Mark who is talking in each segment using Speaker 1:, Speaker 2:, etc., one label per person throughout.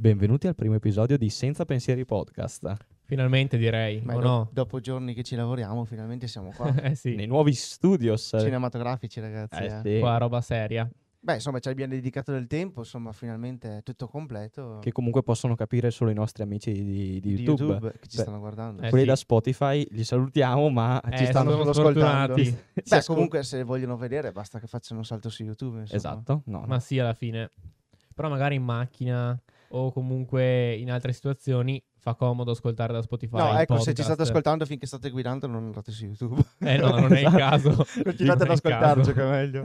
Speaker 1: Benvenuti al primo episodio di Senza Pensieri Podcast.
Speaker 2: Finalmente direi,
Speaker 3: Ma
Speaker 2: o
Speaker 3: do-
Speaker 2: no?
Speaker 3: dopo giorni che ci lavoriamo, finalmente siamo qua.
Speaker 2: eh sì,
Speaker 1: Nei nuovi studios.
Speaker 3: Cinematografici, ragazzi.
Speaker 1: Eh,
Speaker 3: eh.
Speaker 1: sì.
Speaker 2: qua roba seria.
Speaker 3: Beh, insomma, ci abbiamo dedicato del tempo, insomma, finalmente è tutto completo.
Speaker 1: Che comunque possono capire solo i nostri amici di, di
Speaker 3: Di
Speaker 1: YouTube.
Speaker 3: che ci
Speaker 1: Beh,
Speaker 3: stanno guardando.
Speaker 2: Eh,
Speaker 1: Quelli
Speaker 2: sì.
Speaker 1: da Spotify li salutiamo, ma ci
Speaker 2: Eh,
Speaker 1: stanno
Speaker 2: sono
Speaker 3: solo ascoltando.
Speaker 2: sfortunati.
Speaker 3: eh,
Speaker 1: Ci
Speaker 3: Beh,
Speaker 1: ascol-
Speaker 3: comunque se vogliono vedere basta che facciano un salto su YouTube. insomma.
Speaker 1: Esatto, no.
Speaker 2: Ma sì, alla fine. Però magari in macchina o comunque in altre situazioni fa comodo ascoltare da Spotify.
Speaker 3: No,
Speaker 2: il
Speaker 3: ecco, se
Speaker 2: podcast.
Speaker 3: ci state ascoltando finché state guidando non andate su YouTube.
Speaker 2: Eh no, non è il
Speaker 1: Esatto.
Speaker 2: caso.
Speaker 3: Continuate ad
Speaker 2: Non è il
Speaker 3: ascoltarci
Speaker 2: caso.
Speaker 3: che è meglio.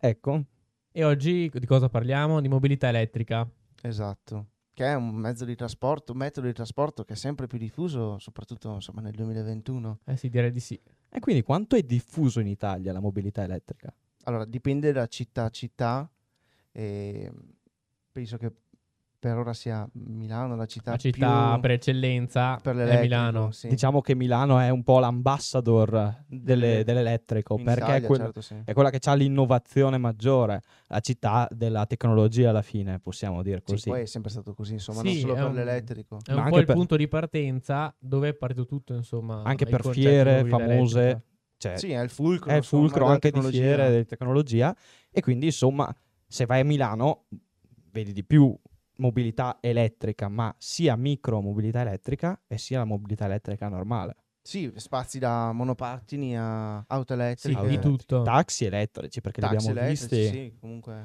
Speaker 1: Ecco,
Speaker 2: E oggi di cosa parliamo? Di mobilità elettrica.
Speaker 3: esatto. Che è un mezzo di trasporto, un metodo di trasporto che è sempre più diffuso, soprattutto insomma, nel 2021.
Speaker 2: Eh sì, direi di sì.
Speaker 1: e quindi quanto è diffuso in Italia la mobilità elettrica?
Speaker 3: Allora, dipende da città a città. E penso che per ora sia Milano la città,
Speaker 2: La città
Speaker 3: più
Speaker 2: per eccellenza
Speaker 3: per
Speaker 2: è
Speaker 3: l'elettrico,
Speaker 2: Milano.
Speaker 3: sì.
Speaker 1: Diciamo che Milano è un po' l'ambassador delle-
Speaker 3: Delle-
Speaker 1: dell'elettrico,
Speaker 3: Eh, In
Speaker 1: perché è,
Speaker 3: Italia,
Speaker 1: quella-
Speaker 3: certo, sì.
Speaker 1: è quella che ha l'innovazione maggiore, la città della tecnologia alla fine, possiamo dire
Speaker 3: Sì,
Speaker 1: così.
Speaker 3: poi è sempre stato così, insomma,
Speaker 2: Sì,
Speaker 3: non solo
Speaker 2: è
Speaker 3: per
Speaker 2: un-
Speaker 3: l'elettrico.
Speaker 2: È
Speaker 1: Ma
Speaker 2: un po'
Speaker 1: anche
Speaker 2: il
Speaker 1: per-
Speaker 2: punto di partenza dove è partito tutto, insomma.
Speaker 1: Anche
Speaker 2: Ah, il
Speaker 1: per
Speaker 2: concetto di
Speaker 1: fiere
Speaker 2: mobilità
Speaker 1: famose,
Speaker 2: elettrica.
Speaker 1: cioè,
Speaker 3: Sì, è il fulcro,
Speaker 1: è il
Speaker 3: insomma,
Speaker 1: fulcro
Speaker 3: della
Speaker 1: anche di
Speaker 3: tecnologia.
Speaker 1: fiere di tecnologia e quindi insomma se vai a Milano vedi di più mobilità elettrica ma sia micro mobilità elettrica e sia la mobilità elettrica normale
Speaker 3: Sì, spazi da monopattini a auto elettriche.
Speaker 2: Sì,
Speaker 1: Auto
Speaker 2: di
Speaker 1: elettriche,
Speaker 2: tutto.
Speaker 1: taxi elettrici perché
Speaker 3: taxi
Speaker 1: li abbiamo
Speaker 3: elettrici,
Speaker 1: visti
Speaker 3: sì, comunque.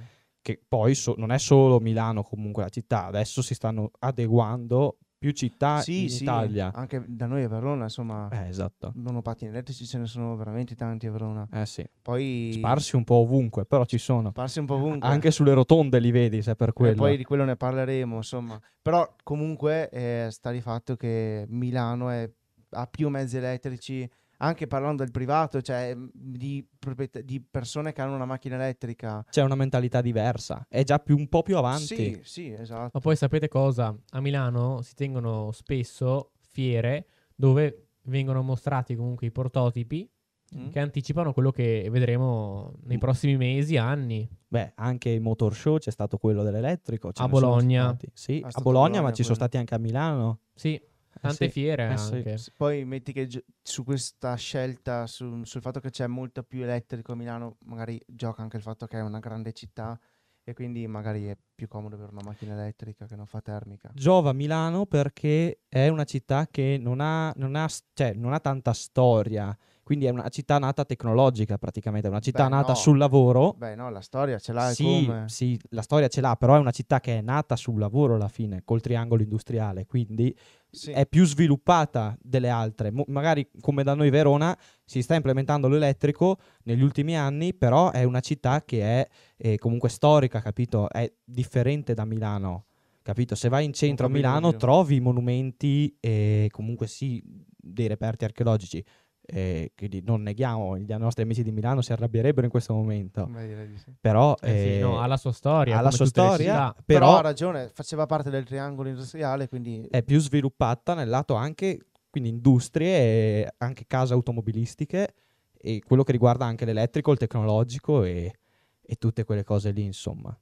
Speaker 1: che poi so- non è solo Milano comunque la città adesso si stanno adeguando più città
Speaker 3: sì,
Speaker 1: Ah, in
Speaker 3: sì, Ah.
Speaker 1: Italia
Speaker 3: anche da noi a Verona, insomma,
Speaker 1: eh, esatto
Speaker 3: monopattini elettrici ce ne sono veramente tanti a Verona.
Speaker 1: eh sì
Speaker 3: Poi
Speaker 1: sparsi un po' ovunque però ci sono
Speaker 3: sparsi un po' ovunque.
Speaker 1: anche sulle rotonde li vedi se per
Speaker 3: E
Speaker 1: quello
Speaker 3: poi di quello ne parleremo, insomma. Però comunque eh, sta di fatto che Milano è- ha più mezzi elettrici, anche parlando del privato, cioè mh, di, proprietà- di persone che hanno una macchina elettrica.
Speaker 1: c'è una mentalità diversa è già più- un po' più avanti
Speaker 3: Sì, sì, esatto.
Speaker 2: Ma poi sapete cosa? A Milano si tengono spesso fiere dove vengono mostrati comunque i prototipi
Speaker 3: Mm.
Speaker 2: che anticipano quello che vedremo
Speaker 1: Mm.
Speaker 2: nei
Speaker 1: Eh
Speaker 2: prossimi mesi, anni.
Speaker 1: Beh, anche il motor show c'è stato quello dell'elettrico. ce
Speaker 2: A
Speaker 1: ne sono
Speaker 2: Bologna.
Speaker 1: stati. Sì,
Speaker 3: Ah, è
Speaker 1: a
Speaker 3: stato
Speaker 1: Bologna,
Speaker 3: a
Speaker 1: ma
Speaker 3: Bologna
Speaker 1: ci sono
Speaker 3: quello.
Speaker 1: stati anche a Milano.
Speaker 2: Sì,
Speaker 1: Eh
Speaker 2: tante
Speaker 1: sì.
Speaker 2: fiere
Speaker 1: Eh sì.
Speaker 2: anche.
Speaker 3: S- Poi metti che gio- su questa scelta, su- sul fatto che c'è molto più elettrico a Milano, magari gioca anche il fatto che è una grande città e quindi magari è più comodo avere una macchina elettrica che non fa termica.
Speaker 1: Giova Milano perché è una città che non ha, non ha s- cioè, non ha tanta storia. Quindi è una città nata tecnologica praticamente, è una città
Speaker 3: Beh,
Speaker 1: nata
Speaker 3: no.
Speaker 1: sul lavoro.
Speaker 3: Beh, no, la storia ce l'ha e
Speaker 1: sì,
Speaker 3: come.
Speaker 1: sì, la storia ce l'ha, però è una città che è nata sul lavoro alla fine, col triangolo industriale, quindi
Speaker 3: Sì.
Speaker 1: è più sviluppata delle altre. Mo- magari come da noi Verona si sta implementando l'elettrico negli ultimi anni, però è una città che è eh, comunque storica, capito? È differente da Milano. Capito? Se vai in centro a
Speaker 3: capito,
Speaker 1: Milano
Speaker 3: capito.
Speaker 1: trovi monumenti e comunque sì dei reperti archeologici. eh, quindi non neghiamo, i nostri amici di Milano si arrabbierebbero in questo momento.
Speaker 3: Beh, direi di sì.
Speaker 1: Però
Speaker 2: Mm. Eh sì,
Speaker 1: eh,
Speaker 2: no, ha la sua storia.
Speaker 1: ha la
Speaker 2: come
Speaker 1: sua
Speaker 2: tutte le
Speaker 1: storia,
Speaker 2: città.
Speaker 3: Però,
Speaker 1: però
Speaker 3: ha ragione, faceva parte del triangolo industriale, quindi
Speaker 1: è più sviluppata nel lato anche quindi industrie e anche case automobilistiche e quello che riguarda anche l'elettrico, il tecnologico e, e tutte quelle cose lì, insomma.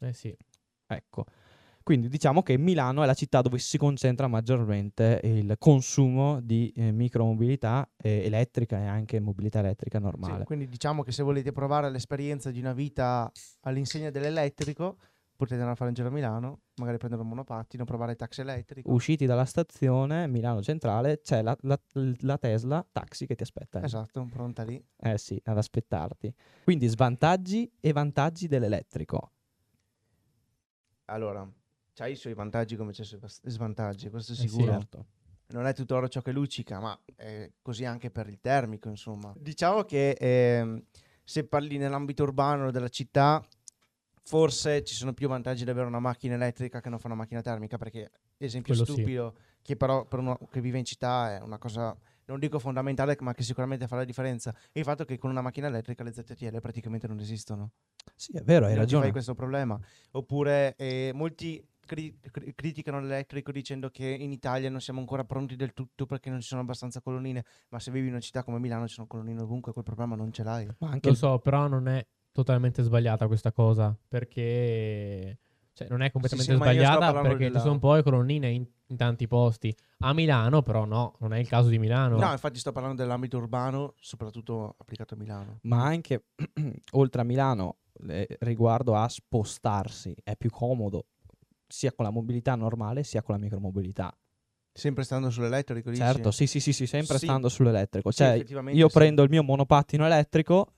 Speaker 2: Eh sì.
Speaker 1: Ecco. Quindi diciamo che Milano è la città dove si concentra maggiormente il consumo di eh, micromobilità eh, elettrica e anche mobilità elettrica
Speaker 3: sì,
Speaker 1: normale.
Speaker 3: quindi diciamo che se volete provare l'esperienza di una vita all'insegna dell'elettrico, potete andare a fare un giro a Milano, magari prendere un monopattino, provare il taxi elettrico.
Speaker 1: Usciti dalla stazione Milano Centrale c'è la, la- la Tesla taxi che ti aspetta. eh.
Speaker 3: Esatto, pronta lì.
Speaker 1: Eh sì, ad aspettarti. Quindi svantaggi e vantaggi dell'elettrico.
Speaker 3: Allora, c'ha i suoi vantaggi come c'è i suoi vas- svantaggi, questo è
Speaker 2: Eh sì,
Speaker 3: sicuro.
Speaker 1: Certo.
Speaker 3: non è tutto oro ciò che luccica, ma è così anche per il termico, insomma. Diciamo che ehm, se parli nell'ambito urbano della città, forse ci sono più vantaggi di avere una macchina elettrica che non fa una macchina termica, perché esempio
Speaker 2: Quello sì.
Speaker 3: stupido, che però per uno che vive in città è una cosa, non dico fondamentale, ma che sicuramente fa la differenza, è il fatto che con una macchina elettrica le ZTL praticamente non esistono.
Speaker 1: Sì, è vero, hai
Speaker 3: Non ti
Speaker 1: ragione.
Speaker 3: fai questo problema. Oppure eh, molti cri- cri- criticano l'elettrico dicendo che in Italia non siamo ancora pronti del tutto perché non ci sono abbastanza colonnine, ma se vivi in una città come Milano ci sono colonnine ovunque, quel problema non ce l'hai.
Speaker 1: Ma anche
Speaker 2: Lo
Speaker 1: il-
Speaker 2: so, però non è totalmente sbagliata questa cosa perché Cioè, non è completamente
Speaker 3: sì, ma io sto
Speaker 2: sbagliata
Speaker 3: parlando
Speaker 2: perché
Speaker 3: della-
Speaker 2: ci sono poi colonnine in, in tanti posti. A Milano, però, no, non è il caso di Milano.
Speaker 3: No, infatti sto parlando dell'ambito urbano, soprattutto applicato a Milano.
Speaker 1: ma anche oltre a Milano eh, riguardo a spostarsi è più comodo sia con la mobilità normale sia con la micromobilità.
Speaker 3: Sempre stando sull'elettrico, dici?
Speaker 1: Certo, sì, sì, sì, sì sempre
Speaker 3: Sì.
Speaker 1: stando sull'elettrico.
Speaker 3: Sì,
Speaker 1: Cioè,
Speaker 3: effettivamente
Speaker 1: io
Speaker 3: sì.
Speaker 1: prendo il mio monopattino elettrico,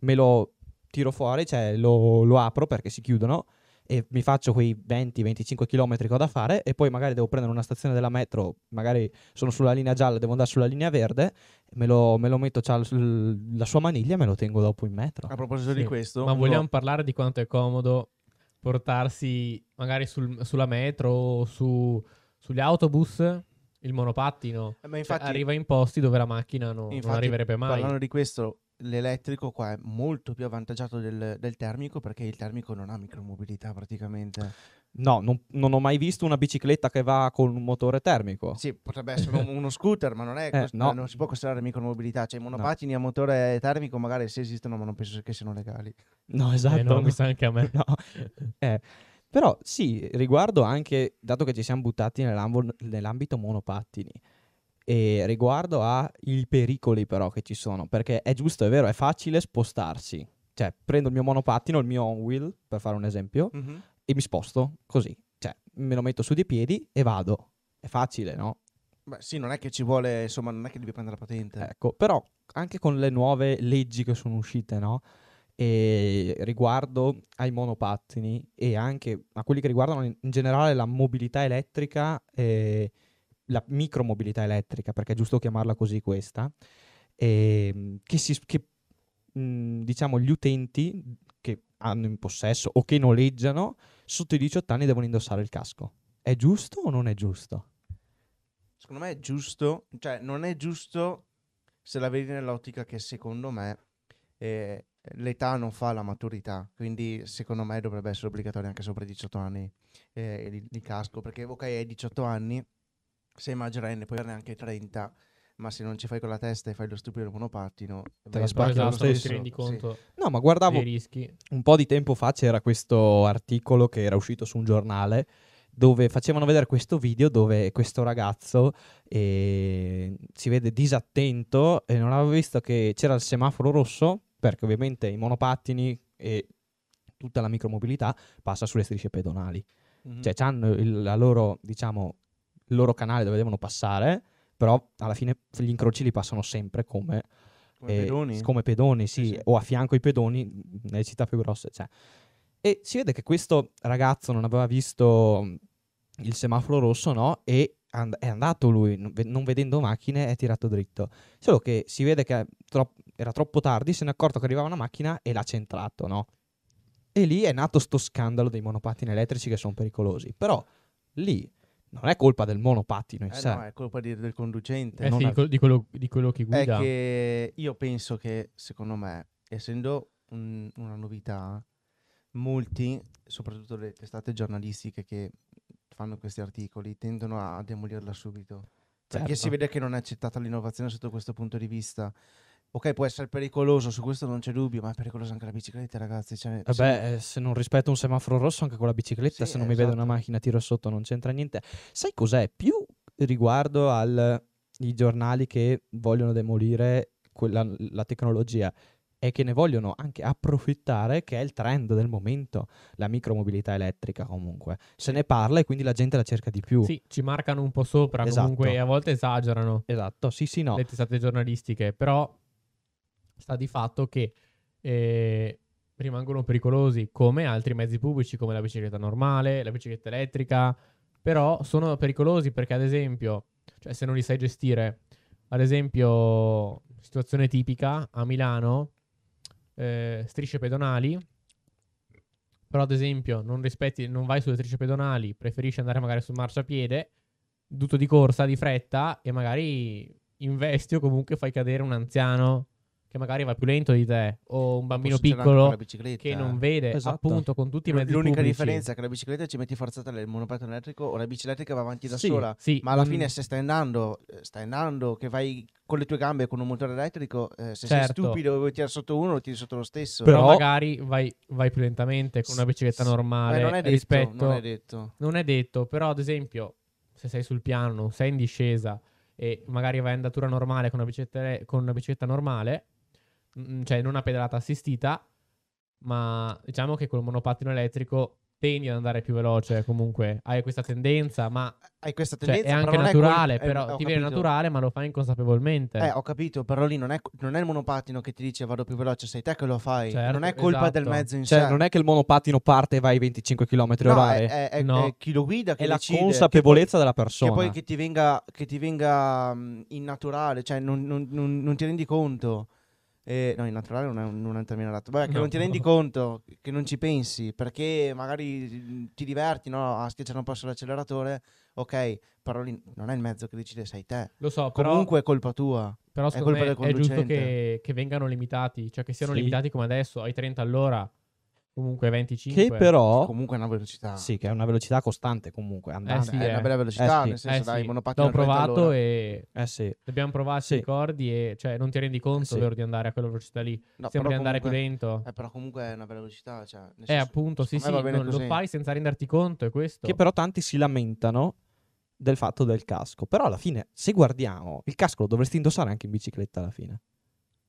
Speaker 1: me lo tiro fuori, cioè lo, lo apro perché si chiudono e mi faccio quei 20-25 km che ho da fare e poi magari devo prendere una stazione della metro, magari sono sulla linea gialla, devo andare sulla linea verde, me lo, me lo metto c'ha l- la sua maniglia e me lo tengo dopo in metro.
Speaker 3: A proposito
Speaker 2: Sì,
Speaker 3: di questo,
Speaker 1: Esatto.
Speaker 2: Ma
Speaker 3: uno-
Speaker 2: vogliamo parlare di quanto è comodo portarsi magari sul- sulla metro o su- sugli autobus il monopattino?
Speaker 3: Eh, ma
Speaker 2: Cioè,
Speaker 3: infatti,
Speaker 2: arriva in posti dove la macchina no- non
Speaker 3: infatti,
Speaker 2: arriverebbe mai.
Speaker 3: Parlando di questo, l'elettrico qua è molto più avvantaggiato del, del termico perché il termico non ha micromobilità praticamente.
Speaker 1: No, non, non ho mai visto una bicicletta che va con un motore termico.
Speaker 3: Sì, potrebbe essere un- uno scooter, ma non, è,
Speaker 1: Eh,
Speaker 3: cos-
Speaker 1: no.
Speaker 3: non si può considerare micromobilità. Cioè, i monopattini a motore termico magari se esistono, ma non penso che siano legali.
Speaker 1: No,
Speaker 2: Eh,
Speaker 1: esatto.
Speaker 2: no, mi sa anche a me.
Speaker 1: No. Eh, però sì, riguardo anche, dato che ci siamo buttati nell'ambo- nell'ambito monopattini, e riguardo ai pericoli però che ci sono, perché è giusto, è vero, è facile spostarsi. Cioè, prendo il mio monopattino, il mio on wheel, per fare un esempio,
Speaker 3: Mm.
Speaker 1: e mi sposto così. Cioè, me lo metto su dei piedi e vado. È facile, no?
Speaker 3: Beh, sì, non è che ci vuole, insomma, non è che devi prendere la patente.
Speaker 1: Ecco, però anche con le nuove leggi che sono uscite, no? E riguardo ai monopattini e anche a quelli che riguardano in in generale la mobilità elettrica, eh, la micromobilità elettrica, perché è giusto chiamarla così questa, ehm, che, si, che mh, diciamo gli utenti che hanno in possesso o che noleggiano sotto i 18 anni devono indossare il casco. È giusto o non è giusto?
Speaker 3: Secondo me è giusto, cioè non è giusto se la vedi nell'ottica che secondo me eh, l'età non fa la maturità, quindi secondo me dovrebbe essere obbligatorio anche sopra i 18 anni eh, il, il casco, perché ok hai 18 anni, sei maggiorenne, puoi averne anche 30, ma se non ci fai con la testa e fai lo stupido monopattino, vai
Speaker 1: la
Speaker 3: a
Speaker 1: sbacchi lo
Speaker 2: Però
Speaker 3: sbattere
Speaker 2: esatto, non ti
Speaker 1: stesso,
Speaker 2: rendi conto
Speaker 1: No, ma guardavo
Speaker 2: dei rischi.
Speaker 1: un po' di tempo fa c'era questo articolo che era uscito su un giornale dove facevano vedere questo video dove questo ragazzo eh, si vede disattento e non aveva visto che c'era il semaforo rosso perché ovviamente i monopattini e tutta la micromobilità passa sulle strisce pedonali
Speaker 3: sì. Mhm.
Speaker 1: cioè hanno il, la loro, diciamo, il loro canale dove devono passare però alla fine gli incroci li passano sempre come
Speaker 3: Come
Speaker 1: eh,
Speaker 3: pedoni?
Speaker 1: come pedoni, sì,
Speaker 3: Sì, sì.
Speaker 1: o a fianco i pedoni nelle città più grosse. Cioè. E si vede che questo ragazzo non aveva visto mh, il semaforo rosso, no? E and- è andato lui, non ve- non vedendo macchine, è tirato dritto. Solo che si vede che tro- era troppo tardi, se ne è accorto che arrivava una macchina e l'ha centrato, no? E lì è nato sto scandalo dei monopattini elettrici che sono pericolosi. Però lì non è colpa del monopattino in
Speaker 3: Eh
Speaker 1: sé.
Speaker 3: no, è colpa di- del conducente.
Speaker 2: Eh
Speaker 1: cioè. non
Speaker 2: sì,
Speaker 1: è-
Speaker 2: col- di, quello, di quello che
Speaker 3: è
Speaker 2: guida.
Speaker 3: che io penso che, secondo me, essendo un- una novità, molti, soprattutto le testate giornalistiche che fanno questi articoli, tendono a demolirla subito. Perché
Speaker 1: Certo.
Speaker 3: si vede che non è accettata l'innovazione sotto questo punto di vista. Ok, può essere pericoloso, su questo non c'è dubbio, ma è pericolosa anche la bicicletta, ragazzi. cioè,
Speaker 1: Eh
Speaker 3: se-
Speaker 1: beh, eh, se non rispetto un semaforo rosso anche con la bicicletta,
Speaker 3: Sì,
Speaker 1: se non
Speaker 3: eh,
Speaker 1: mi vedo una
Speaker 3: esatto.
Speaker 1: macchina tiro sotto, non c'entra niente. Sai cos'è? Più riguardo ai giornali che vogliono demolire quella- la tecnologia è che ne vogliono anche approfittare che è il trend del momento, la micromobilità elettrica comunque. Se ne parla e quindi la gente la cerca di più.
Speaker 2: Sì, ci marcano un po' sopra,
Speaker 1: Esatto.
Speaker 2: comunque e a volte esagerano.
Speaker 1: Esatto, sì sì no.
Speaker 2: le testate giornalistiche, però sta di fatto che eh, rimangono pericolosi come altri mezzi pubblici, come la bicicletta normale, la bicicletta elettrica, però sono pericolosi perché ad esempio, cioè se non li sai gestire, ad esempio, situazione tipica a Milano, eh, strisce pedonali, però ad esempio non rispetti, non vai sulle strisce pedonali, preferisci andare magari sul marciapiede, tutto di corsa, di fretta e magari investi o comunque fai cadere un anziano che magari va più lento di te o un bambino
Speaker 3: succedere anche con
Speaker 2: piccolo
Speaker 3: la bicicletta,
Speaker 2: che
Speaker 3: eh.
Speaker 2: non vede
Speaker 1: Esatto.
Speaker 2: appunto con tutti i
Speaker 3: L'unica
Speaker 2: mezzi pubblici.
Speaker 3: differenza è che la bicicletta ci metti forzata nel monopattino elettrico o la bicicletta che va avanti da
Speaker 1: Sì.
Speaker 3: sola.
Speaker 2: Sì,
Speaker 3: Ma alla
Speaker 2: mm,
Speaker 3: fine se stai andando, eh, stai andando, che vai con le tue gambe e con un motore elettrico, eh, se sei
Speaker 2: Certo.
Speaker 3: stupido e vuoi tirare sotto uno, lo tiri sotto lo stesso.
Speaker 2: però,
Speaker 1: però-
Speaker 2: magari vai, vai più lentamente con una bicicletta
Speaker 3: Sì,
Speaker 2: normale
Speaker 3: Eh, non è detto,
Speaker 2: rispetto
Speaker 3: non è detto.
Speaker 2: Non è detto, però ad esempio, se sei sul piano, sei in discesa e magari vai in andatura normale con una bicicletta, con una bicicletta normale, mm, cioè non una pedalata assistita, ma diciamo che col monopattino elettrico tendi ad andare più veloce comunque, hai questa tendenza, ma
Speaker 3: Hai questa
Speaker 2: cioè,
Speaker 3: tendenza,
Speaker 2: è anche
Speaker 3: però non
Speaker 2: naturale,
Speaker 3: è quel- eh,
Speaker 2: però
Speaker 3: ho
Speaker 2: ti viene
Speaker 3: capito.
Speaker 2: naturale, ma lo fai inconsapevolmente.
Speaker 3: Eh, ho capito, però lì non è, non è il monopattino che ti dice vado più veloce, sei te che lo fai.
Speaker 2: Certo,
Speaker 3: non è colpa del
Speaker 2: esatto.
Speaker 3: mezzo in
Speaker 1: Cioè,
Speaker 3: sé.
Speaker 1: non è che il monopattino parte e vai ai 25 km
Speaker 3: No,
Speaker 1: orari.
Speaker 3: è, è- è-
Speaker 2: No.
Speaker 3: è chi lo guida che
Speaker 1: è la
Speaker 3: decide, che
Speaker 1: consapevolezza della
Speaker 3: poi-
Speaker 1: persona.
Speaker 3: Che poi che ti venga, che ti venga mh, innaturale, cioè non, non- non- non ti rendi conto. Eh, no, innaturale non è un, non è un termine adatto. Vabbè, che
Speaker 2: No.
Speaker 3: non ti rendi conto, che non ci pensi, perché magari mh, ti diverti no, a schiacciare un po' sull'acceleratore. Ok, però lì non è il mezzo che decide, sei te.
Speaker 2: Lo so, però,
Speaker 3: Comunque è colpa tua.
Speaker 2: però secondo
Speaker 3: colpa
Speaker 2: me
Speaker 3: del
Speaker 2: è giusto
Speaker 3: conducente.
Speaker 2: che, che vengano limitati, cioè che siano
Speaker 1: Sì.
Speaker 2: limitati come adesso, ai 30 all'ora, comunque ai 25.
Speaker 1: Che
Speaker 2: Oh?
Speaker 1: però...
Speaker 3: Comunque è una velocità.
Speaker 1: Sì, che è una velocità costante comunque. Andando.
Speaker 2: sì,
Speaker 3: è
Speaker 2: Ah. eh.
Speaker 3: una bella velocità,
Speaker 1: Eh sì.
Speaker 3: nel senso
Speaker 2: Eh
Speaker 3: dai,
Speaker 2: sì,
Speaker 3: monopattino
Speaker 2: l'ho
Speaker 3: a 30
Speaker 2: provato
Speaker 3: all'ora.
Speaker 2: e
Speaker 1: Eh sì.
Speaker 2: Dobbiamo provarci
Speaker 1: Sì.
Speaker 2: i ricordi e cioè non ti rendi conto
Speaker 1: sì.
Speaker 2: vero di andare a quella velocità lì,
Speaker 3: No,
Speaker 2: sembra di
Speaker 3: però
Speaker 2: andare
Speaker 3: comunque-
Speaker 2: più lento.
Speaker 3: eh, però comunque è una bella velocità, cioè, nel
Speaker 2: Eh,
Speaker 3: senso,
Speaker 2: appunto, sì, sì,
Speaker 3: secondo me va bene
Speaker 2: non- lo
Speaker 3: così.
Speaker 2: fai senza renderti conto, è questo. Eh,
Speaker 1: Che però tanti si lamentano del fatto del casco. Però alla fine, se guardiamo, il casco lo dovresti indossare anche in bicicletta alla fine.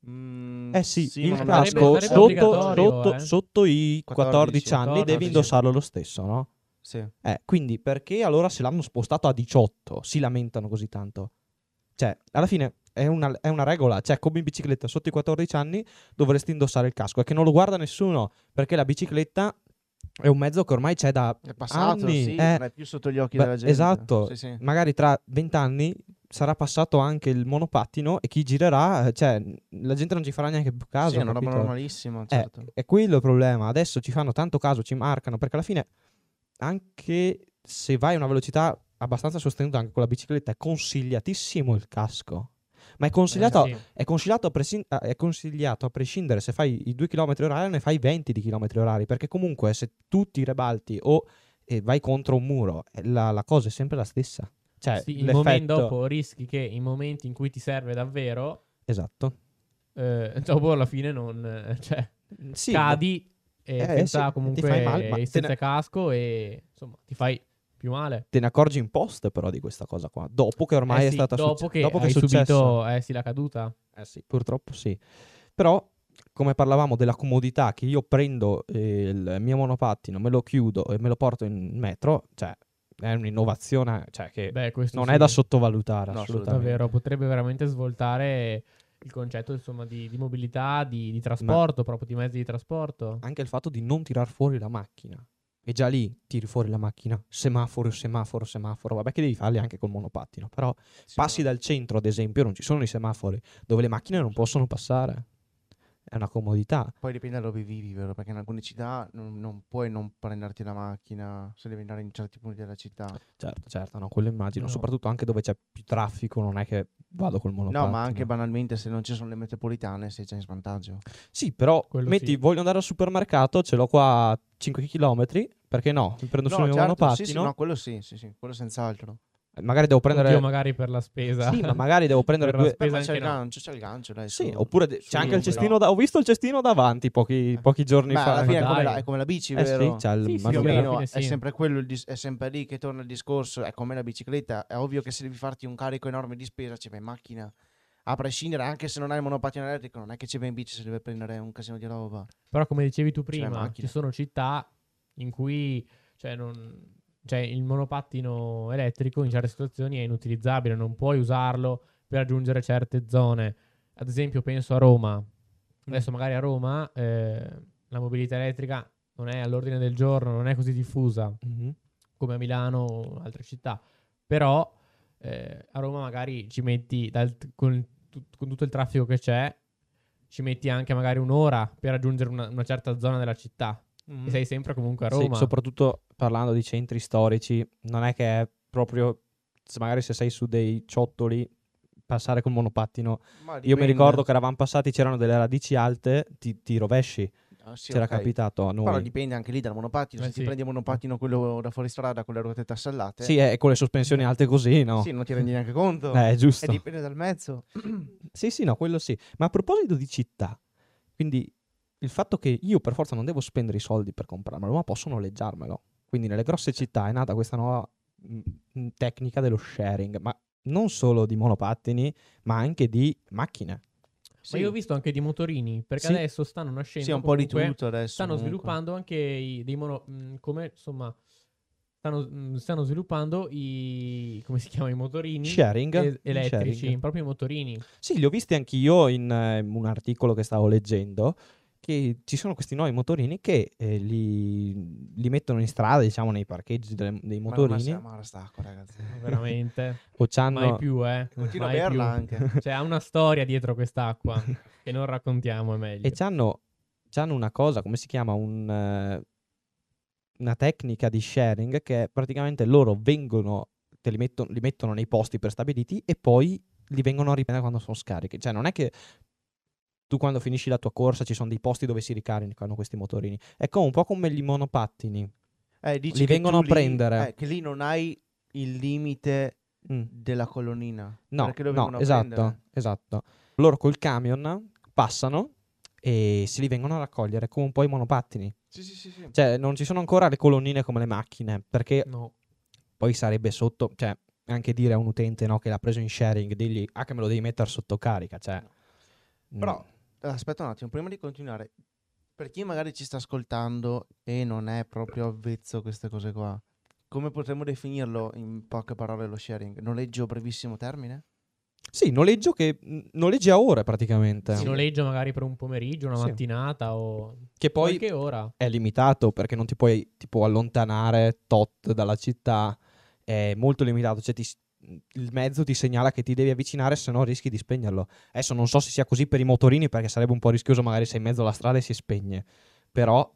Speaker 3: Mm,
Speaker 1: Eh sì,
Speaker 3: sì,
Speaker 1: il
Speaker 3: ma non è-
Speaker 2: sarebbe-
Speaker 1: casco
Speaker 2: sarebbe
Speaker 1: sotto,
Speaker 2: obbligatorio,
Speaker 1: sotto-
Speaker 2: eh.
Speaker 1: sotto i 14,
Speaker 3: 14,
Speaker 1: anni devi
Speaker 2: 14.
Speaker 1: indossarlo lo stesso, no?
Speaker 3: Sì.
Speaker 1: Eh, quindi perché allora se l'hanno spostato a 18 si lamentano così tanto? Cioè, alla fine è una, è una regola, cioè come in bicicletta sotto i 14 anni dovresti indossare il casco, è che non lo guarda nessuno, perché la bicicletta è un mezzo che ormai c'è da
Speaker 3: È passato,
Speaker 1: anni,
Speaker 3: sì,
Speaker 1: eh.
Speaker 3: non è più sotto gli occhi
Speaker 1: Beh,
Speaker 3: della gente.
Speaker 1: Esatto,
Speaker 3: Sì, sì.
Speaker 1: magari tra vent'anni sarà passato anche il monopattino e chi girerà, eh, cioè la gente non ci farà neanche più caso.
Speaker 3: Sì, è una roba
Speaker 1: capito?
Speaker 3: normalissima,
Speaker 1: Eh,
Speaker 3: certo.
Speaker 1: è quello il problema, adesso ci fanno tanto caso, ci marcano, perché alla fine anche se vai a una velocità abbastanza sostenuta anche con la bicicletta è consigliatissimo il casco. Ma è consigliato,
Speaker 2: Eh, sì.
Speaker 1: è consigliato a prescin- a- è consigliato a prescindere se fai i 2 km orari o ne fai 20 di km orari, perché comunque se tu ti rebalti o eh, vai contro un muro, eh, la, la cosa è sempre la stessa. Cioè,
Speaker 2: Sì, il
Speaker 1: l'effetto...
Speaker 2: momento dopo rischi che in momenti in cui ti serve davvero,
Speaker 1: Esatto.
Speaker 2: eh, dopo alla fine non eh, cioè,
Speaker 1: Sì,
Speaker 2: cadi e
Speaker 1: Eh,
Speaker 2: senza
Speaker 1: sì,
Speaker 2: comunque
Speaker 1: ti fai male, ma te
Speaker 2: senza
Speaker 1: ne-
Speaker 2: casco e insomma, ti fai più male.
Speaker 1: te ne accorgi in post però di questa cosa qua, dopo che ormai
Speaker 2: Eh
Speaker 1: è
Speaker 2: sì,
Speaker 1: stata
Speaker 2: dopo
Speaker 1: succe-
Speaker 2: che
Speaker 1: dopo
Speaker 2: hai
Speaker 1: è successo.
Speaker 2: subito eh, sì, la caduta.
Speaker 1: Eh sì, purtroppo sì. Però, come parlavamo della comodità, che io prendo eh, il mio monopattino, me lo chiudo e me lo porto in metro, cioè è un'innovazione cioè, che
Speaker 2: Beh, questo
Speaker 1: non
Speaker 2: sì.
Speaker 1: è da sottovalutare
Speaker 3: No,
Speaker 1: assolutamente.
Speaker 2: Davvero, potrebbe veramente svoltare il concetto insomma, di, di mobilità, di, di trasporto, proprio di mezzi di trasporto.
Speaker 1: Anche il fatto di non tirar fuori la macchina. E già lì tiri fuori la macchina, semaforo, semaforo, semaforo. Vabbè che devi farli anche col monopattino, però
Speaker 3: Sì,
Speaker 1: passi
Speaker 3: ma-
Speaker 1: dal centro, ad esempio, non ci sono i semafori, dove le macchine non possono passare. È una comodità.
Speaker 3: Poi dipende da dove vivi, vero? Perché in alcune città non, non puoi non prenderti la macchina se devi andare in certi punti della città.
Speaker 1: Certo, certo, no, quello immagino.
Speaker 2: No.
Speaker 1: Soprattutto anche dove c'è più traffico, non è che vado col monopattino.
Speaker 3: No, ma anche banalmente se non ci sono le metropolitane sei già in svantaggio.
Speaker 1: Sì, però
Speaker 2: Quello
Speaker 1: metti,
Speaker 2: sì.
Speaker 1: voglio andare al supermercato, ce l'ho qua a 5 km, perché no? Mi prendo solo il mio
Speaker 3: certo, sì,
Speaker 1: monopattino.
Speaker 3: sì, no, quello sì, sì, sì, quello senz'altro.
Speaker 1: Eh, Magari devo prendere
Speaker 2: Oddio, magari per la spesa.
Speaker 1: Sì, ma magari devo prendere
Speaker 2: Per la
Speaker 1: due
Speaker 2: spesa
Speaker 3: Beh, ma
Speaker 2: anche no.
Speaker 3: c'è il gancio, c'è il gancio, dai.
Speaker 1: Sì,
Speaker 3: su.
Speaker 1: oppure de-
Speaker 3: su,
Speaker 1: c'è anche il
Speaker 2: però.
Speaker 1: cestino da- ho visto il cestino davanti pochi, pochi giorni
Speaker 3: Beh,
Speaker 1: fa.
Speaker 3: alla fine è
Speaker 2: dai.
Speaker 3: come, la, è come la bici,
Speaker 1: Eh
Speaker 3: vero?
Speaker 1: sì, c'è il
Speaker 2: Sì, sì,
Speaker 3: più o
Speaker 2: Vabbè,
Speaker 1: manuale.
Speaker 2: alla
Speaker 3: meno
Speaker 2: fine sì.
Speaker 3: è sempre quello il dis- è sempre lì che torna il discorso è come la bicicletta è ovvio che se devi farti un carico enorme di spesa ci vai in macchina a prescindere anche se non hai il monopattino elettrico non è che ci vai in bici se deve prendere un casino di roba
Speaker 2: Però, come dicevi tu
Speaker 3: Cioè,
Speaker 2: prima, ci
Speaker 3: macchina.
Speaker 2: sono città in cui cioè, non- cioè, il monopattino elettrico in certe situazioni è inutilizzabile, non puoi usarlo per raggiungere certe zone. Ad esempio, penso a
Speaker 1: Mm.
Speaker 2: Roma. Adesso, magari a Roma eh, la mobilità elettrica non è all'ordine del giorno, non è così diffusa.
Speaker 1: Mhm.
Speaker 2: come a Milano o altre città. Però eh, a Roma magari ci metti dal- con, tu- con tutto il traffico che c'è, ci metti anche magari un'ora per raggiungere una, una certa zona della città.
Speaker 3: Mm-hmm.
Speaker 2: E sei sempre comunque a
Speaker 1: Sì,
Speaker 2: Roma.
Speaker 1: soprattutto parlando di centri storici, non è che è proprio, se magari se sei su dei ciottoli passare col monopattino.
Speaker 3: Ma
Speaker 1: Io mi
Speaker 3: dipende.
Speaker 1: ricordo che eravamo passati, c'erano delle radici alte, ti, ti rovesci.
Speaker 3: Ah, sì,
Speaker 1: C'era
Speaker 3: ok.
Speaker 1: capitato a noi.
Speaker 3: Però dipende anche lì dal monopattino.
Speaker 2: Eh,
Speaker 3: se
Speaker 2: sì.
Speaker 3: ti prendi un monopattino quello da fuoristrada con le ruote tassellate,
Speaker 1: Sì, eh, con le sospensioni alte così, no?
Speaker 3: sì, non ti rendi neanche conto.
Speaker 1: Eh, giusto.
Speaker 3: E dipende dal mezzo.
Speaker 1: Sì, sì, no, quello sì. Ma a proposito di città, quindi il fatto che io per forza non devo spendere i soldi per comprarmelo, ma posso noleggiarmelo. Quindi nelle grosse città è nata questa nuova mh, mh, tecnica dello sharing, ma non solo di monopattini, ma anche di macchine.
Speaker 3: Sì,
Speaker 2: Ma io ho visto anche di motorini, perché
Speaker 1: Sì.
Speaker 2: adesso stanno nascendo
Speaker 3: sì, è un po' di
Speaker 2: comunque-
Speaker 3: tutto adesso.
Speaker 2: stanno
Speaker 3: comunque.
Speaker 2: sviluppando anche i, dei mono mh, come insomma stanno, mh, stanno sviluppando i come si chiamano i motorini
Speaker 1: Sharing?
Speaker 2: e-
Speaker 1: Il
Speaker 2: elettrici
Speaker 1: sharing.
Speaker 2: proprio i motorini
Speaker 1: Sì, li ho visti anch'io in eh, un articolo che stavo leggendo. Che ci sono questi nuovi motorini che eh, li, li mettono in strada, diciamo, nei parcheggi delle- dei
Speaker 3: Ma non
Speaker 1: motorini.
Speaker 3: è ma stacco, ragazzi.
Speaker 2: veramente
Speaker 1: O c'hanno.
Speaker 2: mai più eh
Speaker 3: Continua a
Speaker 2: mai
Speaker 3: berla
Speaker 2: più.
Speaker 3: anche.
Speaker 2: cioè ha una storia dietro quest'acqua che non raccontiamo è meglio
Speaker 1: E c'hanno, c'hanno una cosa, come si chiama? Un, eh, una tecnica di sharing che è praticamente loro vengono, te li, metto- li mettono nei posti prestabiliti e poi li vengono a riprendere quando sono scarichi. Cioè non è che tu quando finisci la tua corsa ci sono dei posti dove si ricaricano questi motorini. È come- un po' come gli monopattini.
Speaker 3: Eh, dici
Speaker 1: Li
Speaker 3: che
Speaker 1: vengono
Speaker 3: tu
Speaker 1: a prendere.
Speaker 3: eh, che lì non hai il limite
Speaker 1: Mm.
Speaker 3: della colonnina.
Speaker 1: No,
Speaker 3: perché lo
Speaker 1: no,
Speaker 3: vengono a
Speaker 1: esatto,
Speaker 3: prendere.
Speaker 1: esatto. Loro col camion passano e se li vengono a raccogliere come un po' i monopattini.
Speaker 3: Sì, sì, sì. sì.
Speaker 1: Cioè, non ci sono ancora le colonnine come le macchine, perché
Speaker 2: no
Speaker 1: poi sarebbe sotto, cioè, anche dire a un utente no, che l'ha preso in sharing, dirgli, ah, che me lo devi mettere sotto carica, cioè... mm,
Speaker 3: Però, aspetta un attimo, prima di continuare, per chi magari ci sta ascoltando e non è proprio avvezzo a queste cose qua, come potremmo definirlo in poche parole lo sharing? Noleggio a brevissimo termine?
Speaker 1: Sì, noleggio che... mh, noleggi a ore praticamente,
Speaker 2: si noleggia magari per un pomeriggio una
Speaker 1: Sì.
Speaker 2: mattinata o
Speaker 1: che poi
Speaker 2: qualche ora
Speaker 1: è limitato perché non ti puoi, tipo, allontanare tot dalla città, è molto limitato, cioè ti s- il mezzo ti segnala che ti devi avvicinare se no rischi di spegnerlo. Adesso non so se sia così per i motorini perché sarebbe un po' rischioso magari sei in mezzo alla strada e si spegne. Però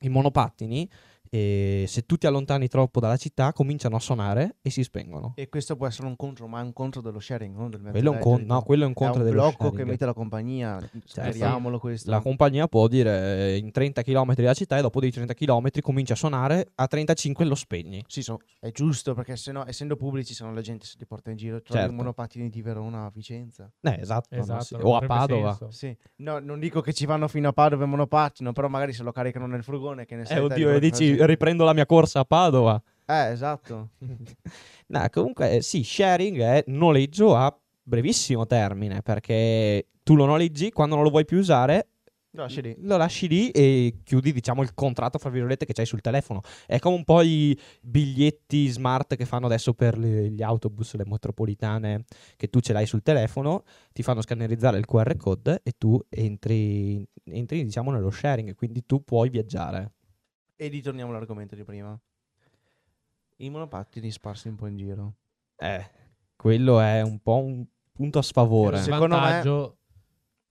Speaker 1: i monopattini eh, se tu ti allontani troppo dalla città cominciano a suonare e si spengono.
Speaker 3: E questo può essere un contro, ma è un contro dello sharing, non del mezzo
Speaker 1: Quello è un, con-
Speaker 3: elettrico.
Speaker 1: no, quello è un contro
Speaker 3: è un
Speaker 1: dello
Speaker 3: blocco
Speaker 1: sharing. Cioè,
Speaker 3: che mette la compagnia, speriamolo questo.
Speaker 1: La compagnia può dire eh, in 30 km dalla città e dopo dei 30 km comincia a suonare, a 35 lo spegni.
Speaker 3: Sì, so- è giusto, perché se no, essendo pubblici, se no la gente si li porta in giro, trovi
Speaker 1: Certo.
Speaker 3: un monopattini di Verona a Vicenza.
Speaker 1: Eh, esatto, no,
Speaker 2: esatto
Speaker 1: sì.
Speaker 2: non
Speaker 1: o a
Speaker 2: avrebbe
Speaker 1: Padova.
Speaker 2: senso.
Speaker 3: Sì, no, non dico che ci vanno fino a Padova in monopattino, però magari se lo caricano nel furgone che ne sai
Speaker 1: Eh,
Speaker 3: te,
Speaker 1: oddio,
Speaker 3: li
Speaker 1: e
Speaker 3: portano
Speaker 1: dici
Speaker 3: sempre.
Speaker 1: riprendo la mia corsa a Padova.
Speaker 3: Eh, esatto.
Speaker 1: No, comunque eh, sì, sharing è noleggio a brevissimo termine perché tu lo noleggi quando non lo vuoi più usare. Mm.
Speaker 3: No, sì, lì.
Speaker 1: Lo lasci lì e chiudi, diciamo, il contratto, fra virgolette, che c'hai sul telefono. È come un po' i biglietti smart che fanno adesso per le- gli autobus, le metropolitane, che tu ce l'hai sul telefono, ti fanno scannerizzare il QR code e tu entri, entri diciamo, nello sharing, quindi tu puoi viaggiare.
Speaker 3: E ritorniamo all'argomento di prima. I monopattini sparsi un po' in giro.
Speaker 1: Eh, quello è un po' un punto a sfavore.
Speaker 2: lo
Speaker 3: Secondo me-
Speaker 2: svantaggio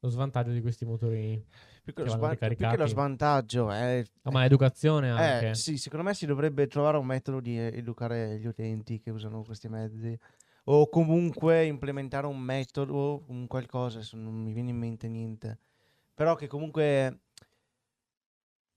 Speaker 2: lo svantaggio di questi motorini
Speaker 3: Più che,
Speaker 2: Che
Speaker 3: lo,
Speaker 2: vanno
Speaker 3: svan- più che lo
Speaker 2: ricaricati.
Speaker 3: svantaggio è...
Speaker 2: Ah, ma educazione
Speaker 3: eh,
Speaker 2: anche
Speaker 3: sì, secondo me si dovrebbe trovare un metodo di eh, educare gli utenti che usano questi mezzi. O comunque implementare un metodo, un qualcosa, adesso non mi viene in mente niente. Però che comunque...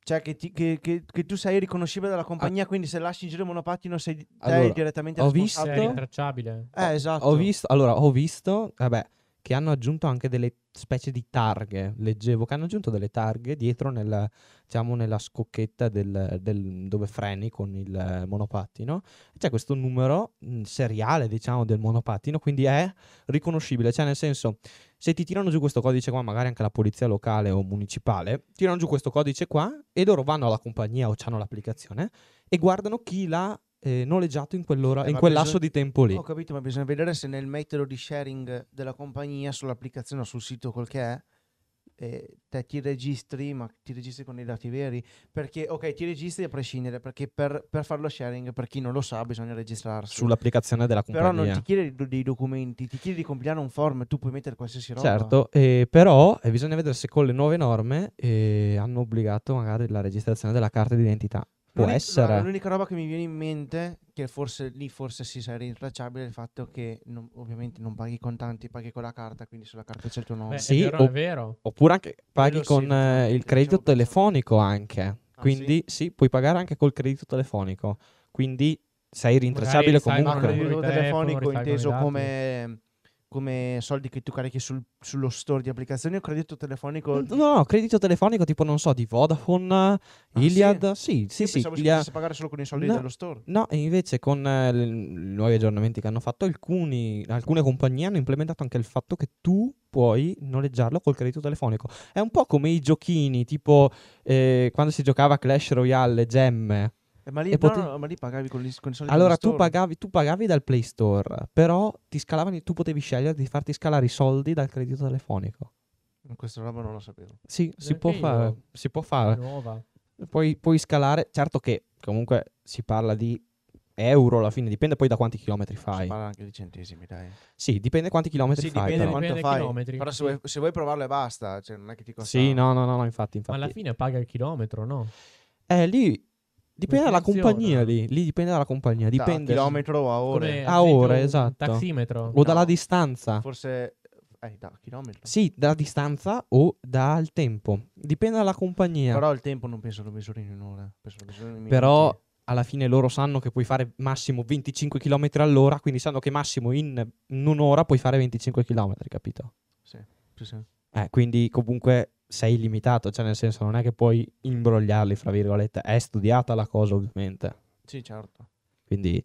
Speaker 3: Cioè, che, ti- che- che- che tu sei riconoscibile dalla compagnia, quindi se lasci in giro il monopattino sei te
Speaker 1: Allora,
Speaker 3: direttamente
Speaker 1: ho visto-
Speaker 2: Sei
Speaker 3: responsabile.
Speaker 2: rintracciabile
Speaker 3: esatto. Eh, esatto.
Speaker 1: Ho visto, allora, ho visto, vabbè, che hanno aggiunto anche delle specie di targhe. Leggevo che hanno aggiunto delle targhe dietro nella, diciamo, nella scocchetta del, del- dove freni con il eh, monopattino. C'è questo numero mh, seriale, diciamo, del monopattino, quindi è riconoscibile. Cioè, nel senso, se ti tirano giù questo codice qua, magari anche la polizia locale o municipale, tirano giù questo codice qua e loro vanno alla compagnia o hanno l'applicazione e guardano chi l'ha eh, noleggiato in, quell'ora,
Speaker 3: Eh,
Speaker 1: in
Speaker 3: ma
Speaker 1: quel
Speaker 3: bisogna-
Speaker 1: lasso di tempo lì.
Speaker 3: Ho capito, ma bisogna vedere se nel metodo di sharing della compagnia, sull'applicazione o sul sito quel che è, eh, te ti registri, ma ti registri con dei dati veri. Perché, ok, ti registri a prescindere, perché per, per farlo sharing, per chi non lo sa, bisogna registrarsi.
Speaker 1: sull'applicazione della
Speaker 3: Però
Speaker 1: compagnia.
Speaker 3: non ti chiede do- dei documenti, ti chiede di compilare un form, tu puoi mettere qualsiasi roba.
Speaker 1: Certo, eh, però eh, bisogna vedere se con le nuove norme eh, hanno obbligato magari la registrazione della carta d'identità. Può
Speaker 3: L'unica-
Speaker 1: essere.
Speaker 3: guarda, L'unica roba che mi viene in mente, che forse lì forse si sarà rintracciabile, è il fatto che non- ovviamente non paghi contanti, paghi con la carta, quindi sulla carta c'è il tuo nome.
Speaker 2: Beh,
Speaker 1: Sì,
Speaker 2: è vero,
Speaker 1: o-
Speaker 2: è vero.
Speaker 1: Oppure anche paghi
Speaker 3: Quello sì,
Speaker 1: con eh,
Speaker 3: effettivamente,
Speaker 1: il credito
Speaker 3: diciamo che-
Speaker 1: telefonico anche.
Speaker 3: Ah,
Speaker 1: Quindi sì? puoi pagare anche col credito telefonico. Quindi sei rintracciabile
Speaker 2: sai,
Speaker 3: Ma
Speaker 2: Comunque.
Speaker 1: comunque.
Speaker 3: il numero
Speaker 2: Numero di
Speaker 3: telefonico
Speaker 2: telefono,
Speaker 3: inteso
Speaker 2: risalgono i
Speaker 3: come, come soldi che tu carichi sul- sullo store di applicazioni o credito telefonico?
Speaker 1: No, no, no, credito telefonico tipo, non so, di Vodafone, Iliad. Sì, sì,
Speaker 3: Ah, Io
Speaker 1: sì.
Speaker 3: pensavo si
Speaker 1: Iliad-
Speaker 3: potesse pagare solo con i soldi
Speaker 1: No.
Speaker 3: dello store.
Speaker 1: No, e invece con eh, le- i nuovi aggiornamenti che hanno fatto, alcuni- alcune compagnie hanno implementato anche il fatto che tu puoi noleggiarlo col credito telefonico. È un po' come i giochini, tipo eh, quando si giocava a Clash Royale, le gemme.
Speaker 3: Eh, Ma lì,
Speaker 1: E
Speaker 3: no,
Speaker 1: pote-
Speaker 3: no, ma lì pagavi con, gli- con i soldi
Speaker 1: Allora
Speaker 3: dello
Speaker 1: tu
Speaker 3: store.
Speaker 1: pagavi, tu pagavi dal Play Store, però ti scalavano, i- tu potevi scegliere di farti scalare i soldi dal credito telefonico.
Speaker 3: Mm, Questa roba non la sapevo.
Speaker 1: Sì, si
Speaker 2: Neanche
Speaker 1: può
Speaker 2: io.
Speaker 1: fare. Si può fare.
Speaker 2: Nuova.
Speaker 1: Puoi, puoi scalare, certo che comunque si parla di euro alla fine, dipende poi da quanti chilometri
Speaker 3: Si
Speaker 1: fai.
Speaker 3: parla anche di centesimi, dai.
Speaker 1: Sì, dipende quanti chilometri
Speaker 3: Sì,
Speaker 1: fai.
Speaker 3: dipende
Speaker 1: però.
Speaker 2: quanti-
Speaker 3: quanto
Speaker 2: dai
Speaker 3: fai.
Speaker 2: chilometri,
Speaker 3: Però se
Speaker 2: sì.
Speaker 3: vuoi, se vuoi provarlo e basta, cioè non è che ti costa...
Speaker 1: Sì, no, no, no, no, infatti,
Speaker 2: Ma
Speaker 1: infatti.
Speaker 2: alla fine paga il chilometro, no?
Speaker 1: Eh, lì dipende dalla
Speaker 2: funziona?
Speaker 1: compagnia lì, lì dipende dalla compagnia,
Speaker 3: eh. Da,
Speaker 1: dipende
Speaker 3: chilometro a ore.
Speaker 2: Come, Ah.
Speaker 1: A
Speaker 2: ad esempio,
Speaker 1: ore,
Speaker 2: un
Speaker 1: esatto.
Speaker 2: Taximetro.
Speaker 1: o dalla
Speaker 3: No.
Speaker 1: distanza.
Speaker 3: Forse... Eh, da chilometro.
Speaker 1: Sì, dalla distanza o dal tempo. Dipende dalla compagnia.
Speaker 3: Però il tempo non penso lo misurino in un'ora. Penso lo misurino in minuti.
Speaker 1: eh. Però alla fine loro sanno che puoi fare massimo 25 km all'ora, quindi sanno che massimo in, in un'ora puoi fare 25 km, capito?
Speaker 3: Sì, sì.
Speaker 1: Eh, quindi comunque sei limitato, cioè nel senso non è che puoi imbrogliarli, fra virgolette, è studiata la cosa ovviamente.
Speaker 3: Sì, certo.
Speaker 1: Quindi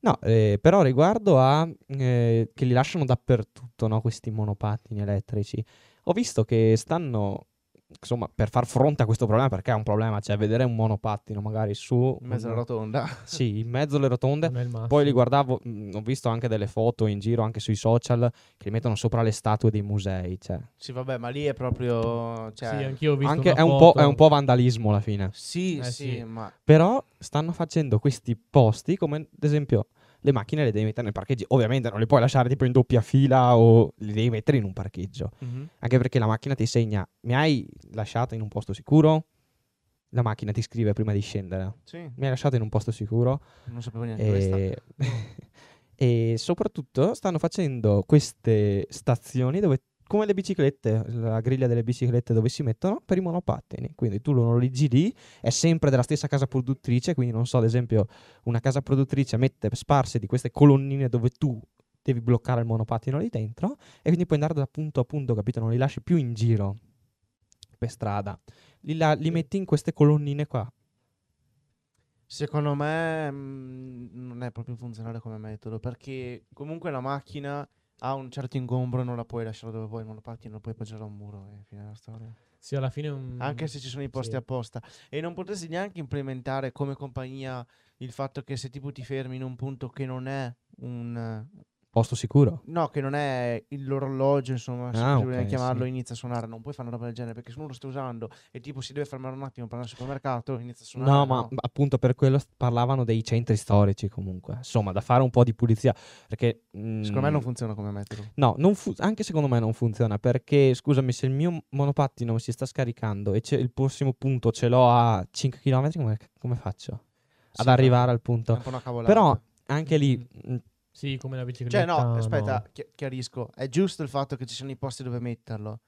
Speaker 1: no, eh, però riguardo a eh, che li lasciano dappertutto, no, questi monopattini elettrici, ho visto che stanno insomma, per far fronte a questo problema, perché è un problema, cioè vedere un monopattino magari su
Speaker 3: In mezzo alla
Speaker 1: un-
Speaker 3: rotonda.
Speaker 1: sì, in mezzo alle rotonde.
Speaker 2: Non è il massimo.
Speaker 1: Poi li guardavo, mh, ho visto anche delle foto in giro, anche sui social, che li mettono sopra le statue dei musei. Cioè.
Speaker 3: Sì, vabbè, ma lì è proprio...
Speaker 2: Sì,
Speaker 3: Cioè,
Speaker 2: anch'io ho visto
Speaker 1: Anche
Speaker 2: una
Speaker 1: è un, po',
Speaker 2: foto.
Speaker 1: è un po' vandalismo alla fine.
Speaker 3: sì,
Speaker 2: Eh,
Speaker 3: sì,
Speaker 2: sì.
Speaker 3: ma...
Speaker 1: Però stanno facendo questi posti come, ad esempio, le macchine le devi mettere nel parcheggio. Ovviamente non le puoi lasciare tipo in doppia fila o le devi mettere in un parcheggio.
Speaker 2: Mhm.
Speaker 1: Anche perché la macchina ti segna, mi hai lasciato in un posto sicuro? La macchina ti scrive prima di scendere,
Speaker 3: Sì,
Speaker 1: mi hai lasciato in un posto sicuro?
Speaker 3: non sapevo neanche
Speaker 1: Eh,
Speaker 3: questa.
Speaker 1: E... Ehm, e soprattutto stanno facendo queste stazioni dove, come le biciclette, la griglia delle biciclette dove si mettono per i monopattini. Quindi tu lo noleggi lì, è sempre della stessa casa produttrice. Quindi non so, ad esempio, una casa produttrice mette sparse di queste colonnine dove tu devi bloccare il monopattino lì dentro e quindi puoi andare da punto a punto, capito? Non li lasci più in giro per strada. Li, la- li metti in queste colonnine qua.
Speaker 3: Secondo me mh, non è proprio funzionale come metodo, perché comunque la macchina ha un certo ingombro, non la puoi lasciare dove vuoi, il monopattino lo puoi appoggiare a un muro e fine la storia.
Speaker 2: Sì, alla fine è un...
Speaker 3: Anche se ci sono i posti
Speaker 2: Mm. sì.
Speaker 3: apposta. E non potresti neanche implementare come compagnia il fatto che se tipo ti fermi in un punto che non è un...
Speaker 1: Posto sicuro.
Speaker 3: No, che non è il loro orologio, insomma, se
Speaker 1: Ah,
Speaker 3: così vogliamo
Speaker 1: ok,
Speaker 3: chiamarlo,
Speaker 1: sì.
Speaker 3: inizia a suonare. Non puoi fare una roba del genere, perché se uno lo sta usando e tipo si deve fermare un attimo per andare al supermercato, inizia a suonare.
Speaker 1: No, ma appunto per quello s- parlavano dei centri storici comunque. Insomma, da fare un po' di pulizia. Perché.
Speaker 3: Secondo me
Speaker 1: mm,
Speaker 3: non funziona come metodo.
Speaker 1: No, non fu- anche secondo me non funziona. Perché, scusami, se il mio monopattino si sta scaricando e c'è- il prossimo punto ce l'ho a 5 km, come, come faccio
Speaker 3: Sì,
Speaker 1: ad
Speaker 3: no,
Speaker 1: arrivare al
Speaker 3: È
Speaker 1: punto?
Speaker 3: un po' una cavolata.
Speaker 1: Però anche lì. mm,
Speaker 2: Sì, come la bicicletta.
Speaker 3: Cioè, no, aspetta, chi- chiarisco. È giusto il fatto che ci siano i posti dove metterlo.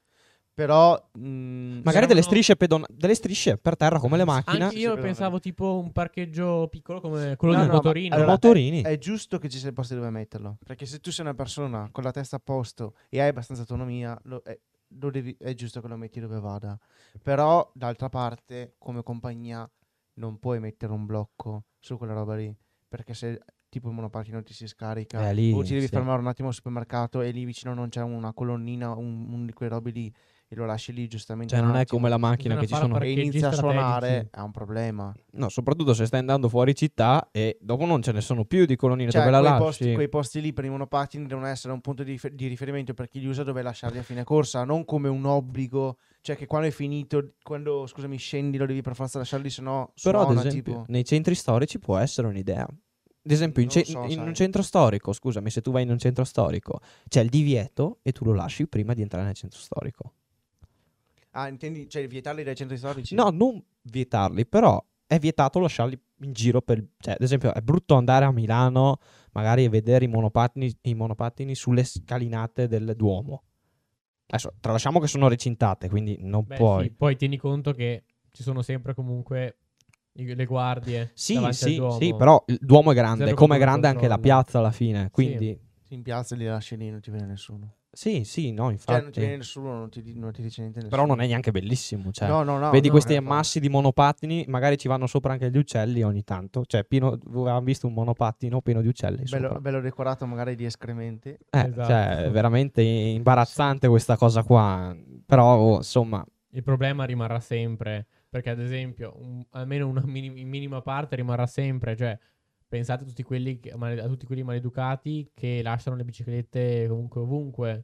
Speaker 3: Però... mm,
Speaker 1: Magari delle
Speaker 2: Servono-
Speaker 1: strisce, pedon- delle strisce per terra come le macchine.
Speaker 2: Anche io
Speaker 3: Sì,
Speaker 2: pensavo tipo un parcheggio piccolo come quello
Speaker 3: No,
Speaker 2: del
Speaker 3: no, ma-
Speaker 2: motorino.
Speaker 3: allora-
Speaker 1: motorini.
Speaker 3: È giusto che ci sia il posto dove metterlo. Perché se tu sei una persona con la testa a posto e hai abbastanza autonomia, lo- è, lo devi- è giusto che lo metti dove vada. Però, d'altra parte, come compagnia, non puoi mettere un blocco su quella roba lì. Perché se tipo il monopattino ti si scarica
Speaker 1: Eh, lì,
Speaker 3: o ti devi
Speaker 1: sì.
Speaker 3: fermare un attimo al supermercato e lì vicino non c'è una colonnina, un, un di quei robe lì e lo lasci lì giustamente.
Speaker 1: Cioè,
Speaker 3: un
Speaker 1: non è
Speaker 3: attimo,
Speaker 1: come la macchina
Speaker 2: Bisogna
Speaker 1: che ci
Speaker 2: fare
Speaker 1: sono
Speaker 2: parcheggi
Speaker 3: e inizia a suonare,
Speaker 2: strategici.
Speaker 3: è un problema.
Speaker 1: No, soprattutto se stai andando fuori città e dopo non ce ne sono più di colonnine
Speaker 3: Cioè,
Speaker 1: dove la
Speaker 3: quei
Speaker 1: lasci.
Speaker 3: posti, quei posti lì per i monopattini devono essere un punto di, rifer- di riferimento per chi li usa dove lasciarli a fine corsa, non come un obbligo, cioè che quando è finito, quando scusami, scendi lo devi per forza lasciarli, se no
Speaker 1: Però, ad
Speaker 3: suona,
Speaker 1: esempio,
Speaker 3: tipo.
Speaker 1: nei centri storici può essere un'idea. Ad esempio, in,
Speaker 3: Non lo
Speaker 1: ce-
Speaker 3: so,
Speaker 1: in un
Speaker 3: sai.
Speaker 1: centro storico, scusami, se tu vai in un centro storico, c'è il divieto e tu lo lasci prima di entrare nel centro storico.
Speaker 3: Ah, intendi, cioè vietarli dai centri storici?
Speaker 1: No, non vietarli, però è vietato lasciarli in giro per... Cioè, ad esempio, è brutto andare a Milano magari e vedere i monopattini, i monopattini sulle scalinate del Duomo. Adesso, tralasciamo che sono recintate, quindi non
Speaker 2: Beh,
Speaker 1: puoi.
Speaker 2: sì, poi tieni conto che ci sono sempre comunque i- le guardie.
Speaker 1: Sì,
Speaker 2: davanti al
Speaker 1: sì,
Speaker 2: Duomo.
Speaker 1: sì, però il Duomo è grande,
Speaker 2: Zero
Speaker 1: come è
Speaker 2: controllo,
Speaker 1: grande anche la
Speaker 2: controllo.
Speaker 1: piazza alla fine, quindi
Speaker 3: In piazza li lasci lì, non ti vede nessuno.
Speaker 1: sì, sì, no, infatti.
Speaker 3: Cioè, non ti vede nessuno, non ti, non ti dice niente.
Speaker 1: Però non è neanche bellissimo, cioè.
Speaker 3: No, no, no.
Speaker 1: Vedi
Speaker 3: no,
Speaker 1: questi
Speaker 3: no, no.
Speaker 1: ammassi di monopattini, magari ci vanno sopra anche gli uccelli ogni tanto. Cioè, Pino, avevamo visto un monopattino pieno di uccelli
Speaker 3: Bello,
Speaker 1: sopra.
Speaker 3: bello decorato magari di escrementi.
Speaker 1: Eh,
Speaker 2: Esatto.
Speaker 1: cioè, è veramente imbarazzante questa cosa qua. Però, oh, insomma,
Speaker 2: Il problema rimarrà sempre, perché ad esempio un- almeno una minim- in minima parte rimarrà sempre, cioè pensate a tutti, quelli che- male- a tutti quelli maleducati che lasciano le biciclette comunque ovunque,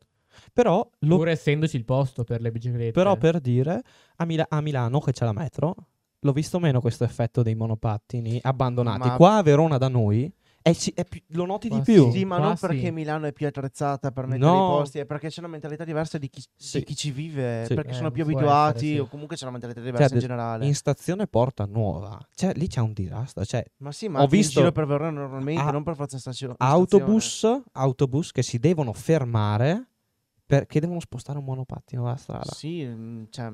Speaker 1: però, lo-
Speaker 2: pur essendoci il posto per le biciclette.
Speaker 1: però per dire, a, Mila- a Milano che c'è la metro, l'ho visto meno questo effetto dei monopattini abbandonati.
Speaker 3: Ma-
Speaker 1: Qua a Verona da noi è ci- è più- lo noti
Speaker 2: Qua
Speaker 1: di più.
Speaker 3: Sì, ma
Speaker 2: Qua
Speaker 3: non
Speaker 2: sì.
Speaker 3: perché Milano è più attrezzata per mettere
Speaker 1: No.
Speaker 3: i posti, è perché c'è una mentalità diversa di chi, di
Speaker 1: Sì.
Speaker 3: chi ci vive,
Speaker 1: Sì.
Speaker 3: perché
Speaker 2: Eh,
Speaker 3: sono più
Speaker 2: può
Speaker 3: abituati
Speaker 2: essere, sì.
Speaker 3: o comunque c'è una mentalità diversa
Speaker 1: ad-
Speaker 3: in generale.
Speaker 1: Cioè, In stazione Porta Nuova, cioè, lì c'è un disastro. Cioè,
Speaker 3: Ma sì, ma
Speaker 1: Ho
Speaker 3: ho visto
Speaker 1: visto-
Speaker 3: in giro per Verona normalmente,
Speaker 1: Ah.
Speaker 3: non per forza in stazio- in stazione.
Speaker 1: autobus, autobus che si devono fermare perché devono spostare un monopattino dalla strada.
Speaker 3: Sì, mm, cioè,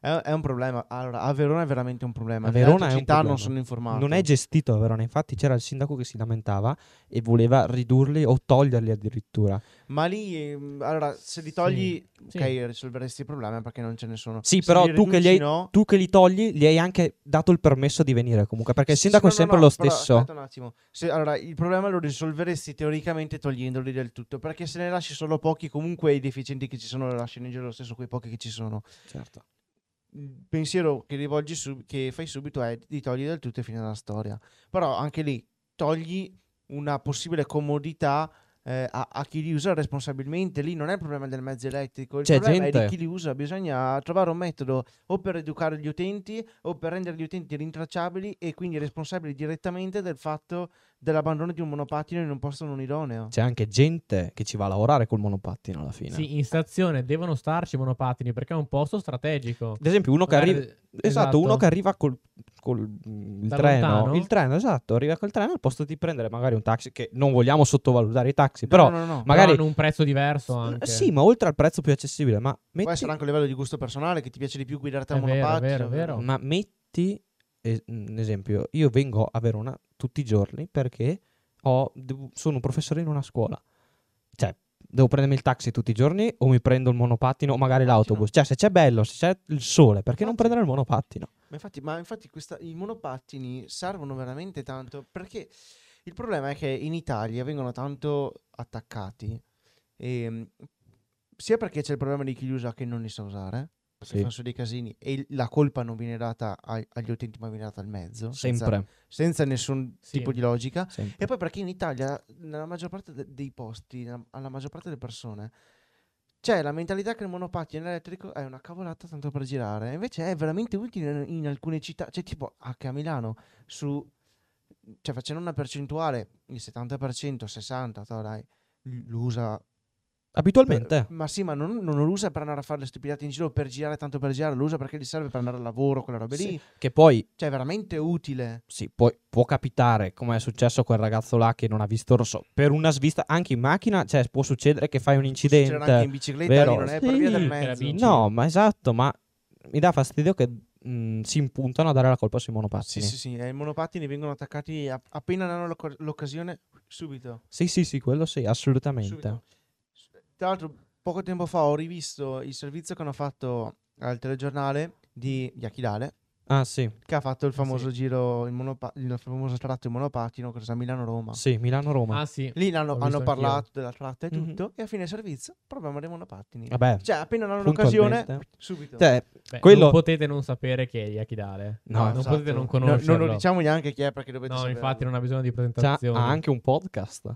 Speaker 3: è, è un problema. Allora, a Verona è veramente un problema.
Speaker 1: A
Speaker 3: Le
Speaker 1: Verona
Speaker 3: altre
Speaker 1: è un
Speaker 3: città non
Speaker 1: problema.
Speaker 3: sono informato.
Speaker 1: Non è gestito a Verona, infatti c'era il sindaco che si lamentava e voleva ridurli o toglierli addirittura.
Speaker 3: ma lì, ehm, allora, se li
Speaker 2: Sì.
Speaker 3: togli,
Speaker 2: Sì.
Speaker 3: ok, risolveresti il problema perché non ce ne sono.
Speaker 1: Sì,
Speaker 3: Se
Speaker 1: però
Speaker 3: li
Speaker 1: tu che li
Speaker 3: riduci,
Speaker 1: hai-
Speaker 3: no,
Speaker 1: Tu che li togli, gli hai anche dato il permesso di venire comunque, perché il
Speaker 3: Sì,
Speaker 1: sindaco
Speaker 3: no,
Speaker 1: è
Speaker 3: no,
Speaker 1: sempre
Speaker 3: no,
Speaker 1: lo
Speaker 3: però
Speaker 1: stesso.
Speaker 3: aspetta un attimo. Se- allora, il problema lo risolveresti teoricamente togliendoli del tutto, perché se ne lasci solo pochi, comunque i deficienti che ci sono li lasci in giro lo stesso quei pochi che ci sono.
Speaker 1: Certo.
Speaker 3: Il pensiero che rivolgi sub- che fai subito è di togliere del tutto e fine la storia. Però anche lì togli una possibile comodità eh, a, a chi li usa responsabilmente. Lì non è il problema del mezzo elettrico, il
Speaker 1: C'è
Speaker 3: problema è
Speaker 1: gente-
Speaker 3: di chi li usa. Bisogna trovare un metodo o per educare gli utenti o per rendere gli utenti rintracciabili e quindi responsabili direttamente del fatto dell'abbandono di un monopattino in un posto non idoneo.
Speaker 2: Cioè,
Speaker 1: C'è anche gente che ci va a lavorare col monopattino alla fine.
Speaker 2: Sì, in stazione devono starci i monopattini perché è un posto strategico.
Speaker 1: Ad esempio, uno che
Speaker 2: Magari-
Speaker 1: arriva. Esatto, uno
Speaker 2: esatto.
Speaker 1: che arriva col, col- mm, il
Speaker 2: Da
Speaker 1: treno.
Speaker 2: lontano?
Speaker 1: Il treno, esatto, arriva col treno al posto di prendere magari un taxi, che non vogliamo sottovalutare i taxi,
Speaker 3: No,
Speaker 1: però
Speaker 3: no, no, no.
Speaker 1: magari-
Speaker 2: Però hanno un prezzo diverso anche.
Speaker 1: Sì, ma oltre al prezzo più accessibile, ma
Speaker 3: Può
Speaker 1: metti,
Speaker 3: essere anche a livello di gusto personale che ti piace di più guidarti a
Speaker 2: È
Speaker 3: un
Speaker 2: vero, è
Speaker 3: monopattino.
Speaker 2: vero, è vero.
Speaker 1: ma metti eh, un esempio, io vengo a Verona tutti i giorni perché ho- devo- sono un professore in una scuola. Cioè, devo prendermi il taxi tutti i giorni o mi prendo il monopattino o magari l'autobus. Cioè, se c'è bello, se c'è il sole, perché non
Speaker 3: Infatti.
Speaker 1: prendere il monopattino?
Speaker 3: Ma infatti, ma infatti questa- i monopattini servono veramente tanto perché il problema è che in Italia vengono tanto attaccati, ehm, sia perché c'è il problema di chi li usa che non li sa usare, perché
Speaker 1: Sì.
Speaker 3: fanno su dei casini e il- la colpa non viene data ai- agli utenti ma viene data al mezzo, senza-
Speaker 1: Sempre.
Speaker 3: senza, nessun
Speaker 2: Sì.
Speaker 3: tipo di logica.
Speaker 1: sempre.
Speaker 3: E poi perché in Italia, nella maggior parte de- dei posti, nella- alla maggior parte delle persone, c'è la mentalità che il monopattino elettrico è una cavolata tanto per girare. Invece è veramente utile in, in alcune città, cioè tipo anche a Milano, su, cioè facendo una percentuale, il 70%, 60%, to, dai, l- lo usa.
Speaker 1: Abitualmente.
Speaker 3: Ma sì, ma non, non lo usa per andare a fare le stupidate in giro, per girare tanto per girare, lo usa perché gli serve per andare al lavoro, quella roba
Speaker 1: Sì,
Speaker 3: lì.
Speaker 1: Che poi
Speaker 3: Cioè è veramente utile.
Speaker 1: sì, poi può capitare, come è successo a quel ragazzo là che non ha visto il rosso, per una svista anche in macchina, cioè può succedere che fai un
Speaker 3: Succederà anche
Speaker 1: incidente.
Speaker 3: in bicicletta, lì
Speaker 1: vero?
Speaker 3: non è per via
Speaker 1: Sì,
Speaker 3: del
Speaker 2: che la
Speaker 3: mezzo.
Speaker 2: bici-
Speaker 1: No, ma esatto, ma mi dà fastidio che mh, si impuntano a dare la colpa sui
Speaker 3: Sì,
Speaker 1: monopattini.
Speaker 3: sì, sì, eh, i monopattini vengono attaccati a- appena ne hanno l'oc- l'occasione, subito,
Speaker 1: Sì, sì, sì, quello sì, assolutamente.
Speaker 3: subito. S- Tra l'altro, poco tempo fa ho rivisto il servizio che hanno fatto al telegiornale di Yachidale,
Speaker 1: Ah, sì,
Speaker 3: che ha fatto il famoso giro, in monopa- il famoso tratto in monopattino, che sa, Milano-Roma.
Speaker 1: sì, Milano-Roma.
Speaker 2: Ah sì,
Speaker 3: Lì l'hanno-
Speaker 2: L'ho visto
Speaker 3: hanno
Speaker 2: anch'io.
Speaker 3: parlato della tratta e
Speaker 1: Mhm.
Speaker 3: tutto, e a fine servizio, problema dei monopattini.
Speaker 1: Vabbè,
Speaker 3: Cioè, appena ne hanno l'occasione,
Speaker 1: puntualmente.
Speaker 3: subito.
Speaker 1: Cioè,
Speaker 2: Beh,
Speaker 1: quello-
Speaker 2: non potete non sapere che è Yakidale.
Speaker 1: No,
Speaker 2: non
Speaker 3: esatto.
Speaker 2: potete non
Speaker 3: No,
Speaker 2: conoscerlo.
Speaker 3: non lo diciamo neanche chi è perché dovete
Speaker 2: No,
Speaker 3: saperlo.
Speaker 2: infatti non ha bisogno di
Speaker 1: c'ha-
Speaker 2: presentazioni.
Speaker 1: ha anche un podcast.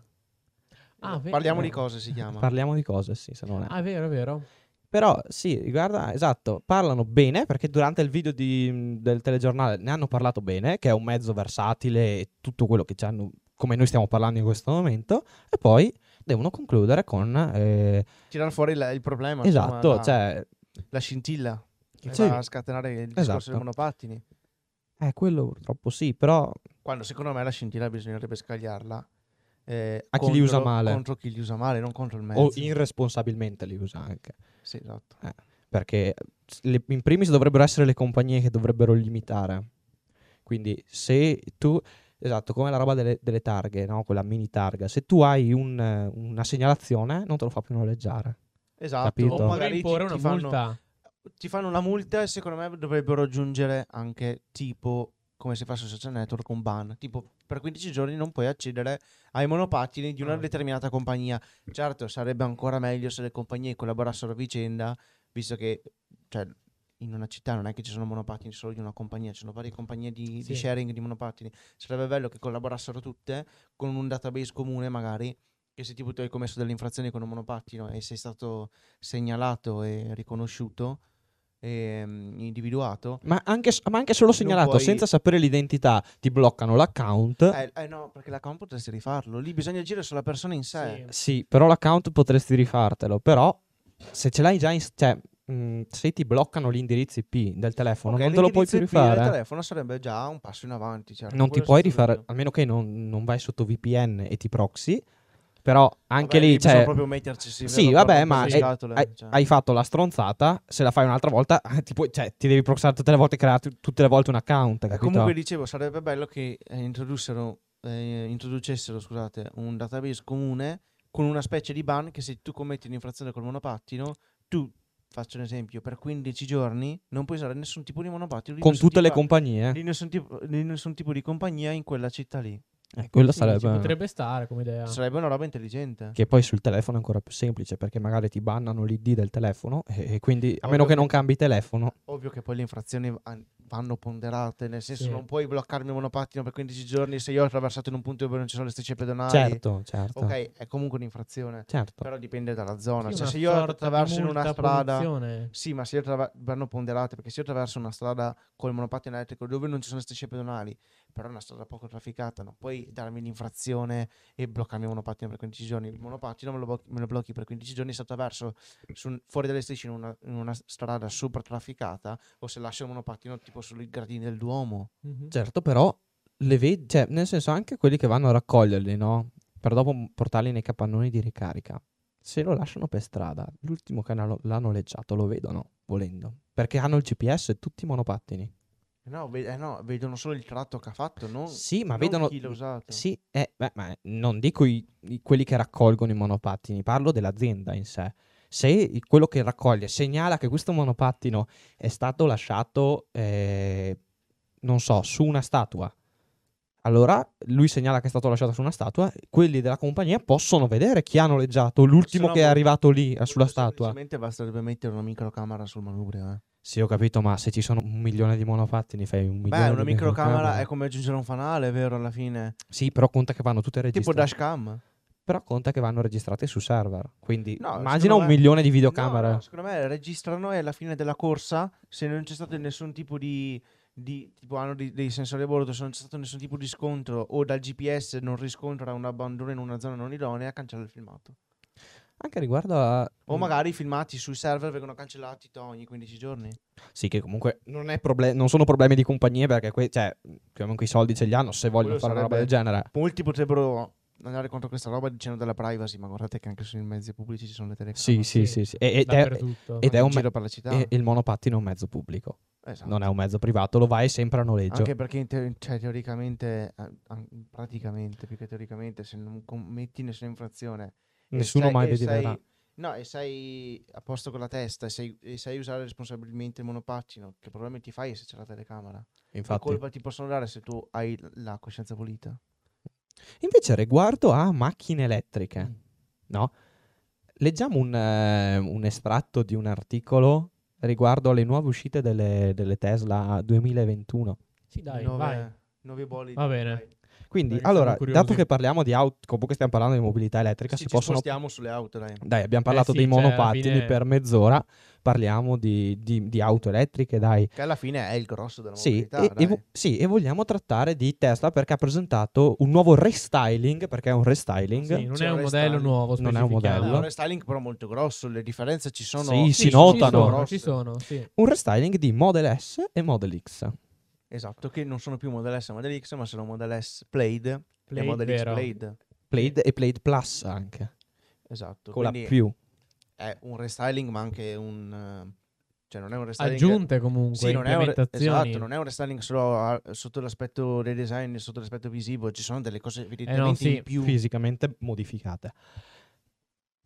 Speaker 2: Ah, vero.
Speaker 3: Parliamo di cosa si chiama.
Speaker 1: Parliamo di cose, sì, se non è.
Speaker 2: Ah, è vero, è vero.
Speaker 1: Però sì, guarda, esatto, parlano bene perché durante il video di- mhmm, del telegiornale ne hanno parlato bene, che è un mezzo versatile e tutto quello che ci hanno, come noi stiamo parlando in questo momento, e poi devono concludere con... eh,
Speaker 3: Tirare fuori il, il problema. insomma,
Speaker 1: esatto,
Speaker 3: la-
Speaker 1: cioè...
Speaker 3: la scintilla che
Speaker 1: Sì.
Speaker 3: fa scatenare il discorso
Speaker 1: Esatto.
Speaker 3: dei monopattini.
Speaker 1: Eh, quello purtroppo sì, però
Speaker 3: Quando secondo me la scintilla bisognerebbe scagliarla eh,
Speaker 1: A chi li usa
Speaker 3: contro-
Speaker 1: male.
Speaker 3: Contro chi li usa male, non contro il mezzo.
Speaker 1: o irresponsabilmente li usa anche.
Speaker 3: Sì, esatto.
Speaker 1: perché le- in primis dovrebbero essere le compagnie che dovrebbero limitare. Quindi se tu, esatto, come la roba delle, delle targhe, no? quella mini targa, se tu hai un, eh, una segnalazione non te lo fa più noleggiare.
Speaker 3: Esatto.
Speaker 1: Capito.
Speaker 3: O
Speaker 2: Oppure
Speaker 3: magari
Speaker 2: imporre
Speaker 3: ti,
Speaker 2: una
Speaker 3: ti fanno,
Speaker 2: multa.
Speaker 3: ti fanno una multa e secondo me dovrebbero aggiungere anche tipo come si fa sui social network un ban tipo per 15 giorni non puoi accedere ai monopattini di una
Speaker 2: Ah.
Speaker 3: determinata compagnia certo sarebbe ancora meglio se le compagnie collaborassero a vicenda visto che cioè, in una città non è che ci sono monopattini solo di una compagnia ci sono varie compagnie di, di
Speaker 2: Sì.
Speaker 3: sharing di monopattini sarebbe bello che collaborassero tutte con un database comune magari che se tipo tu hai commesso delle infrazioni con un monopattino e sei stato segnalato e riconosciuto e mm, individuato
Speaker 1: Ma anche, s- ma anche solo segnalato,
Speaker 3: puoi-
Speaker 1: senza sapere l'identità, ti bloccano l'account.
Speaker 3: eh, eh no perché l'account potresti rifarlo lì bisogna agire sulla persona in sé
Speaker 2: Sì.
Speaker 1: Sì, però l'account potresti rifartelo, però se ce l'hai già in... Cioè, mh, se ti bloccano l'indirizzo IP del telefono,
Speaker 3: Ok,
Speaker 1: non te lo puoi più
Speaker 3: l'indirizzo IP del
Speaker 1: rifare.
Speaker 3: telefono sarebbe già un passo in avanti certo,
Speaker 1: non ti
Speaker 3: quello
Speaker 1: puoi
Speaker 3: senza
Speaker 1: rifare,
Speaker 3: dubbio.
Speaker 1: a meno che non, non vai sotto VPN e ti proxy, però anche
Speaker 3: Vabbè,
Speaker 1: lì,
Speaker 3: bisogna
Speaker 1: cioè,
Speaker 3: proprio metterci sì,
Speaker 1: Sì,
Speaker 3: vero,
Speaker 1: vabbè,
Speaker 3: proprio
Speaker 1: ma
Speaker 3: per le
Speaker 2: è-
Speaker 3: scatole,
Speaker 1: hai,
Speaker 3: cioè.
Speaker 1: hai fatto la stronzata, se la fai un'altra volta ti, puoi- cioè, ti devi proxare tutte le volte e crearti tutte le volte un account,
Speaker 3: Eh,
Speaker 1: capito?
Speaker 3: Comunque dicevo, sarebbe bello che eh, introdussero, eh, introducessero scusate, un database comune con una specie di ban che se tu commetti un'infrazione col monopattino, tu, faccio un esempio, per 15 giorni non puoi usare nessun tipo di monopattino di
Speaker 1: Con
Speaker 3: nessun
Speaker 1: tutte le
Speaker 3: tipo-
Speaker 1: compagnie.
Speaker 3: di nessun, tipo, di nessun tipo di compagnia in quella città lì. Ecco,
Speaker 1: Eh, quello
Speaker 2: Sì,
Speaker 1: sarebbe...
Speaker 2: ci potrebbe stare come idea.
Speaker 3: Sarebbe una roba intelligente.
Speaker 1: Che poi sul telefono è ancora più semplice, perché magari ti bannano l'ID del telefono e, e quindi, a
Speaker 3: Ovvio
Speaker 1: meno che
Speaker 3: che-
Speaker 1: non cambi telefono,
Speaker 3: Ovvio che poi le infrazioni van- vanno ponderate, nel senso
Speaker 2: Sì.
Speaker 3: non puoi bloccarmi il monopattino per 15 giorni se io ho attraversato in un punto dove non ci sono le strisce pedonali.
Speaker 1: certo, certo,
Speaker 3: Ok, è comunque un'infrazione.
Speaker 1: certo.
Speaker 3: Però dipende dalla zona.
Speaker 2: Sì,
Speaker 3: cioè,
Speaker 2: una
Speaker 3: se io
Speaker 2: sorta di
Speaker 3: attraverso in una
Speaker 2: multa
Speaker 3: strada.
Speaker 2: produzione.
Speaker 3: Sì, ma se io attraver- vanno ponderate, perché se io attraverso una strada col monopattino elettrico dove non ci sono strisce pedonali, però è una strada poco trafficata, non puoi darmi l'infrazione e bloccarmi il monopattino per 15 giorni. Il monopattino me lo, bo- me lo blocchi per 15 giorni se attraverso su un- fuori dalle strisce in una, in una strada super trafficata o se lascio il monopattino tipo sui gradini del Duomo.
Speaker 2: Mhm.
Speaker 1: Certo, però le vedi, cioè, nel senso anche quelli che vanno a raccoglierli, no? Per dopo m- portarli nei capannoni di ricarica. Se lo lasciano per strada, l'ultimo che hanno- l'ha noleggiato lo vedono, volendo. Perché hanno il GPS e tutti i monopattini.
Speaker 3: No, ve- eh no, vedono solo il tratto che ha fatto, non,
Speaker 1: Sì, ma
Speaker 3: non
Speaker 1: vedono...
Speaker 3: chi l'ha usato.
Speaker 1: Sì, eh, beh, ma non dico i- i- quelli che raccolgono i monopattini, parlo dell'azienda in sé. Se il- quello che raccoglie segnala che questo monopattino è stato lasciato, eh, non so, su una statua, allora lui segnala che è stato lasciato su una statua, quelli della compagnia possono vedere chi ha noleggiato, l'ultimo
Speaker 3: no,
Speaker 1: che è
Speaker 3: mo-
Speaker 1: arrivato lì eh, sulla
Speaker 3: Molto
Speaker 1: statua.
Speaker 3: Semplicemente basterebbe mettere una microcamera sul manubrio. Eh.
Speaker 1: Sì, ho capito, ma se ci sono un milione di monopattini fai un milione
Speaker 3: Beh, una
Speaker 1: di
Speaker 3: microcamera ecco. è come aggiungere un fanale, vero? Alla fine,
Speaker 1: Sì, però conta che vanno tutte
Speaker 3: tipo
Speaker 1: registrate.
Speaker 3: dashcam.
Speaker 1: Però conta che vanno registrate su server. Quindi
Speaker 3: No,
Speaker 1: immagina
Speaker 3: secondo
Speaker 1: un
Speaker 3: me-
Speaker 1: milione di videocamere.
Speaker 3: No, no, secondo me registrano e alla fine della corsa, se non c'è stato nessun tipo di. di- tipo hanno dei, dei sensori a bordo, se non c'è stato nessun tipo di scontro o dal GPS non riscontra un abbandono in una zona non idonea, cancella il filmato.
Speaker 1: Anche riguardo a.
Speaker 3: O magari i filmati sui server vengono cancellati to, ogni 15 giorni.
Speaker 1: Sì, che comunque non, è proble- non sono problemi di compagnie perché que- cioè, comunque i soldi ce li hanno se vogliono
Speaker 3: Quello
Speaker 1: fare una roba del
Speaker 3: sarebbe-
Speaker 1: genere.
Speaker 3: Molti potrebbero andare contro questa roba dicendo della privacy, ma guardate che anche sui mezzi pubblici ci sono le telecamere.
Speaker 1: Sì, sì,
Speaker 2: sì.
Speaker 1: sì. sì. E- ed, è,
Speaker 2: Dappertutto.
Speaker 1: ed è
Speaker 3: in
Speaker 1: un me-
Speaker 3: giro per la città.
Speaker 1: e- il monopattino è un mezzo pubblico,
Speaker 3: Esatto.
Speaker 1: non è un mezzo privato, lo vai sempre a noleggio.
Speaker 3: Anche perché in teo- cioè, teoricamente, eh, an- praticamente, più che teoricamente, se non commetti nessuna infrazione, e
Speaker 1: Nessuno
Speaker 3: sei-
Speaker 1: mai
Speaker 3: e
Speaker 1: vedi
Speaker 3: sei-
Speaker 1: vedrà.
Speaker 3: No, e sei a posto con la testa e sei- e sai usare responsabilmente il monopattino, che problemi ti fai se c'è la telecamera? Che
Speaker 1: Infatti.
Speaker 3: colpa ti possono dare se tu hai l- la coscienza pulita?
Speaker 1: Invece, riguardo a macchine
Speaker 3: Mm.
Speaker 1: elettriche, no? Leggiamo un, eh, un estratto di un articolo riguardo alle nuove uscite delle, delle Tesla 2021.
Speaker 2: Sì, dai,
Speaker 3: Nove-
Speaker 2: vai.
Speaker 3: nove bolidi.
Speaker 2: Va bene.
Speaker 3: dai.
Speaker 1: Quindi,
Speaker 2: Dai, che
Speaker 1: allora,
Speaker 2: siamo curiosi.
Speaker 1: dato che parliamo di auto, comunque stiamo parlando di mobilità elettrica,
Speaker 3: Sì,
Speaker 1: si
Speaker 3: ci
Speaker 1: possono...
Speaker 3: spostiamo sulle auto, dai.
Speaker 1: Dai, abbiamo parlato
Speaker 2: sì,
Speaker 1: dei
Speaker 2: cioè, alla
Speaker 1: monopattini
Speaker 2: fine-
Speaker 1: per mezz'ora, parliamo di, di- di auto elettriche, dai.
Speaker 3: Che alla fine è il grosso della
Speaker 1: Sì
Speaker 3: mobilità,
Speaker 1: e, e
Speaker 3: dai.
Speaker 1: vo- sì, e vogliamo trattare di Tesla perché ha presentato un nuovo restyling, perché è un restyling.
Speaker 2: Sì, non
Speaker 3: C'è
Speaker 2: è un
Speaker 3: il
Speaker 2: modello
Speaker 3: restyling.
Speaker 2: nuovo,
Speaker 1: Non è un
Speaker 2: specifichiamo.
Speaker 1: modello.
Speaker 3: È un restyling però molto grosso, le differenze ci sono.
Speaker 1: Eh, Sì, si
Speaker 2: Sì,
Speaker 1: notano.
Speaker 2: Ci sono, ci sono, sì.
Speaker 1: un restyling di Model S e Model X.
Speaker 3: Esatto, che non sono più Model S e Model X, ma sono Model S Played,
Speaker 2: Played,
Speaker 3: e Model
Speaker 2: vero.
Speaker 3: X Played.
Speaker 1: Played e Played Plus anche,
Speaker 3: Esatto.
Speaker 1: con la
Speaker 3: quindi
Speaker 1: più.
Speaker 3: è un restyling, ma anche un... eh, Cioè non è un restyling...
Speaker 2: Aggiunte comunque
Speaker 3: Sì, non è, un, re-
Speaker 2: implementazioni.
Speaker 3: esatto, non è un restyling solo a- sotto l'aspetto del design, sotto l'aspetto visivo, ci sono delle cose
Speaker 1: Eh,
Speaker 3: evidentemente
Speaker 2: sì.
Speaker 3: in più.
Speaker 1: fisicamente modificate.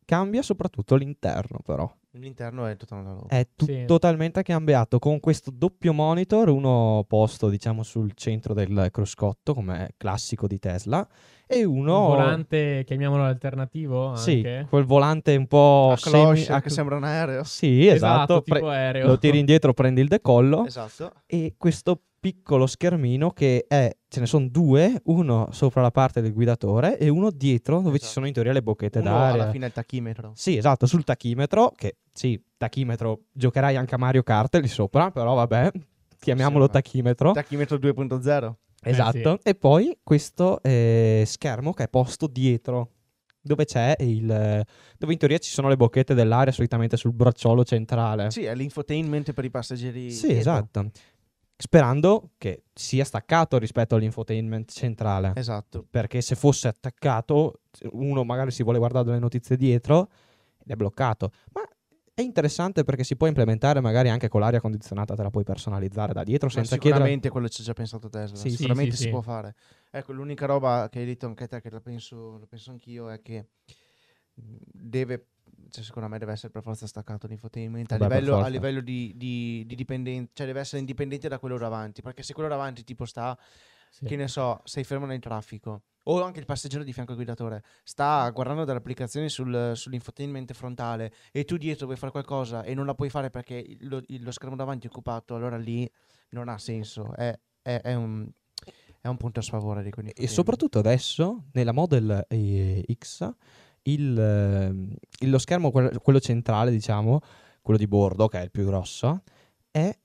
Speaker 1: Cambia soprattutto l'interno, però.
Speaker 3: L'interno è totalmente nuovo.
Speaker 1: È tu-
Speaker 2: Sì.
Speaker 1: totalmente cambiato con questo doppio monitor, uno posto, diciamo, sul centro del cruscotto, come è classico di Tesla, e uno
Speaker 2: Un volante, chiamiamolo alternativo anche.
Speaker 1: Sì, quel volante un po'
Speaker 3: La cloche
Speaker 1: oh, semi- a-
Speaker 3: che sembra un aereo.
Speaker 1: Sì, esatto,
Speaker 2: tipo
Speaker 1: pre-
Speaker 2: aereo.
Speaker 1: lo tiri indietro, prendi il decollo
Speaker 3: Esatto.
Speaker 1: e questo piccolo schermino che è ce ne sono due, uno sopra la parte del guidatore e uno dietro dove ci
Speaker 3: Esatto.
Speaker 1: sono in teoria le bocchette
Speaker 3: Uno
Speaker 1: d'aria.
Speaker 3: alla fine è il tachimetro.
Speaker 1: Sì, esatto, sul tachimetro, che sì, tachimetro, giocherai anche a Mario Kart lì sopra, però vabbè, chiamiamolo
Speaker 3: Sì, eh, vabbè.
Speaker 1: tachimetro.
Speaker 3: Tachimetro 2.0.
Speaker 1: esatto. E poi questo eh, schermo che è posto dietro, dove c'è il... dove in teoria ci sono le bocchette dell'aria, solitamente sul bracciolo centrale.
Speaker 3: Sì, è l'infotainment per i passeggeri.
Speaker 1: Sì,
Speaker 3: dietro.
Speaker 1: esatto. Sperando che sia staccato rispetto all'infotainment centrale.
Speaker 3: Esatto.
Speaker 1: Perché se fosse attaccato, uno magari si vuole guardare le notizie dietro ed è bloccato. Ma è interessante perché si può implementare magari anche con l'aria condizionata, te la puoi personalizzare da dietro
Speaker 3: Ma
Speaker 1: senza chiedere.
Speaker 3: sicuramente quello ci ha già pensato Tesla.
Speaker 1: Sì, sì,
Speaker 3: sicuramente
Speaker 2: sì,
Speaker 3: si
Speaker 2: sì.
Speaker 3: può fare. Ecco, l'unica roba che hai detto anche te, che la penso, lo penso anch'io, è che mhmm, deve. Cioè, secondo me deve essere per forza staccato l'infotainment a
Speaker 1: Beh, per
Speaker 3: livello, a
Speaker 1: forza.
Speaker 3: livello di, di, di dipendenza, cioè deve essere indipendente da quello davanti. Perché se quello davanti, tipo, sta,
Speaker 2: Sì.
Speaker 3: che ne so, sei fermo nel traffico o anche il passeggero di fianco al guidatore sta guardando dalle applicazioni sul- sull'infotainment frontale e tu dietro vuoi fare qualcosa e non la puoi fare perché il- lo, il- lo schermo davanti è occupato, allora lì non ha senso. È, è- è un, è un punto a sfavore di
Speaker 1: E soprattutto adesso, nella Model eh, X, il, ehm, il- lo schermo, quel- quello centrale, diciamo, quello di bordo, che è il più grosso, è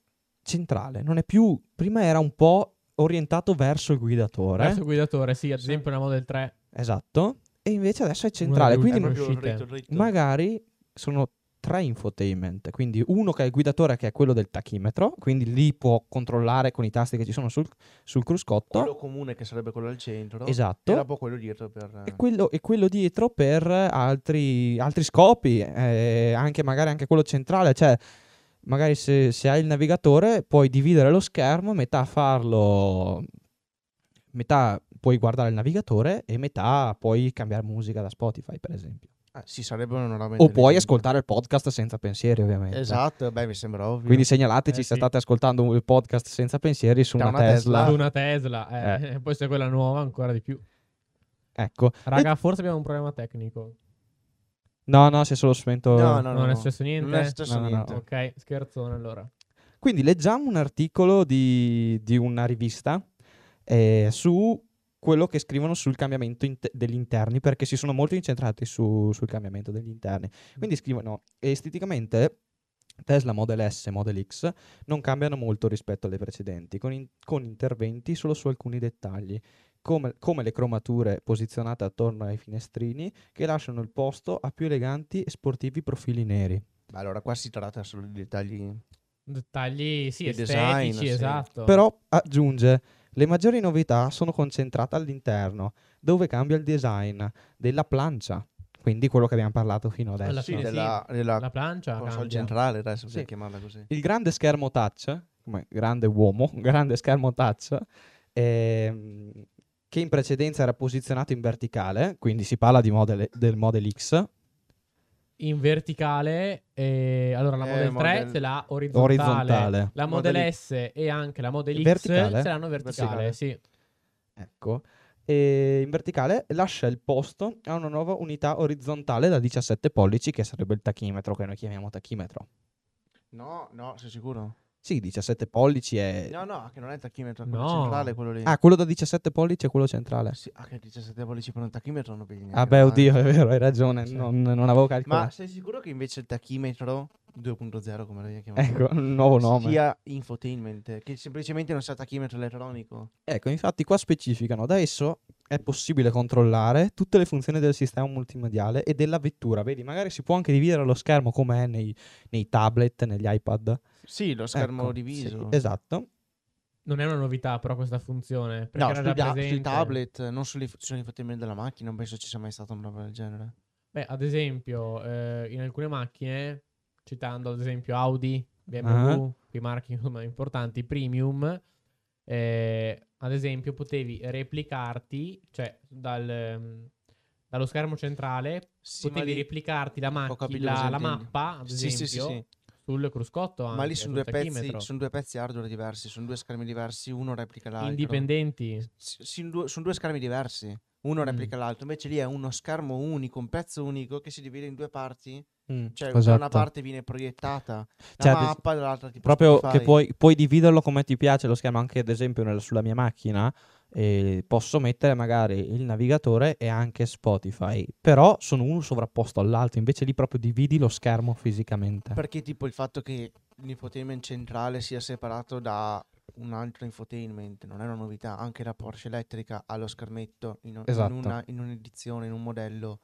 Speaker 1: centrale. Non è più... Prima era un po' orientato verso il guidatore.
Speaker 2: Verso il guidatore, sì, ad
Speaker 3: Sì.
Speaker 2: esempio una Model 3.
Speaker 1: Esatto. E invece adesso è
Speaker 2: Una
Speaker 1: centrale.
Speaker 2: di
Speaker 3: Eh,
Speaker 1: Quindi
Speaker 2: ultime.
Speaker 3: Certo.
Speaker 1: magari sono tre infotainment. Quindi uno che è il guidatore, che è quello del tachimetro. Quindi lì può controllare con i tasti che ci sono sul, sul cruscotto.
Speaker 3: quello comune che sarebbe quello al centro
Speaker 1: esatto.
Speaker 3: e dopo quello dietro per...
Speaker 1: E quello, e quello dietro per altri, altri scopi, eh, anche magari anche quello centrale, cioè magari se, se hai il navigatore puoi dividere lo schermo, metà farlo, metà puoi guardare il navigatore e metà puoi cambiare musica da Spotify per esempio.
Speaker 3: Ah, sì, sarebbe una roba
Speaker 1: O puoi
Speaker 3: intelligente.
Speaker 1: ascoltare il podcast senza pensieri ovviamente.
Speaker 3: Esatto, beh mi sembra ovvio.
Speaker 1: Quindi segnalateci
Speaker 2: Eh,
Speaker 1: se
Speaker 2: sì.
Speaker 1: state ascoltando un podcast senza pensieri su
Speaker 3: Da
Speaker 1: una,
Speaker 3: una
Speaker 1: Tesla.
Speaker 3: Tesla.
Speaker 2: Ad una Tesla, eh.
Speaker 1: Eh.
Speaker 2: e poi se quella nuova ancora di più.
Speaker 1: Ecco.
Speaker 2: Raga, forse abbiamo un problema tecnico.
Speaker 1: No, no, si è solo spento.
Speaker 3: No, no, no,
Speaker 2: non è
Speaker 3: no.
Speaker 2: successo niente.
Speaker 3: Non è successo
Speaker 1: No, no, no.
Speaker 3: niente.
Speaker 2: Ok, scherzone allora.
Speaker 1: Quindi leggiamo un articolo di, di una rivista eh, su quello che scrivono sul cambiamento int- degli interni, perché si sono molto incentrati su- sul cambiamento degli interni. Quindi scrivono esteticamente. Tesla Model S e Model X non cambiano molto rispetto alle precedenti, con, in- con interventi solo su alcuni dettagli, come, come le cromature posizionate attorno ai finestrini che lasciano il posto a più eleganti e sportivi profili neri.
Speaker 3: Ma allora qua si tratta solo di dettagli
Speaker 2: Dettagli, sì,
Speaker 3: Di
Speaker 2: estetici,
Speaker 3: design, sì.
Speaker 2: esatto.
Speaker 1: Però aggiunge, le maggiori novità sono concentrate all'interno, dove cambia il design della plancia, quindi quello che abbiamo parlato fino
Speaker 2: Alla
Speaker 1: adesso.
Speaker 2: fine sì,
Speaker 3: della, della
Speaker 2: la plancia
Speaker 3: console
Speaker 2: cambia.
Speaker 3: centrale, adesso bisogna
Speaker 1: Sì.
Speaker 3: chiamarla così.
Speaker 1: Il grande schermo touch, come grande uomo, un grande schermo touch, ehm, che in precedenza era posizionato in verticale, quindi si parla di model- del Model X,
Speaker 2: in verticale e allora la
Speaker 3: Eh,
Speaker 2: Model 3
Speaker 3: Model-
Speaker 2: ce l'ha orizzontale,
Speaker 1: Orizzontale.
Speaker 2: la Model,
Speaker 3: Model
Speaker 2: S e anche la Model X
Speaker 1: Verticale?
Speaker 2: ce l'hanno verticale,
Speaker 3: Verticale.
Speaker 2: sì.
Speaker 1: ecco, e in verticale lascia il posto a una nuova unità orizzontale da 17 pollici, che sarebbe il tachimetro, che noi chiamiamo tachimetro.
Speaker 3: No, no, sei sicuro?
Speaker 1: Sì, 17 pollici è...
Speaker 3: No, no, che non è il tachimetro, è quello
Speaker 2: No.
Speaker 3: centrale, quello lì.
Speaker 1: Eh. Ah, quello da 17 pollici è quello centrale.
Speaker 3: Sì, ah, che 17 pollici per un tachimetro non vedi neanche
Speaker 1: Ah beh,
Speaker 3: la
Speaker 1: oddio,
Speaker 3: mano.
Speaker 1: è vero, hai ragione,
Speaker 3: Sì.
Speaker 1: non, non avevo calcolato.
Speaker 3: Ma sei sicuro che invece il tachimetro 2.0, come lo viene chiamato,
Speaker 1: Ecco, un nuovo nome.
Speaker 3: sia infotainment? Che semplicemente non sia tachimetro elettronico?
Speaker 1: Ecco, infatti qua specificano, da esso è possibile controllare tutte le funzioni del sistema multimediale e della vettura. Vedi, magari si può anche dividere lo schermo come è nei, nei tablet, negli iPad.
Speaker 3: Sì, lo schermo
Speaker 1: Ecco,
Speaker 3: diviso.
Speaker 1: sì, esatto.
Speaker 2: non è una novità però questa funzione. Perché
Speaker 3: No,
Speaker 2: era
Speaker 3: sui,
Speaker 2: già
Speaker 3: da- sui
Speaker 2: presente.
Speaker 3: tablet, non sulle funzioni fattive della macchina, non penso ci sia mai stata una roba del genere.
Speaker 2: Beh, ad esempio, eh, in alcune macchine, citando ad esempio Audi, BMW,
Speaker 1: Ah.
Speaker 2: quei marchi insomma importanti, premium, eh, ad esempio potevi replicarti, cioè dal, ehm, dallo schermo centrale,
Speaker 3: Sì,
Speaker 2: potevi replicarti la,
Speaker 3: ho
Speaker 2: macchina,
Speaker 3: capito
Speaker 2: la,
Speaker 3: cosa
Speaker 2: la
Speaker 3: intendi.
Speaker 2: mappa, ad
Speaker 3: Sì,
Speaker 2: esempio,
Speaker 3: sì, sì, sì.
Speaker 2: sul cruscotto anche,
Speaker 3: Ma lì sono due,
Speaker 2: sul
Speaker 3: pezzi,
Speaker 2: tachimetro,
Speaker 3: sono due pezzi hardware diversi, sono due schermi diversi, uno replica l'altro.
Speaker 2: indipendenti.
Speaker 3: S- sin due- sono due schermi diversi, uno
Speaker 2: Mm.
Speaker 3: replica l'altro, invece lì è uno schermo unico, un pezzo unico che si divide in due parti,
Speaker 1: Mm,
Speaker 3: cioè da
Speaker 1: esatto.
Speaker 3: una parte viene proiettata la
Speaker 1: Cioè, ad es-
Speaker 3: mappa, dall'altra tipo
Speaker 1: Proprio
Speaker 3: Spotify.
Speaker 1: che puoi, puoi dividerlo come ti piace lo schermo, anche ad esempio nella- sulla mia macchina eh, posso mettere magari il navigatore e anche Spotify, però sono uno sovrapposto all'altro, invece lì proprio dividi lo schermo fisicamente.
Speaker 3: Perché tipo il fatto che l'infotainment centrale sia separato da un altro infotainment non è una novità, anche la Porsche elettrica ha lo schermetto in, o- in
Speaker 1: Esatto.
Speaker 3: una- in un'edizione, in un modello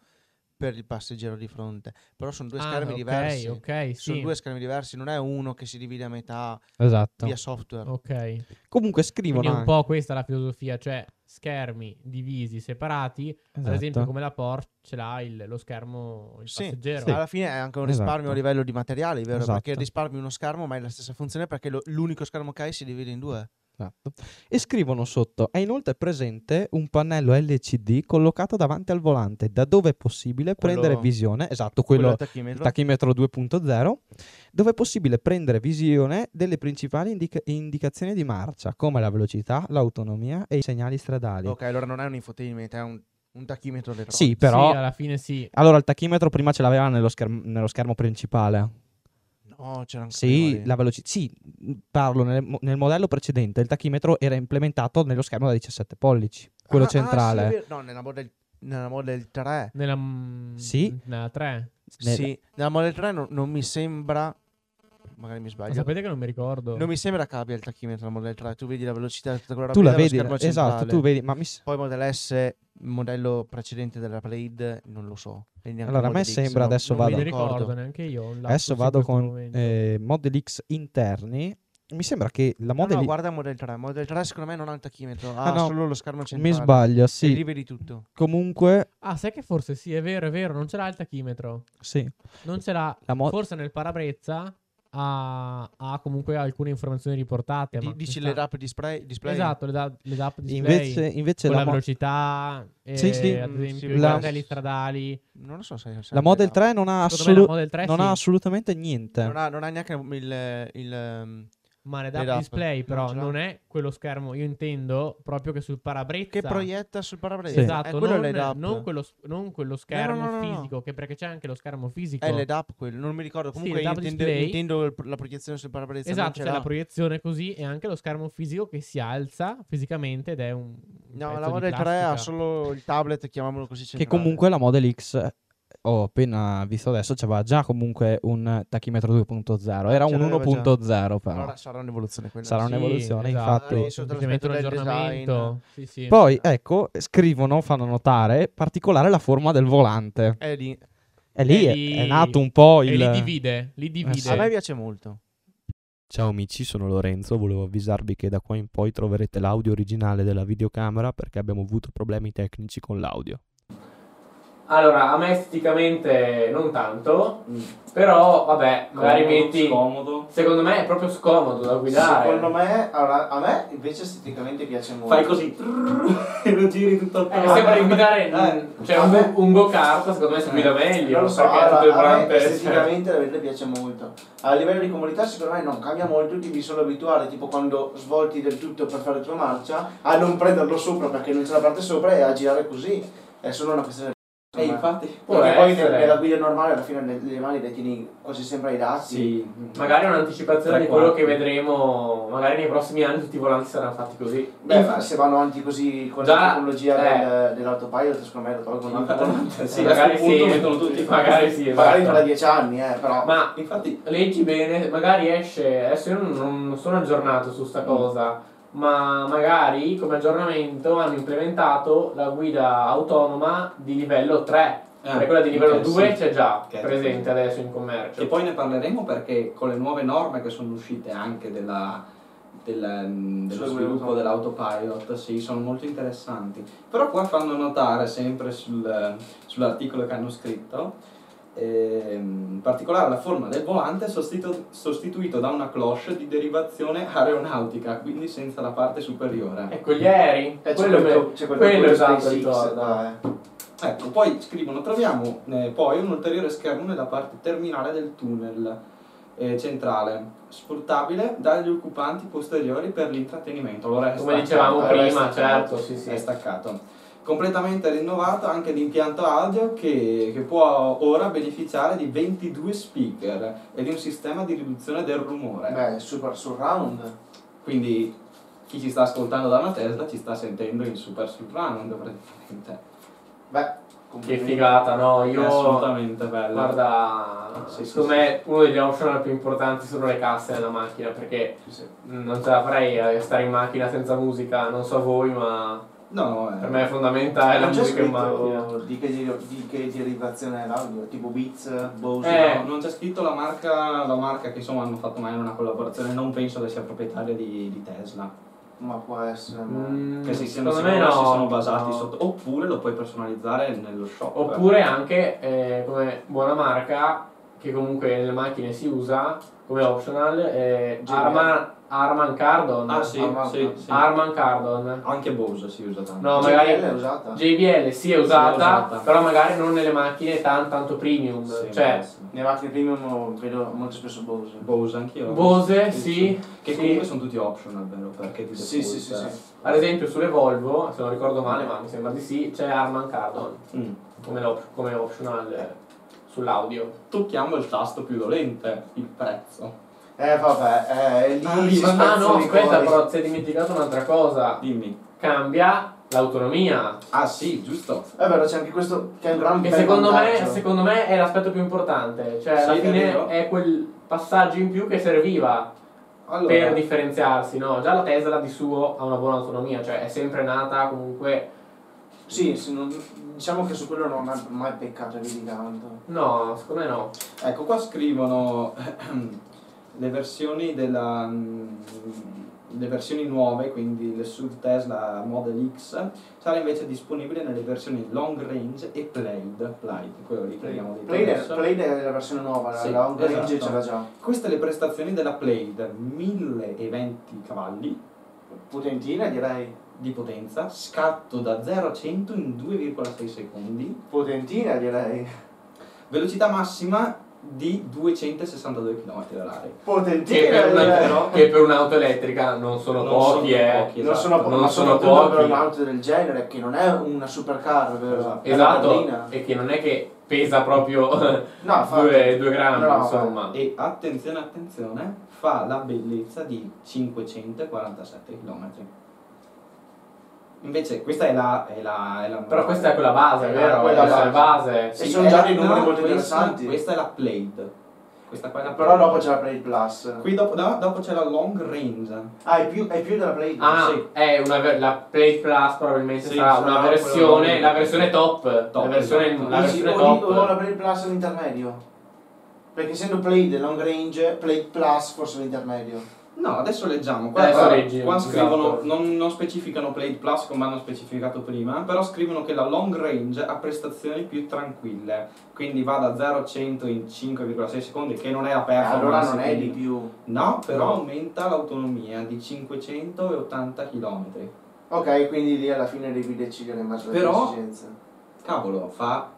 Speaker 3: per il passeggero di fronte, però sono due
Speaker 2: Ah,
Speaker 3: schermi
Speaker 2: ok,
Speaker 3: diversi.
Speaker 2: ok,
Speaker 3: Sono
Speaker 2: sì,
Speaker 3: due schermi diversi, non è uno che si divide a metà
Speaker 1: Esatto.
Speaker 3: via software.
Speaker 2: ok.
Speaker 1: Comunque
Speaker 2: Quindi
Speaker 1: scrivono
Speaker 2: è un
Speaker 1: anche,
Speaker 2: po' questa la filosofia, cioè schermi divisi, separati, ad
Speaker 1: esatto.
Speaker 2: esempio come la Porsche ce l'ha il- lo schermo, il
Speaker 3: Sì,
Speaker 2: passeggero.
Speaker 1: Sì.
Speaker 3: Alla fine è anche un
Speaker 1: Esatto.
Speaker 3: risparmio a livello di materiali, vero?
Speaker 1: Esatto.
Speaker 3: Perché risparmi uno schermo, ma è la stessa funzione perché lo- l'unico schermo che hai si divide in due.
Speaker 1: Esatto. E scrivono sotto: è inoltre presente un pannello LCD collocato davanti al volante, da dove è possibile
Speaker 3: Quello-
Speaker 1: prendere visione. Esatto, quello,
Speaker 3: del
Speaker 1: il
Speaker 3: tachimetro.
Speaker 1: tachimetro 2.0, dove è possibile prendere visione delle principali indica- indicazioni di marcia, come la velocità, l'autonomia e i segnali stradali.
Speaker 3: ok, allora non è un infotainment, è un, un tachimetro elettronico.
Speaker 1: Sì, però.
Speaker 2: Sì, alla fine sì.
Speaker 1: Allora, il tachimetro prima ce l'aveva nello, scherm- nello schermo principale.
Speaker 3: No, c'era anche
Speaker 1: Sì,
Speaker 3: prima lì.
Speaker 1: la velocità. Sì, parlo nel, mo- nel modello precedente. Il tachimetro era implementato nello schermo da 17 pollici, quello
Speaker 3: Ah, ah, sì, è
Speaker 1: centrale.
Speaker 3: vero. no, nella Model, nella Model 3.
Speaker 2: Nella, mm,
Speaker 1: Sì.
Speaker 2: nella 3.
Speaker 1: Nel-
Speaker 3: Sì, nella Model 3 non, non mi sembra... Magari mi
Speaker 2: Ma
Speaker 3: sbaglio.
Speaker 2: sapete che non mi ricordo.
Speaker 3: Non mi sembra che abbia il tachimetro la Model 3. Tu vedi la velocità, tutta quella roba
Speaker 1: tu
Speaker 3: lì
Speaker 1: la
Speaker 3: dallo
Speaker 1: vedi,
Speaker 3: schermo
Speaker 1: esatto,
Speaker 3: centrale.
Speaker 1: tu vedi, ma mi s-
Speaker 3: Poi Model S, il modello precedente della Blade, non lo so. E neanche
Speaker 1: Allora, a me
Speaker 3: Model X,
Speaker 1: sembra
Speaker 3: no-
Speaker 1: adesso
Speaker 3: non
Speaker 2: mi
Speaker 1: vado.
Speaker 2: ricordo. neanche io. ho un lapsus
Speaker 1: adesso
Speaker 2: in
Speaker 1: vado
Speaker 2: questo
Speaker 1: con
Speaker 2: momento.
Speaker 1: eh, Model X interni. Mi sembra che la Model
Speaker 3: Ah, No,
Speaker 1: X-
Speaker 3: no, guarda Model 3. Model 3 secondo me non ha il tachimetro, ha
Speaker 1: Ah, no.
Speaker 3: solo lo schermo
Speaker 1: mi
Speaker 3: centrale.
Speaker 1: sbaglio,
Speaker 3: E
Speaker 1: sì.
Speaker 3: lì vedi tutto.
Speaker 1: Comunque,
Speaker 2: Ah, sai che forse sì, è vero, è vero. Non ce l'ha il tachimetro.
Speaker 1: sì.
Speaker 2: Non ce l'ha.
Speaker 1: La mo-
Speaker 2: Forse nel parabrezza ha, ha comunque alcune informazioni riportate. ma
Speaker 3: Di- dici
Speaker 2: questa-
Speaker 3: le rap display, display?
Speaker 2: Esatto, le, da- le DAP display.
Speaker 1: Invece, invece
Speaker 2: con la,
Speaker 1: la, mo-
Speaker 2: velocità, eh,
Speaker 1: Sì, sì.
Speaker 2: ad
Speaker 3: Mm,
Speaker 2: esempio,
Speaker 3: sì,
Speaker 2: i
Speaker 1: la-
Speaker 2: cartelli stradali.
Speaker 3: Non lo so se... se
Speaker 1: la Model
Speaker 3: rap.
Speaker 1: 3 non ha,
Speaker 2: Secondo me la
Speaker 1: assolu-
Speaker 2: Model 3
Speaker 1: non
Speaker 2: sì.
Speaker 1: ha assolutamente niente.
Speaker 3: Non ha, non ha neanche il... il, ehm,
Speaker 2: Ma le
Speaker 3: Le
Speaker 2: DAP
Speaker 3: DAP.
Speaker 2: display
Speaker 3: Non
Speaker 2: però
Speaker 3: ce l'ha.
Speaker 2: non è quello schermo, io intendo proprio che sul parabrezza
Speaker 3: che proietta sul parabrezza.
Speaker 2: Esatto,
Speaker 3: Eh, quello è
Speaker 2: non,
Speaker 3: l'EDAP.
Speaker 2: non quello, s- non quello schermo
Speaker 3: no, Eh, no, no.
Speaker 2: fisico, che perché c'è anche lo schermo fisico.
Speaker 3: È l'EDAP quello, non mi ricordo.
Speaker 2: Sì,
Speaker 3: Comunque
Speaker 2: le DAP
Speaker 3: intendo,
Speaker 2: display.
Speaker 3: intendo il- la proiezione sul parabrezza. non
Speaker 2: esatto,
Speaker 3: ce
Speaker 2: c'è la
Speaker 3: l'ha.
Speaker 2: proiezione così e anche lo schermo fisico che si alza fisicamente ed è un un
Speaker 3: No,
Speaker 2: pezzo
Speaker 3: la
Speaker 2: di
Speaker 3: Model 3
Speaker 2: plastica.
Speaker 3: ha solo il tablet, chiamiamolo così
Speaker 1: che
Speaker 3: centrale.
Speaker 1: comunque la Model X, eh, ho appena visto adesso, c'aveva già comunque un tachimetro 2.0. Era
Speaker 3: Ce
Speaker 1: un
Speaker 3: l'aveva già.
Speaker 1: 1.0 però.
Speaker 3: Allora sarà un'evoluzione quella.
Speaker 1: Sarà
Speaker 3: sì.
Speaker 1: un'evoluzione, infatti.
Speaker 3: Adesso
Speaker 2: semplicemente un
Speaker 3: l'aspetto del
Speaker 2: aggiornamento. Sì, sì.
Speaker 1: Poi, ecco, scrivono, fanno notare, particolare la forma del volante.
Speaker 3: È lì.
Speaker 1: E lì
Speaker 2: E
Speaker 1: è,
Speaker 2: Eh, lì-
Speaker 1: è nato un po'
Speaker 2: e
Speaker 1: il... Ah,
Speaker 2: li divide, li divide.
Speaker 1: sì.
Speaker 3: A me piace molto.
Speaker 1: Ciao amici, sono Lorenzo, volevo avvisarvi che da qua in poi troverete l'audio originale della videocamera perché abbiamo avuto problemi tecnici con l'audio.
Speaker 2: Allora, a me esteticamente non tanto, però vabbè, magari metti...
Speaker 4: scomodo.
Speaker 2: Secondo me è proprio scomodo da guidare.
Speaker 3: me, a me invece esteticamente piace molto.
Speaker 4: Fai così e lo giri tutto
Speaker 2: Eh,
Speaker 4: attorno.
Speaker 2: sembra di guidare
Speaker 3: Eh,
Speaker 2: cioè, un,
Speaker 3: vabbè.
Speaker 2: go- un go-kart, secondo me si guida meglio. perché è tutto il volante, cioè.
Speaker 3: davvero piace molto. A livello di comodità secondo me non cambia molto, devi solo abituare, tipo quando svolti del tutto per fare la tua marcia, a non prenderlo sopra perché non c'è la parte sopra e a girare così. È solo una questione di...
Speaker 4: E infatti
Speaker 2: Può
Speaker 3: eh, Perché poi
Speaker 2: essere.
Speaker 3: nella guida normale alla fine le, le mani le tieni quasi sempre ai dati.
Speaker 4: sì,
Speaker 2: Magari è un'anticipazione
Speaker 4: Tre
Speaker 2: di quello che
Speaker 4: quarti.
Speaker 2: vedremo. Magari nei prossimi anni tutti i volanti saranno fatti così.
Speaker 3: Beh, ma se vanno avanti così con
Speaker 2: Già,
Speaker 3: la tecnologia
Speaker 2: eh.
Speaker 3: del, dell'autopilot, secondo me lo tolgono anche
Speaker 4: Infatti, sì,
Speaker 2: Eh, magari
Speaker 4: a sto punto
Speaker 2: sì,
Speaker 4: mettono tutti
Speaker 2: magari sì,
Speaker 3: Magari
Speaker 2: esatto.
Speaker 3: tra dieci anni, eh, però.
Speaker 2: Ma
Speaker 4: Infatti
Speaker 2: leggi bene, magari esce. Adesso io non, non sono aggiornato su sta cosa. Ma magari come aggiornamento hanno implementato la guida autonoma di livello 3. perché quella di livello 2 c'è già
Speaker 4: Ok.
Speaker 2: presente adesso in commercio.
Speaker 4: E poi ne parleremo perché con le nuove norme che sono uscite anche della
Speaker 5: del- mm, dello
Speaker 3: Sì,
Speaker 5: sviluppo
Speaker 3: quello.
Speaker 5: dell'autopilot, sì, sono molto interessanti. Però qua fanno notare, sempre sul- sull'articolo che hanno scritto, ehm, in particolare la forma del volante è sostitu- sostituito da una cloche di derivazione aeronautica, quindi senza la parte superiore.
Speaker 2: Ecco gli aerei,
Speaker 3: Eh, c'è
Speaker 2: quello,
Speaker 3: quel-
Speaker 2: me-
Speaker 3: c'è quel-
Speaker 2: quello
Speaker 3: quel
Speaker 2: esatto
Speaker 3: SpaceX,
Speaker 2: ricorda.
Speaker 3: eh.
Speaker 5: Ecco, poi scrivono, troviamo eh, poi un ulteriore schermo nella parte terminale del tunnel eh, centrale, sfruttabile dagli occupanti posteriori per l'intrattenimento. Allora è
Speaker 2: Come
Speaker 5: staccato,
Speaker 2: dicevamo
Speaker 5: allora è
Speaker 2: prima,
Speaker 5: staccato,
Speaker 2: certo, sì, sì.
Speaker 5: È staccato. Completamente rinnovato anche l'impianto audio che, che può ora beneficiare di 22 speaker e di un sistema di riduzione del rumore.
Speaker 3: Beh, super surround.
Speaker 5: Quindi chi ci sta ascoltando da una Tesla ci sta sentendo in super surround praticamente.
Speaker 3: Beh,
Speaker 2: Che
Speaker 3: complimenti.
Speaker 2: figata, no?
Speaker 5: È
Speaker 2: Io,
Speaker 5: assolutamente bello.
Speaker 2: guarda,
Speaker 5: Sì, sì,
Speaker 2: secondo me uno degli optional più importanti sono le casse della macchina, perché
Speaker 3: Sì, sì.
Speaker 2: mh, Mm, non ce la farei a stare in macchina senza musica, non so voi, ma
Speaker 5: No, eh,
Speaker 2: per me è fondamentale la
Speaker 3: Non c'è
Speaker 2: musica in macchina.
Speaker 3: scritto di che, giri- di che derivazione è l'audio, tipo Beats, Bose.
Speaker 2: Eh.
Speaker 5: no, non c'è scritto la marca, la marca che insomma hanno fatto mai una collaborazione, non penso che sia proprietaria di, di Tesla.
Speaker 3: Ma può essere. ma-
Speaker 2: Mm,
Speaker 5: Che si siano
Speaker 2: secondo me
Speaker 5: sicuri si
Speaker 2: no,
Speaker 5: sono basati
Speaker 2: no.
Speaker 5: sotto. Oppure lo puoi personalizzare nello shop.
Speaker 2: Oppure anche eh, come buona marca, che comunque nelle macchine si usa come optional, eh,
Speaker 3: Geniale.
Speaker 2: Arman, Arman Cardon.
Speaker 5: Ah sì,
Speaker 3: Ah,
Speaker 5: sì,
Speaker 3: ma-
Speaker 5: sì.
Speaker 2: Arman Cardon.
Speaker 5: Anche Bose si usa tanto.
Speaker 2: No,
Speaker 3: JBL è
Speaker 2: magari
Speaker 3: usata.
Speaker 2: JBL si è
Speaker 5: Sì, è
Speaker 2: usata,
Speaker 5: usata.
Speaker 2: però magari non nelle macchine tan- tanto premium.
Speaker 5: Sì,
Speaker 2: cioè,
Speaker 5: sì.
Speaker 3: Nelle macchine premium vedo molto spesso Bose.
Speaker 5: Bose anch'io.
Speaker 2: Bose, sì.
Speaker 5: Che
Speaker 2: sì.
Speaker 5: comunque sono tutti optional, vero? Perché ti
Speaker 3: Sì, sì,
Speaker 2: cioè.
Speaker 5: cioè.
Speaker 3: sì, sì.
Speaker 2: Ad esempio sulle Volvo, se non ricordo male, ma mi sembra di sì, c'è Arman Cardon
Speaker 5: Mm.
Speaker 2: come, l'op- come optional eh, sull'audio.
Speaker 5: Tocchiamo il tasto più dolente, il prezzo.
Speaker 3: Eh vabbè, eh, lì
Speaker 2: Ah,
Speaker 3: si
Speaker 2: ma- ah, no,
Speaker 3: spezzano i
Speaker 2: aspetta,
Speaker 3: cori.
Speaker 2: però si è dimenticato un'altra cosa.
Speaker 5: Dimmi.
Speaker 2: Cambia l'autonomia.
Speaker 5: Ah sì, giusto.
Speaker 3: È vero, Eh, c'è anche questo che è un gran
Speaker 2: Che
Speaker 3: bel
Speaker 2: secondo me,
Speaker 3: vantaggio.
Speaker 2: secondo me è l'aspetto più importante. Cioè, alla
Speaker 5: Sì, è
Speaker 2: fine
Speaker 5: vero.
Speaker 2: è, quel passaggio in più che serviva
Speaker 5: Allora,
Speaker 2: per differenziarsi. No? Già la Tesla di suo ha una buona autonomia, cioè è sempre nata comunque.
Speaker 3: Sì, sì, non- diciamo che su quello non ha mai peccato più di tanto.
Speaker 2: No, secondo me no.
Speaker 5: Ecco, qua scrivono le versioni della mm, le versioni nuove, quindi le SUV Tesla Model X, sarà invece disponibile nelle versioni long range e played, Plaid, quello lì che abbiamo detto
Speaker 3: Played è,
Speaker 5: adesso.
Speaker 3: Played è la versione nuova, la-
Speaker 5: Sì,
Speaker 3: la Long Range
Speaker 5: esatto.
Speaker 3: c'era già.
Speaker 5: Queste le prestazioni della Plaid, 1020 cavalli
Speaker 3: Potentina direi.
Speaker 5: di potenza, scatto da 0 a 100 in 2,6 secondi,
Speaker 3: Potentina direi.
Speaker 5: velocità massima di 262 km all'aria.
Speaker 2: Che
Speaker 3: Potentina
Speaker 2: per, una-
Speaker 3: direi. Non
Speaker 2: che per un'auto elettrica non sono
Speaker 5: eh, Non
Speaker 2: pochi,
Speaker 5: sono
Speaker 2: eh.
Speaker 5: pochi.
Speaker 3: sono,
Speaker 2: esatto,
Speaker 3: po- ma
Speaker 2: non sono
Speaker 3: soprattutto
Speaker 2: pochi.
Speaker 3: per un'auto del genere che non è una supercar, vero? È una berlina.
Speaker 2: Esatto, e che non è che pesa proprio
Speaker 3: No, infatti.
Speaker 2: due, due grammi,
Speaker 3: No,
Speaker 2: insomma.
Speaker 5: E attenzione, attenzione, fa la bellezza di 547 km. Invece questa è la... È la, è la
Speaker 2: Però questa è quella base,
Speaker 3: Eh,
Speaker 2: vero?
Speaker 3: quella
Speaker 2: Questa è la
Speaker 3: base.
Speaker 2: base.
Speaker 3: E sono
Speaker 5: è
Speaker 3: già
Speaker 5: la-
Speaker 3: dei numeri molto
Speaker 5: questa-
Speaker 3: interessanti.
Speaker 5: Questa è la Plaid. Questa qua è la
Speaker 3: Però
Speaker 5: Plaid.
Speaker 3: dopo c'è la Play Plus.
Speaker 5: Qui dopo, no, dopo c'è la Long Range.
Speaker 3: Ah, è più, è più della Play
Speaker 2: Ah,
Speaker 5: Sì.
Speaker 2: è una ver- la Play Plus probabilmente
Speaker 5: Sì,
Speaker 2: sarà
Speaker 5: sarà
Speaker 2: una
Speaker 5: quella
Speaker 2: versione,
Speaker 5: nuova.
Speaker 2: la versione top,
Speaker 5: Top,
Speaker 2: la versione,
Speaker 5: esatto.
Speaker 2: la
Speaker 3: Dici,
Speaker 2: versione
Speaker 3: o,
Speaker 2: top.
Speaker 3: o la Play Plus è l'intermedio? Perché essendo Play del long range, Play Plus forse è l'intermedio.
Speaker 5: No, adesso leggiamo. Qua,
Speaker 2: Adesso
Speaker 5: qua-
Speaker 2: leggi,
Speaker 5: qua
Speaker 2: esatto.
Speaker 5: scrivono, non, non specificano Plaid Plus come hanno specificato prima, però scrivono che la long range ha prestazioni più tranquille, quindi va da 0 a 100 in 5,6 secondi, che non è la
Speaker 3: Eh,
Speaker 5: performance.
Speaker 3: allora non è
Speaker 5: quindi-
Speaker 3: di più.
Speaker 5: No, però
Speaker 2: No.
Speaker 5: aumenta l'autonomia di 580 km.
Speaker 3: Ok, quindi lì alla fine devi decidere in base alle
Speaker 5: Però-
Speaker 3: tue esigenze.
Speaker 5: Cavolo, fa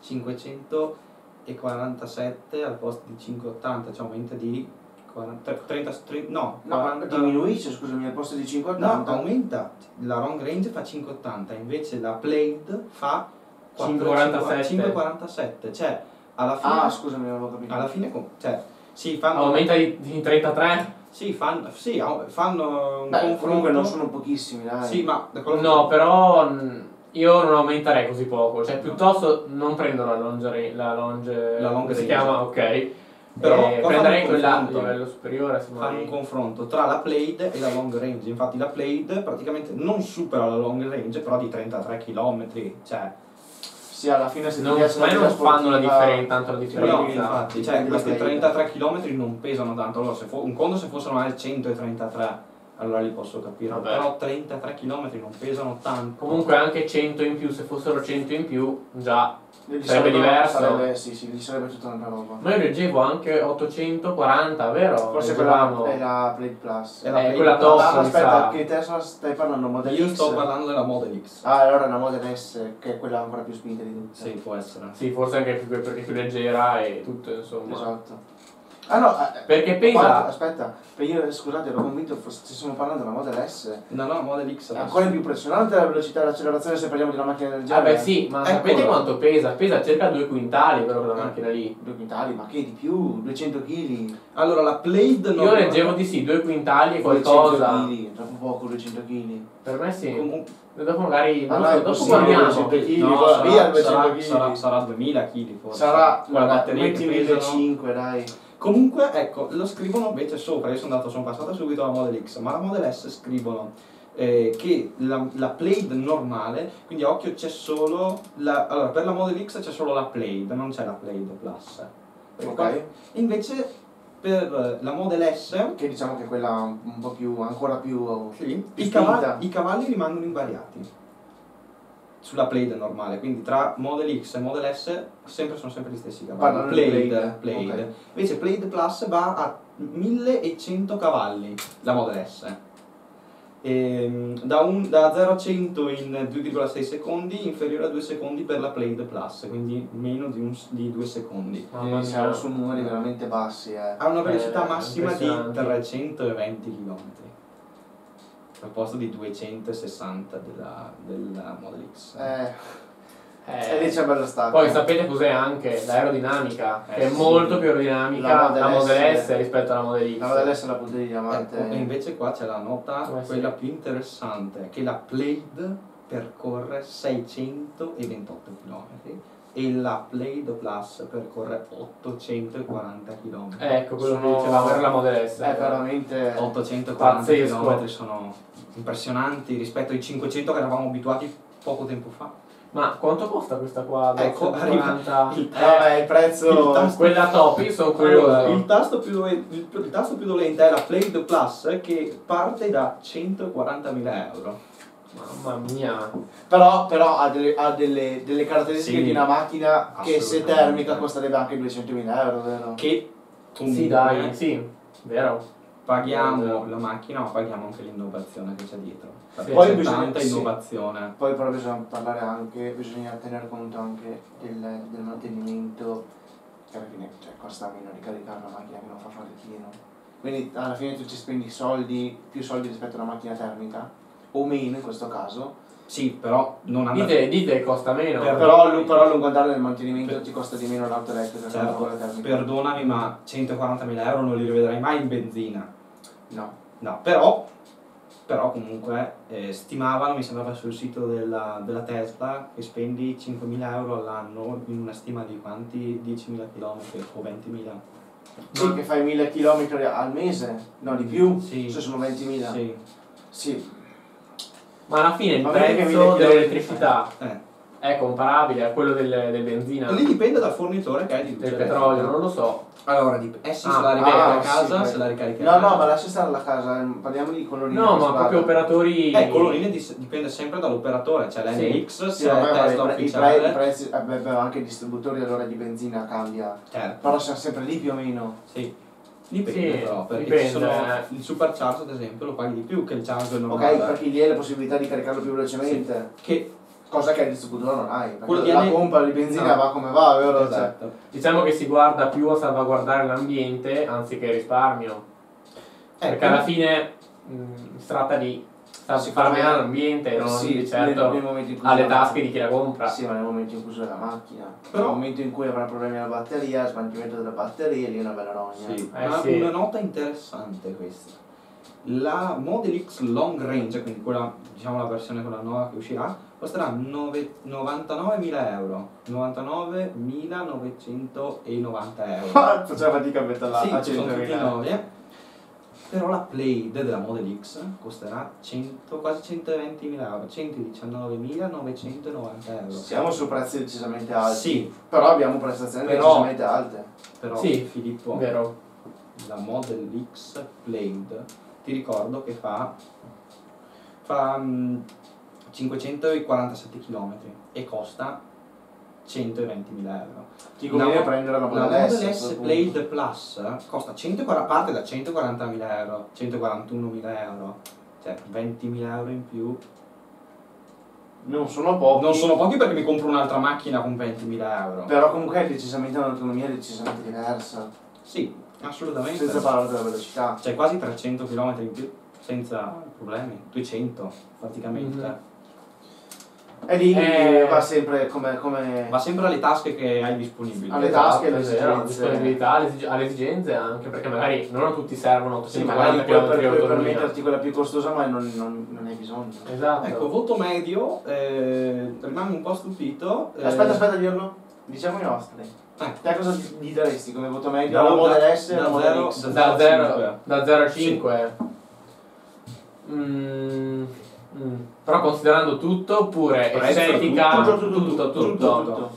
Speaker 5: 547 al posto di 580, cioè aumenta di 40, 30, 30 no,
Speaker 3: No, ma
Speaker 5: 40
Speaker 3: diminuisce, scusami, al posto di
Speaker 5: No,
Speaker 3: 580.
Speaker 5: aumenta. La long range fa 580, invece la Plaid fa
Speaker 2: 547.
Speaker 5: 547. Cioè, alla fine,
Speaker 3: ah, scusami, non avevo capito.
Speaker 5: alla fine com- cioè, sì, fanno,
Speaker 2: Aumenta di, di 33?
Speaker 5: sì, fanno, sì, au- fanno un
Speaker 3: Beh,
Speaker 5: confronto.
Speaker 3: comunque non sono pochissimi, dai.
Speaker 5: Sì, ma da quello che-
Speaker 2: No, però mh, io non aumenterei così poco, cioè piuttosto non prendo la longe, la longe,
Speaker 5: La long
Speaker 2: come si
Speaker 5: range.
Speaker 2: chiama, ok.
Speaker 5: Però
Speaker 2: Eh,
Speaker 5: qua
Speaker 2: prenderei
Speaker 5: fanno
Speaker 2: quella a
Speaker 5: confronto.
Speaker 2: livello superiore, se
Speaker 5: fanno un
Speaker 2: mai.
Speaker 5: confronto tra la Plaid e la long range. Infatti la Plaid praticamente non supera la long range, però di 33 km, cioè
Speaker 3: Sì, sì, alla fine se ti
Speaker 2: Non,
Speaker 3: piace la
Speaker 2: ma
Speaker 3: vita
Speaker 2: non fanno la
Speaker 3: sportiva-
Speaker 2: differenza, tanto la differenza.
Speaker 3: no,
Speaker 5: infatti, cioè questi 33 km non pesano tanto. Allora, se fo- un conto se fossero magari 133, allora li posso capire.
Speaker 2: Vabbè.
Speaker 5: Però 33 km non pesano tanto.
Speaker 2: Comunque anche 100 in più, se fossero 100 in più, già.
Speaker 3: Gli
Speaker 2: Sarebbe diverso.
Speaker 3: Sarebbe, sì, sì, gli sarebbe tutta una roba.
Speaker 2: Noi reggevo anche 840, vero?
Speaker 3: Forse
Speaker 2: Reggevamo.
Speaker 3: quella è la Play Plus.
Speaker 5: È la Play
Speaker 2: quella
Speaker 5: Plus.
Speaker 2: top,
Speaker 3: Ah,
Speaker 2: mi
Speaker 3: aspetta,
Speaker 2: sa.
Speaker 3: che Tesla stai parlando Model
Speaker 5: Io
Speaker 3: X?
Speaker 5: sto parlando della Model X.
Speaker 3: Ah, allora è una Model S che è quella ancora più spinta di tutte.
Speaker 5: Sì, può essere.
Speaker 2: Sì, forse anche più, perché più leggera e tutto, insomma.
Speaker 3: Esatto. Ah no, eh,
Speaker 2: Perché pesa-
Speaker 3: guarda, aspetta, io scusate, ero convinto fosse- stessimo parlando della Model S.
Speaker 5: No, no, Model
Speaker 3: È
Speaker 5: X adesso.
Speaker 3: ancora più impressionante la velocità e l'accelerazione se parliamo di una macchina del
Speaker 2: Ah
Speaker 3: genere.
Speaker 2: beh sì, ma
Speaker 5: Ecco.
Speaker 2: sapete quanto pesa? Pesa circa due quintali però
Speaker 3: Eh.
Speaker 2: quella macchina lì.
Speaker 3: Due quintali, ma che di più? 200 kg.
Speaker 5: Allora, la Plaid non...
Speaker 2: Io leggevo di sì, due quintali e
Speaker 3: 200
Speaker 2: qualcosa.
Speaker 3: kg, troppo poco 200 kg.
Speaker 2: Per me sì.
Speaker 5: Comunque,
Speaker 2: Dopo magari...
Speaker 3: Ah,
Speaker 2: non
Speaker 3: no,
Speaker 2: so,
Speaker 3: è
Speaker 2: dopo
Speaker 3: possibile,
Speaker 2: guardiamo.
Speaker 3: 200 kg,
Speaker 5: no,
Speaker 3: va
Speaker 5: sarà,
Speaker 3: via, 200
Speaker 5: sarà,
Speaker 3: kg.
Speaker 5: sarà, sarà 2000 kg forse.
Speaker 3: Sarà
Speaker 5: Con la batteria che
Speaker 3: mettimi
Speaker 5: pesano.
Speaker 3: 5, dai.
Speaker 5: Comunque, ecco, lo scrivono invece sopra. Io sono andato, sono passato subito alla Model X, ma la Model S scrivono eh, che la, la Plaid normale, quindi a occhio c'è solo la. Allora, per la Model X c'è solo la Plaid, non c'è la Plaid Plus. Perché
Speaker 3: Ok.
Speaker 5: Invece per la Model S
Speaker 3: Che diciamo che quella un po' più, ancora più... eh,
Speaker 5: sì,
Speaker 3: più
Speaker 5: i,
Speaker 3: spinta.
Speaker 5: cavalli, i cavalli rimangono invariati sulla Plaid normale, quindi tra Model X e Model S sempre, sono sempre gli stessi
Speaker 3: Parlano
Speaker 5: cavalli.
Speaker 3: di
Speaker 5: Plaid,
Speaker 3: Plaid,
Speaker 5: Plaid.
Speaker 3: ok.
Speaker 5: Invece Plaid Plus va a 1100 cavalli la Model S. Ehm, da, un- da 0 a 100 in 2,6 secondi, inferiore a 2 secondi per la Plaid Plus, quindi meno di, un s- di 2 secondi.
Speaker 2: Mamma
Speaker 3: eh,
Speaker 2: mia.
Speaker 3: siamo su numeri veramente bassi, eh.
Speaker 5: Ha una velocità
Speaker 2: Eh,
Speaker 5: massima di
Speaker 2: impressionante.
Speaker 5: 320 km al posto di 260 della, della Model X.
Speaker 3: Eh,
Speaker 2: Eh,
Speaker 3: e lì c'è bello stacco.
Speaker 2: Poi sapete cos'è anche l'aerodinamica,
Speaker 5: Eh,
Speaker 2: che è
Speaker 5: sì.
Speaker 2: molto più aerodinamica
Speaker 3: La
Speaker 2: la
Speaker 3: Model
Speaker 2: Model,
Speaker 3: S.
Speaker 2: S. rispetto alla Model X.
Speaker 3: La Model S è la punta di diamante.
Speaker 5: Ecco, e invece qua c'è la nota,
Speaker 2: Eh, sì.
Speaker 5: quella più interessante, che la Plaid percorre 628 km e la Plaid Plus percorre 840 km.
Speaker 2: Ecco, quello
Speaker 3: Sono- Eh,
Speaker 2: che dicevamo per la Model S.
Speaker 3: è veramente... Eh,
Speaker 5: 840
Speaker 2: Pazzesco.
Speaker 5: km sono impressionanti rispetto ai 500 che eravamo abituati poco tempo fa.
Speaker 2: Ma quanto costa questa qua?
Speaker 5: Ecco,
Speaker 2: 240?
Speaker 5: arriva il
Speaker 3: Eh, vabbè, il prezzo...
Speaker 5: Il tasto-
Speaker 2: Quella top, io sono curioso.
Speaker 5: Allora, il tasto, più dole- il, il tasto più dolente è la Plaid Plus che parte da 140.000 euro.
Speaker 2: Mamma mia.
Speaker 3: Però, però ha delle, ha delle- delle caratteristiche
Speaker 5: Sì.
Speaker 3: di una macchina che se
Speaker 5: Assolutamente.
Speaker 3: termica costerebbe anche 200.000 euro, vero?
Speaker 5: Che comunque
Speaker 2: Sì, dai, sì, vero.
Speaker 5: paghiamo la macchina ma paghiamo anche l'innovazione che c'è dietro. Perché
Speaker 2: Poi
Speaker 5: c'è
Speaker 3: bisogna-
Speaker 5: tanta
Speaker 3: sì.
Speaker 5: innovazione.
Speaker 3: Poi però bisogna parlare anche, bisogna tenere conto anche del, del mantenimento, che alla fine cioè, costa meno ricaricare una macchina che non fa fare il pieno. Quindi alla fine tu ci spendi soldi, più soldi rispetto a una macchina termica, o meno in questo caso,
Speaker 5: Sì, però non hanno...
Speaker 2: Dite, dite che costa meno.
Speaker 5: Per-
Speaker 3: Eh, però, a lu- però a lungo andare nel mantenimento
Speaker 5: Per-
Speaker 3: ti costa di meno l'auto elettrica che
Speaker 5: Certo,
Speaker 3: quella termica.
Speaker 5: perdonami ma 140.000 euro non li rivedrai mai in benzina.
Speaker 3: No,
Speaker 5: No, però, però comunque eh, stimavano, mi sembrava sul sito della, della Tesla, che spendi 5.000 euro all'anno in una stima di quanti? 10.000 km o 20.000?
Speaker 3: sì che fai 1000 km al mese, no di più,
Speaker 5: Sì.
Speaker 3: se sono 20.000. Sì.
Speaker 5: Sì.
Speaker 2: Ma alla fine il
Speaker 3: Ma vedi che mille
Speaker 2: prezzo
Speaker 3: chilometri-
Speaker 2: dell'elettricità
Speaker 5: Eh.
Speaker 2: è comparabile a quello del, del benzina,
Speaker 5: Lì
Speaker 2: del
Speaker 5: dipende dal fornitore che hai di luce
Speaker 2: petrolio,
Speaker 5: elettrica.
Speaker 2: non lo so.
Speaker 5: Allora, dip- eh sì, se
Speaker 2: Ah,
Speaker 5: la ricarichi
Speaker 3: ah,
Speaker 5: a
Speaker 3: sì,
Speaker 5: casa,
Speaker 3: beh.
Speaker 5: se la ricarichi a
Speaker 3: No,
Speaker 5: casa.
Speaker 3: no, ma lascia stare la casa, eh, parliamo di colorine.
Speaker 2: No, ma
Speaker 3: separate.
Speaker 2: proprio operatori...
Speaker 5: Eh, colorine dis- dipende sempre dall'operatore, c'è
Speaker 2: Sì.
Speaker 5: l'NX,
Speaker 3: Sì,
Speaker 5: c'è
Speaker 3: vabbè, ma
Speaker 5: Tesla
Speaker 3: i pre- i
Speaker 5: ufficiale.
Speaker 3: pre- i prezzi, eh, beh, beh, anche i distributori allora di benzina cambia,
Speaker 5: Certo.
Speaker 3: però siamo sempre lì più o meno.
Speaker 5: Sì.
Speaker 2: Sì,
Speaker 5: Dipende però, perché
Speaker 2: dipende,
Speaker 5: ci sono
Speaker 2: eh.
Speaker 5: il supercharge ad esempio lo paghi di più che il charger
Speaker 3: Ok,
Speaker 5: normale.
Speaker 3: perché lì hai la possibilità di caricarlo più velocemente,
Speaker 5: Che
Speaker 3: cosa che il distributore non hai, perché
Speaker 5: Quello di
Speaker 3: la
Speaker 5: N-
Speaker 3: pompa di benzina
Speaker 5: no.
Speaker 3: va come va, vero? Cioè,
Speaker 5: Esatto.
Speaker 2: Diciamo che si guarda più a salvaguardare l'ambiente anziché il risparmio. perché alla fine mh, si tratta di
Speaker 3: Sicuramente-
Speaker 2: salvaguardare l'ambiente, non
Speaker 3: Cioè, sì,
Speaker 2: di certo
Speaker 3: nel- nel momento in cui
Speaker 2: alle
Speaker 3: la-
Speaker 2: tasche di chi la compra.
Speaker 3: Sì, ma nel momento in cui usa la macchina,
Speaker 5: Però-
Speaker 3: nel momento in cui avrà problemi alla batteria, smaltimento della batteria, lì è una bella rogna.
Speaker 5: Sì,
Speaker 2: Eh,
Speaker 5: ma
Speaker 2: sì.
Speaker 5: una nota interessante questa. La Model X Long Range, quindi quella, diciamo la versione quella nuova che uscirà, costerà nove- 99.000 euro. 99.990 euro.
Speaker 3: Faceva fatica a metterla
Speaker 5: sì,
Speaker 3: a Ah,
Speaker 5: ci sono tutti i
Speaker 3: 100.000.
Speaker 5: nove. Però la Plaid della Model X costerà 100 quasi 120.000 euro, 119.990 euro.
Speaker 3: Siamo su prezzi decisamente alti.
Speaker 5: Sì,
Speaker 3: Però abbiamo prestazioni
Speaker 2: Però-
Speaker 3: decisamente alte.
Speaker 5: però
Speaker 2: Sì,
Speaker 5: Filippo,
Speaker 2: Vero.
Speaker 5: la Model X Plaid, ti ricordo che fa, fa mm, 547 km e costa 120.000 euro.
Speaker 3: Ti conviene
Speaker 5: No.
Speaker 3: prendere la
Speaker 5: La
Speaker 3: Model S.
Speaker 5: Model
Speaker 3: a
Speaker 5: S
Speaker 3: questo punto.
Speaker 5: Blade Plus costa 140, parte da 140.000 euro, 141.000 euro, cioè 20.000 euro in più.
Speaker 3: Non sono pochi.
Speaker 5: Non sono pochi perché mi compro un'altra macchina con 20.000 euro.
Speaker 3: Però comunque è decisamente un'autonomia decisamente diversa.
Speaker 5: Sì, assolutamente.
Speaker 3: Senza parlare della velocità.
Speaker 5: Cioè quasi 300 km in più senza problemi, 200
Speaker 3: Mm-hmm.
Speaker 5: praticamente.
Speaker 2: Mhm.
Speaker 3: E lì
Speaker 2: Eh.
Speaker 3: va sempre come... come...
Speaker 5: Ma sempre alle tasche che hai disponibili.
Speaker 3: Alle tasche, alle
Speaker 2: Esatto, è vero,
Speaker 3: esigenze.
Speaker 2: disponibilità, alle esig- alle esigenze anche perché magari non a tutti servono 840
Speaker 3: Sì, magari puoi
Speaker 2: km
Speaker 3: per,
Speaker 2: di
Speaker 3: puoi
Speaker 2: autonomia.
Speaker 3: permetterti quella più costosa, ma non, non, non ne hai bisogno.
Speaker 2: Esatto.
Speaker 5: Ecco, voto medio, eh, rimango un po' stupito. eh,
Speaker 3: Aspetta, aspetta, dirlo. Diciamo i nostri.
Speaker 5: Ecco.
Speaker 3: Te cosa gli- gli daresti come voto medio?
Speaker 5: Da
Speaker 3: alla
Speaker 5: uno-
Speaker 3: Model S e
Speaker 5: da
Speaker 3: alla Model
Speaker 5: zero-
Speaker 3: X?
Speaker 2: da
Speaker 5: zero a
Speaker 2: 0
Speaker 5: cinque.
Speaker 2: a 5 Mm, mm. però considerando tutto oppure
Speaker 5: Prezzo,
Speaker 2: estetica
Speaker 3: tutto, tutto, tutto,
Speaker 2: tutto,
Speaker 3: tutto,
Speaker 2: tutto.
Speaker 3: tutto.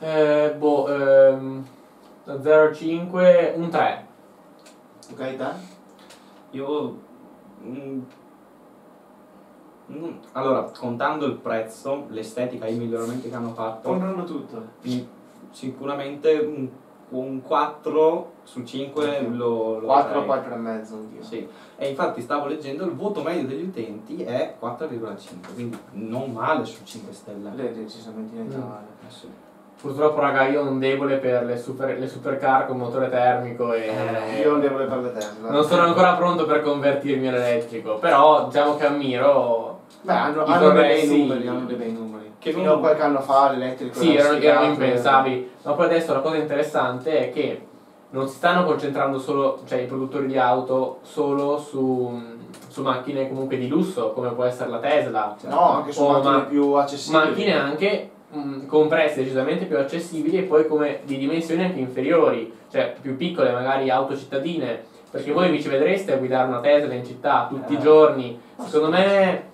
Speaker 2: Eh, boh ehm, da 0 a 5 un 3
Speaker 3: Ok, te?
Speaker 5: Io... mm, mm, allora, contando il prezzo, l'estetica, i miglioramenti che hanno fatto,
Speaker 3: Comprano tutto.
Speaker 5: mi- sicuramente un, 4 su 5 lo... lo
Speaker 3: 4
Speaker 5: darei.
Speaker 3: 4 e mezzo, anch'io.
Speaker 5: Sì, e infatti stavo leggendo il voto medio degli utenti è 4,5, quindi non male su 5 stelle.
Speaker 3: Lei è decisamente in
Speaker 2: Mm.
Speaker 3: male.
Speaker 5: Eh sì.
Speaker 2: purtroppo raga io ho un debole per le, super, le supercar con motore termico e
Speaker 3: Eh, Io non devo per la Tesla.
Speaker 2: Eh. non sono ancora pronto per convertirmi all'elettrico però diciamo che ammiro
Speaker 3: Beh, hanno,
Speaker 2: I
Speaker 3: hanno dei bei
Speaker 2: progressi-
Speaker 3: numeri, hanno dei bei numeri.
Speaker 5: Che
Speaker 3: Fino a
Speaker 5: comunque-
Speaker 3: qualche anno fa l'elettrico
Speaker 2: Sì,
Speaker 3: era
Speaker 2: erano,
Speaker 3: sfigato,
Speaker 2: erano impensabili. Ma poi adesso la cosa interessante è che non si stanno concentrando solo, cioè i produttori di auto, solo su, su macchine comunque di lusso, come può essere la Tesla.
Speaker 3: Cioè, No, anche su
Speaker 2: O
Speaker 3: macchine
Speaker 2: Oh, ma-
Speaker 3: più accessibili.
Speaker 2: Macchine anche mh, con prezzi decisamente più accessibili e poi come di dimensioni anche inferiori, cioè più piccole, magari auto cittadine. Perché voi mi ci vedreste a guidare una Tesla in città tutti i
Speaker 5: Eh.
Speaker 2: giorni. Secondo me.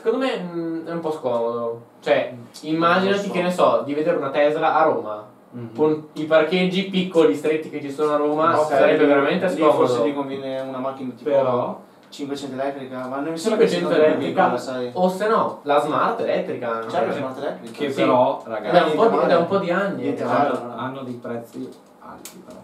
Speaker 2: Secondo me mh, è un po' scomodo. Cioè,
Speaker 3: Non
Speaker 2: immaginati,
Speaker 3: so.
Speaker 2: che ne so, di vedere una Tesla a Roma
Speaker 3: Mm.
Speaker 5: Mhm.
Speaker 2: con i parcheggi piccoli, stretti che ci sono a Roma,
Speaker 3: No,
Speaker 2: sarebbe
Speaker 3: lì-
Speaker 2: veramente
Speaker 3: lì
Speaker 2: scomodo.
Speaker 3: Forse gli conviene una macchina tipo
Speaker 5: Però,
Speaker 3: 500 elettrica, ma non mi sembra che
Speaker 2: 500
Speaker 3: sia
Speaker 2: elettrica, Oh,
Speaker 3: una sai. Cioè, Certo,
Speaker 2: o se no, la smart elettrica. anche.
Speaker 3: C'è la smart electric?
Speaker 5: che
Speaker 3: Sì. certo.
Speaker 5: però,
Speaker 2: È da
Speaker 5: ragazzi,
Speaker 2: un, po di,
Speaker 3: Niente
Speaker 2: da un po' di
Speaker 3: Niente
Speaker 2: anni.
Speaker 3: male.
Speaker 5: hanno, hanno dei prezzi alti però.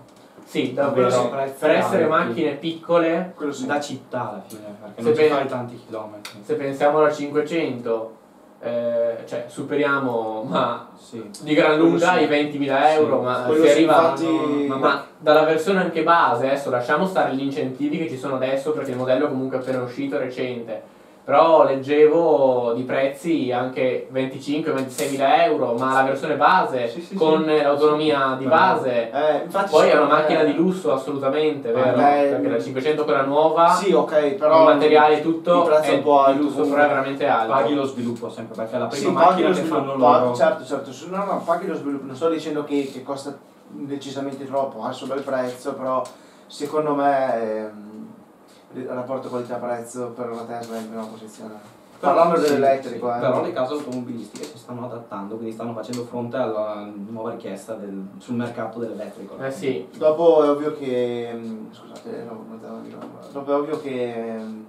Speaker 2: Sì, davvero.
Speaker 3: Sì,
Speaker 5: prezzi
Speaker 2: Per essere
Speaker 5: alti.
Speaker 2: macchine piccole,
Speaker 3: Quello sì.
Speaker 5: Da città alla fine,
Speaker 2: Se
Speaker 5: perché non ci
Speaker 2: bene-
Speaker 5: fai tanti chilometri.
Speaker 2: se pensiamo alla 500, eh, cioè superiamo ma
Speaker 5: Sì.
Speaker 2: di gran lunga
Speaker 3: Quello sì.
Speaker 2: i 20.000 euro,
Speaker 5: Sì.
Speaker 2: ma
Speaker 3: Quello
Speaker 2: si
Speaker 3: sì,
Speaker 2: arriva...
Speaker 3: infatti-
Speaker 2: Ma, ma dalla versione anche base, adesso lasciamo stare gli incentivi che ci sono adesso perché il modello comunque è appena uscito, recente. Però leggevo di prezzi anche 25-26 mila euro, ma la versione base
Speaker 5: Sì, sì,
Speaker 2: con
Speaker 5: sì.
Speaker 2: l'autonomia di
Speaker 5: Sì.
Speaker 2: base.
Speaker 3: Eh, infatti
Speaker 2: Poi è
Speaker 3: secondo
Speaker 2: una
Speaker 3: me-
Speaker 2: macchina di lusso assolutamente,
Speaker 3: Ma
Speaker 2: vero?
Speaker 3: beh,
Speaker 2: perché la 500 quella nuova,
Speaker 3: Sì, ok, però
Speaker 2: il materiale tutto
Speaker 3: il prezzo è
Speaker 2: è
Speaker 3: un po'
Speaker 2: di
Speaker 3: alto,
Speaker 2: lusso,
Speaker 3: comunque.
Speaker 2: però è veramente alto.
Speaker 5: Paghi lo sviluppo sempre, perché è la prima
Speaker 3: Sì, paghi
Speaker 5: macchina
Speaker 3: lo
Speaker 5: che fanno
Speaker 3: sviluppo,
Speaker 5: loro.
Speaker 3: certo, certo, su- no, no, paghi lo sviluppo, non sto dicendo che, che costa decisamente troppo, ha solo il prezzo, però secondo me ehm, il rapporto qualità-prezzo per una Tesla è in prima posizione.
Speaker 5: Però-
Speaker 3: Parlando
Speaker 5: sì,
Speaker 3: dell'elettrico,
Speaker 5: sì,
Speaker 3: eh.
Speaker 5: Però le case automobilistiche si stanno adattando, quindi stanno facendo fronte alla nuova richiesta del- sul mercato dell'elettrico.
Speaker 2: Eh sì,
Speaker 3: Dopo è ovvio che. mm, Scusate, no, non te lo dico, ma dopo è ovvio che. mm,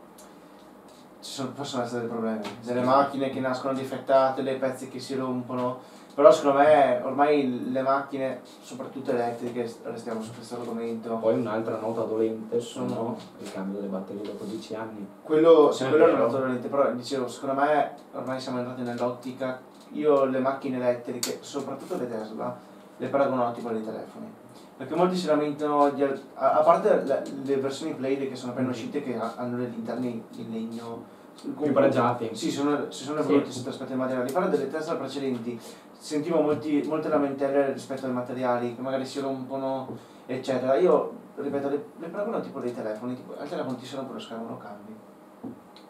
Speaker 3: Ci sono, possono essere dei problemi. Delle macchine che nascono difettate, dei pezzi che si rompono. Però secondo me ormai le macchine, soprattutto elettriche, restiamo su questo argomento.
Speaker 5: Poi un'altra nota dolente sono
Speaker 3: Sono-
Speaker 5: il cambio delle batterie dopo 10 anni.
Speaker 3: Quello, sì,
Speaker 2: È
Speaker 3: quello è un
Speaker 2: vero.
Speaker 3: altro niente, però dicevo, secondo me ormai siamo entrati nell'ottica. Io le macchine elettriche, soprattutto le Tesla, le paragono tipo ai telefoni. Perché molti si lamentano di al- a, a parte le, le versioni Play che sono appena
Speaker 5: Mm.
Speaker 3: uscite che ha- hanno gli interni in legno
Speaker 5: Più pregiati.
Speaker 3: Sì, sono, si sono
Speaker 2: Sì.
Speaker 3: evoluti sotto aspetto dei materiali. Però delle Tesla precedenti sentivo molti, molte lamentele rispetto ai materiali che magari si rompono, eccetera. Io, ripeto, le, le paragono tipo dei telefoni, tipo, al telefono ti si rompe lo schermo, lo cambi.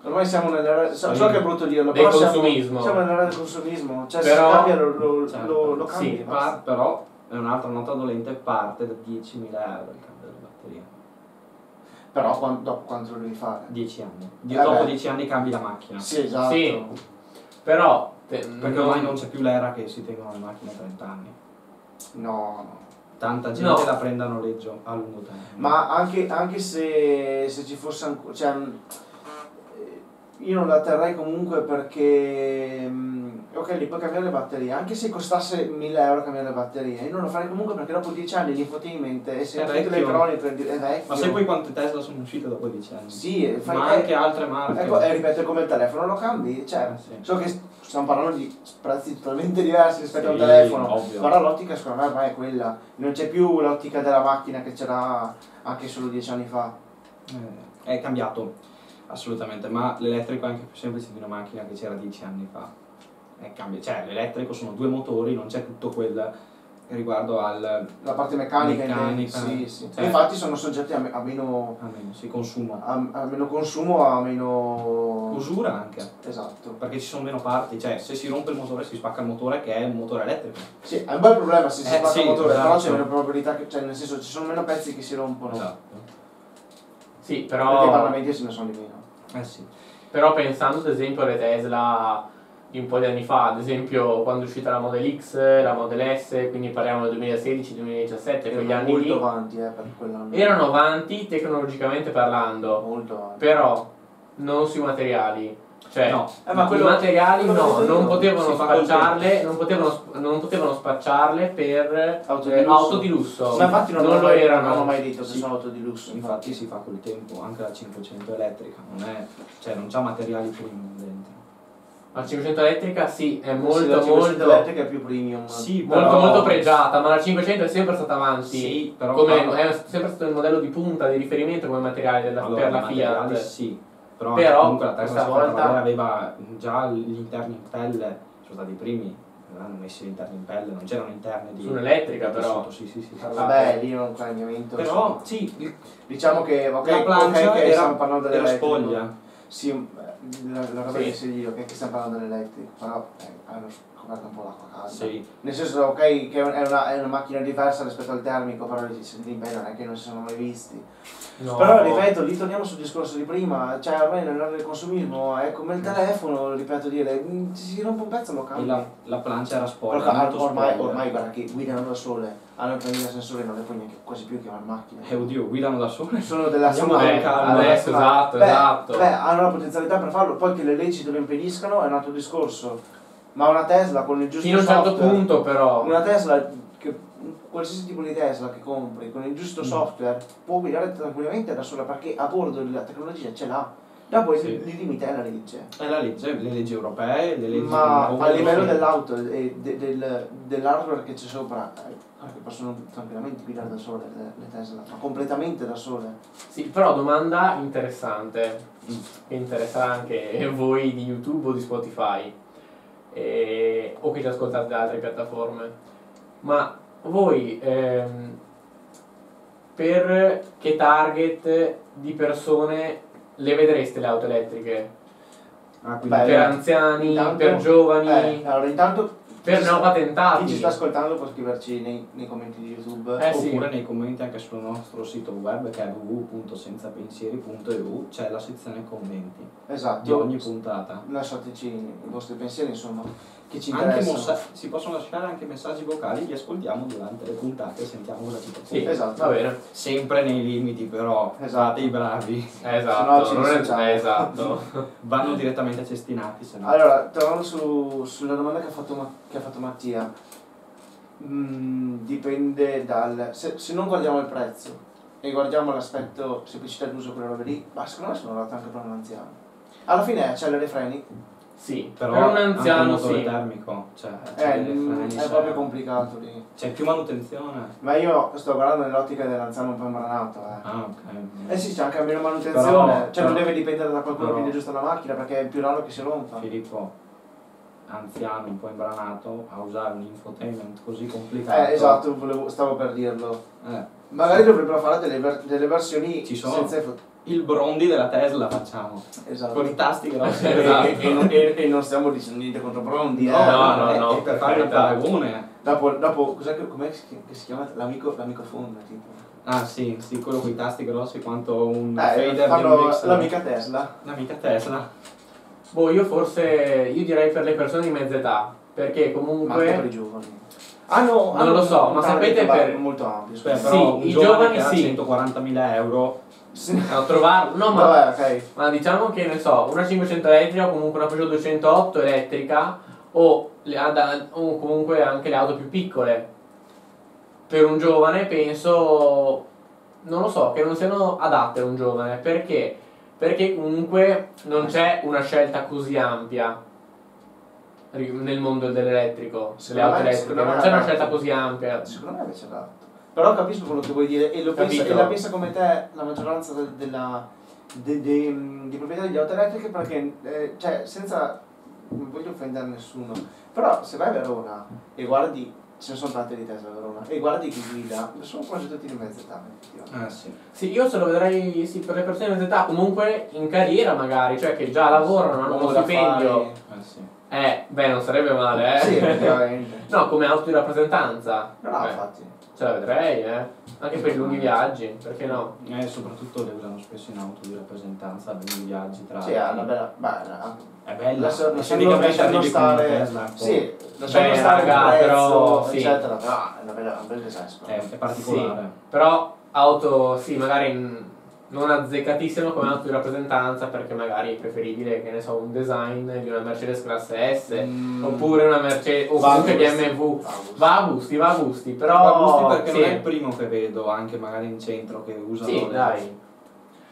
Speaker 3: Ormai siamo nell'era, so, so che è brutto dirlo,
Speaker 2: del
Speaker 3: però siamo,
Speaker 2: consumismo.
Speaker 3: siamo nell'era del consumismo, cioè
Speaker 2: Però-
Speaker 3: si cambia lo, lo,
Speaker 5: Certo.
Speaker 3: lo- lo
Speaker 2: Sì,
Speaker 3: cambi. e basta.
Speaker 5: Par- però è un'altra nota dolente parte da 10.000 euro il cambio delle batterie.
Speaker 3: Però quan- dopo quanto lo devi fare?
Speaker 5: 10 anni. Di-
Speaker 3: Eh
Speaker 5: dopo
Speaker 3: beh.
Speaker 5: 10 anni cambi la macchina.
Speaker 3: Sì, esatto.
Speaker 2: Sì. Però te-
Speaker 5: Perché ormai non c'è più l'era che si tengono le macchine a 30 anni.
Speaker 3: No, no.
Speaker 5: Tanta gente
Speaker 2: No.
Speaker 5: la prende a noleggio a lungo termine.
Speaker 3: Ma anche, anche se, se ci fosse ancora... Cioè, mh, eh, io non la terrei comunque perché... mh, Ok, li puoi cambiare le batterie. Anche se costasse 1000 euro cambiare le batterie, io non lo farei comunque perché dopo 10 anni l'infotainment e se
Speaker 5: È
Speaker 3: anche le
Speaker 5: vecchio.
Speaker 3: droni prendi... È vecchio.
Speaker 5: Ma sai poi quante Tesla sono uscite dopo 10 anni?
Speaker 3: Sì, e fai...
Speaker 5: Ma anche altre marche.
Speaker 3: Ecco, e ripeto, è come il telefono lo cambi, cioè,
Speaker 5: Eh, sì.
Speaker 3: so che st- stiamo parlando di prezzi totalmente diversi rispetto al
Speaker 5: Sì,
Speaker 3: telefono,
Speaker 5: ovvio.
Speaker 3: però l'ottica secondo me ormai è quella, non c'è più l'ottica della macchina che c'era anche solo dieci anni fa.
Speaker 5: Eh, È cambiato, assolutamente, ma l'elettrico è anche più semplice di una macchina che c'era 10 anni fa. È cambia- Cioè, l'elettrico sono due motori, non c'è tutto quel riguardo al...
Speaker 3: La parte meccanica,
Speaker 5: Meccanica,
Speaker 3: sì, sì.
Speaker 5: cioè-
Speaker 3: infatti sono soggetti a, me- a meno,
Speaker 5: almeno si consuma.
Speaker 3: a, a meno consumo, a meno...
Speaker 5: Usura anche,
Speaker 3: Esatto.
Speaker 5: perché ci sono meno parti, cioè se si rompe il motore si spacca il motore che è un motore elettrico.
Speaker 3: Sì, è un bel problema se si
Speaker 5: Eh,
Speaker 3: spacca
Speaker 5: sì,
Speaker 3: il motore, però c'è
Speaker 5: esatto.
Speaker 3: meno probabilità, che, cioè nel senso ci sono meno pezzi che si rompono,
Speaker 5: Esatto.
Speaker 2: Sì,
Speaker 3: perché i
Speaker 2: però,
Speaker 3: parlamenti se ne sono di meno.
Speaker 5: Eh sì.
Speaker 2: però pensando ad esempio alle Tesla di un po' di anni fa, ad esempio quando è uscita la Model X, la Model S, quindi parliamo del 2016-2017, quegli
Speaker 3: Erano
Speaker 2: anni
Speaker 3: molto
Speaker 2: lì,
Speaker 3: avanti, eh, per quell'anno.
Speaker 2: erano avanti tecnologicamente parlando,
Speaker 3: molto avanti.
Speaker 2: però non sui materiali. Cioè,
Speaker 5: No,
Speaker 3: Eh,
Speaker 2: ma i materiali
Speaker 3: quello che ho
Speaker 2: no,
Speaker 3: detto
Speaker 2: non
Speaker 3: io.
Speaker 2: potevano,
Speaker 5: si fa col
Speaker 2: spacciarle, non, potevano, sp- non potevano spacciarle per
Speaker 3: Auto di
Speaker 2: eh,
Speaker 3: lusso.
Speaker 2: auto di lusso.
Speaker 3: Ma infatti non,
Speaker 2: lo
Speaker 3: mai,
Speaker 2: erano.
Speaker 3: non ho mai detto che
Speaker 5: Sì.
Speaker 3: sono auto di lusso, infatti.
Speaker 5: Esatto. Infatti si fa col tempo, anche la 500 elettrica, non è... cioè non c'ha materiali premium dentro.
Speaker 2: La 500 elettrica sì, è
Speaker 3: Sì, la
Speaker 2: molto
Speaker 3: 500
Speaker 2: molto,
Speaker 3: elettrica è più premium.
Speaker 5: Sì,
Speaker 2: molto,
Speaker 5: però-
Speaker 2: molto pregiata, ma la 500 è sempre stata avanti.
Speaker 5: Sì, però
Speaker 2: come
Speaker 5: parlo-
Speaker 2: è sempre stato il modello di punta di riferimento come materiale della-
Speaker 5: Allora,
Speaker 2: per la
Speaker 5: i materiali
Speaker 2: Fiat.
Speaker 5: Sì, però,
Speaker 2: Però
Speaker 5: comunque la Tesla
Speaker 2: questa
Speaker 5: volta...
Speaker 2: volta-
Speaker 5: aveva già gli interni in pelle, sono stati i primi, hanno messo gli interni in pelle, non c'erano interni di...
Speaker 2: Sull'elettrica,
Speaker 5: di
Speaker 2: però.
Speaker 5: tessuto, Sì, sì, sì.
Speaker 3: Vabbè, lì non cambiamento.
Speaker 5: Però sì, il-
Speaker 3: diciamo che ok,
Speaker 5: la plancia
Speaker 3: ok, che
Speaker 5: era,
Speaker 3: stiamo parlando
Speaker 5: era
Speaker 3: dell'elettrico.
Speaker 5: spoglia.
Speaker 3: Sì, eh, la, la roba
Speaker 2: Sì.
Speaker 3: che si dice, ok, che stiamo parlando dell'elettrico, però eh, hanno scoperto un po' l'acqua calda.
Speaker 5: Sì.
Speaker 3: Nel senso, ok, che è una, è una macchina diversa rispetto al termico, però lì ci- lì beh, non è che non si sono mai visti.
Speaker 2: No.
Speaker 3: Però ripeto, lì torniamo sul discorso di prima, cioè ormai nell'ora del consumismo è come il telefono, ripeto dire, mm, si rompe un pezzo lo
Speaker 5: E
Speaker 3: cambia.
Speaker 5: la, la plancia era spoglia.
Speaker 3: Guarda,
Speaker 5: molto
Speaker 3: ormai,
Speaker 5: spoglia.
Speaker 3: ormai guarda che guidano da sole, hanno il cammino sensore non le puoi neanche quasi più chiamare macchina.
Speaker 5: Eh, oddio, guidano da sole.
Speaker 3: Sono della
Speaker 5: Andiamo
Speaker 3: Samara.
Speaker 5: bene,
Speaker 3: Allora,
Speaker 2: adesso,
Speaker 3: ma-
Speaker 2: esatto,
Speaker 3: beh,
Speaker 2: esatto.
Speaker 3: Beh, hanno la potenzialità per farlo, poi che le leggi te lo impediscano è un altro discorso. Ma una Tesla con il giusto
Speaker 2: Fino a un certo
Speaker 3: software-
Speaker 2: punto però.
Speaker 3: Una Tesla, che, qualsiasi tipo di Tesla che compri con il
Speaker 2: Mm.
Speaker 3: giusto software può guidare tranquillamente da sola perché a bordo la tecnologia ce l'ha. Dopo il-
Speaker 5: Sì.
Speaker 3: il limite è la legge.
Speaker 5: È la legge, le leggi europee, le leggi...
Speaker 3: Ma
Speaker 5: del
Speaker 3: a
Speaker 5: lavoro,
Speaker 3: livello
Speaker 5: sì.
Speaker 3: dell'auto e de- del- dell'hardware che c'è sopra, eh, che possono tranquillamente guidare da sole le, le Tesla, ma completamente da sole.
Speaker 2: Sì, però domanda interessante, che interessa anche voi di YouTube o di Spotify, eh, o che ci ascoltate da altre piattaforme. Ma voi ehm, per che target di persone le vedreste le auto elettriche?
Speaker 5: Ah, quindi
Speaker 3: Beh, eh,
Speaker 2: per anziani,
Speaker 3: intanto-
Speaker 2: per giovani,
Speaker 3: Eh, allora, intanto
Speaker 2: per
Speaker 3: chi
Speaker 2: non
Speaker 3: sta-
Speaker 2: patentati?
Speaker 3: chi ci sta ascoltando può scriverci nei, nei commenti di YouTube.
Speaker 2: Eh, sì.
Speaker 5: Oppure nei commenti anche sul nostro sito web che è www.senzapensieri.eu c'è la sezione commenti
Speaker 3: Esatto.
Speaker 5: di ogni puntata.
Speaker 3: Lasciateci i vostri pensieri, insomma, che ci
Speaker 5: Anche
Speaker 3: interessano.
Speaker 5: mossa- si possono lasciare anche messaggi vocali, li ascoltiamo durante le puntate e sentiamo cosa ci
Speaker 2: Sì,
Speaker 5: propone.
Speaker 3: Esatto.
Speaker 2: va bene.
Speaker 5: Sempre nei limiti però,
Speaker 3: Esatto.
Speaker 5: fate i bravi,
Speaker 3: no
Speaker 2: Esatto,
Speaker 3: ci
Speaker 2: non è-
Speaker 3: dissociamo.
Speaker 2: eh, esatto.
Speaker 5: vanno direttamente a cestinati se no.
Speaker 3: Allora, tornando su- sulla domanda che ha fatto, Ma- che ha fatto Mattia, Mm, dipende dal... Se, se non guardiamo il prezzo e guardiamo l'aspetto semplicità d'uso, quelle robe lì, ma secondo me sono adatte anche per un anziano. Alla fine accelera i freni,
Speaker 2: Sì,
Speaker 5: Però
Speaker 2: per un
Speaker 5: anche
Speaker 2: anziano
Speaker 5: motore
Speaker 2: sì.
Speaker 5: termico, cioè
Speaker 3: è,
Speaker 5: c'è, delle freni,
Speaker 3: Eh, mm, è
Speaker 5: c'è-
Speaker 3: proprio complicato lì.
Speaker 5: c'è più manutenzione.
Speaker 3: Ma io sto guardando nell'ottica dell'anziano un po' imbranato, eh.
Speaker 5: Ah, ok.
Speaker 3: Eh sì, c'è anche meno manutenzione,
Speaker 5: Però-
Speaker 3: cioè non
Speaker 5: però-
Speaker 3: deve dipendere da qualcuno
Speaker 5: però-
Speaker 3: Eh, che gli aggiusta la macchina perché è più raro che si rompa.
Speaker 5: Filippo, anziano, un po' imbranato, a usare un infotainment così complicato.
Speaker 3: Eh, esatto, volevo- stavo per dirlo.
Speaker 5: Eh,
Speaker 3: Magari dovrebbero fare delle, ver- delle versioni
Speaker 5: Ci sono.
Speaker 3: senza... info-
Speaker 5: il brondi della Tesla facciamo,
Speaker 3: Esatto.
Speaker 5: con i tasti grossi.
Speaker 3: E,
Speaker 5: Esatto.
Speaker 3: e- e non, e- e non stiamo dicendo niente contro Brondi, eh.
Speaker 5: No,
Speaker 2: no,
Speaker 5: no, no,
Speaker 2: no,
Speaker 5: e per fare un
Speaker 3: esatto.
Speaker 2: carità.
Speaker 5: paragone.
Speaker 3: Dopo, dopo cos'è che, com'è che si- che si chiama? L'amico, l'amico phone, tipo.
Speaker 5: Ah sì, sì, quello con i tasti grossi quanto un
Speaker 3: Eh,
Speaker 5: fader di un
Speaker 3: fanno
Speaker 5: mixer.
Speaker 3: l'amica Tesla.
Speaker 5: L'amica Tesla.
Speaker 2: Boh, io forse, io direi per le persone di mezza età, perché
Speaker 3: Ma anche per i
Speaker 2: comunque...
Speaker 3: giovani. Ah no,
Speaker 2: Non lo so, ma sapete per-
Speaker 3: Molto ampio,
Speaker 5: Cioè,
Speaker 3: scusa.
Speaker 2: Sì,
Speaker 5: però un
Speaker 2: i
Speaker 5: giovane
Speaker 2: giovani
Speaker 5: che ha
Speaker 2: sì.
Speaker 5: 140.000 euro
Speaker 3: Sì.
Speaker 2: No, trovarlo, no ma...
Speaker 3: Vabbè, ok.
Speaker 2: Ma diciamo che, ne so, una 500 elettrica o comunque una Peugeot 208 elettrica o, le ad- o comunque anche le auto più piccole. Per un giovane penso, non lo so, che non siano adatte a un giovane. Perché? Perché comunque non c'è una scelta così ampia ri- nel mondo dell'elettrico, delle
Speaker 3: Secondo
Speaker 2: auto
Speaker 3: me-
Speaker 2: elettriche,
Speaker 3: secondo me
Speaker 2: non c'è una
Speaker 3: adatto.
Speaker 2: scelta così ampia.
Speaker 3: Secondo me invece è adatto. Però capisco quello che vuoi dire e, lo pensa,
Speaker 2: Capito.
Speaker 3: e la pensa come te la maggioranza de- della, de- de- mh, di proprietà degli auto elettriche perché, eh, cioè, senza... non voglio offendere nessuno, però se vai a Verona e guardi, ce ne sono tante di Tesla a Verona, e guardi chi guida, sono quasi tutti di mezza età, effettivamente.
Speaker 5: Eh sì.
Speaker 2: Sì, io se lo vedrei sì, per le persone di mezza età, comunque in carriera magari, cioè che già lavorano, hanno uno
Speaker 3: Poco da
Speaker 2: stipendio.
Speaker 3: fare.
Speaker 5: Eh sì.
Speaker 2: Eh, beh, non sarebbe male, eh.
Speaker 3: Sì, effettivamente.
Speaker 2: no, come auto di rappresentanza.
Speaker 3: No,
Speaker 2: Beh,
Speaker 3: infatti.
Speaker 2: ce la vedrei, eh. Anche per i lunghi viaggi, perché no?
Speaker 5: Eh, soprattutto le usano spesso in auto di rappresentanza, lunghi viaggi
Speaker 2: Ah.
Speaker 5: tra...
Speaker 3: Sì, ah, ha una bella... bella
Speaker 5: È bella.
Speaker 3: Lascia-
Speaker 5: E
Speaker 3: lasciando-
Speaker 5: Teoricamente
Speaker 3: lasciando
Speaker 5: arrivi con una
Speaker 3: stare-
Speaker 5: Tesla.
Speaker 3: Sì, lasciamo
Speaker 2: Beh,
Speaker 3: stare il
Speaker 2: raga,
Speaker 3: prezzo,
Speaker 2: però, sì.
Speaker 3: eccetera. Però è una bella, un bel design, secondo
Speaker 5: Eh, È,
Speaker 3: me.
Speaker 5: è particolare.
Speaker 2: Però auto, sì, magari mm, non azzeccatissimo come auto di rappresentanza, perché magari è preferibile, che ne so, un design di una Mercedes classe S,
Speaker 3: Mm.
Speaker 2: oppure una Mercedes, o
Speaker 3: Va a
Speaker 2: comunque
Speaker 3: gusti.
Speaker 2: BMW.
Speaker 3: Va a gusti.
Speaker 2: uh, Va a gusti, va a gusti, però...
Speaker 5: Ma gusti perché
Speaker 2: sì.
Speaker 5: non è il primo che vedo, anche magari in centro che usano
Speaker 2: Sì,
Speaker 5: le-
Speaker 2: dai.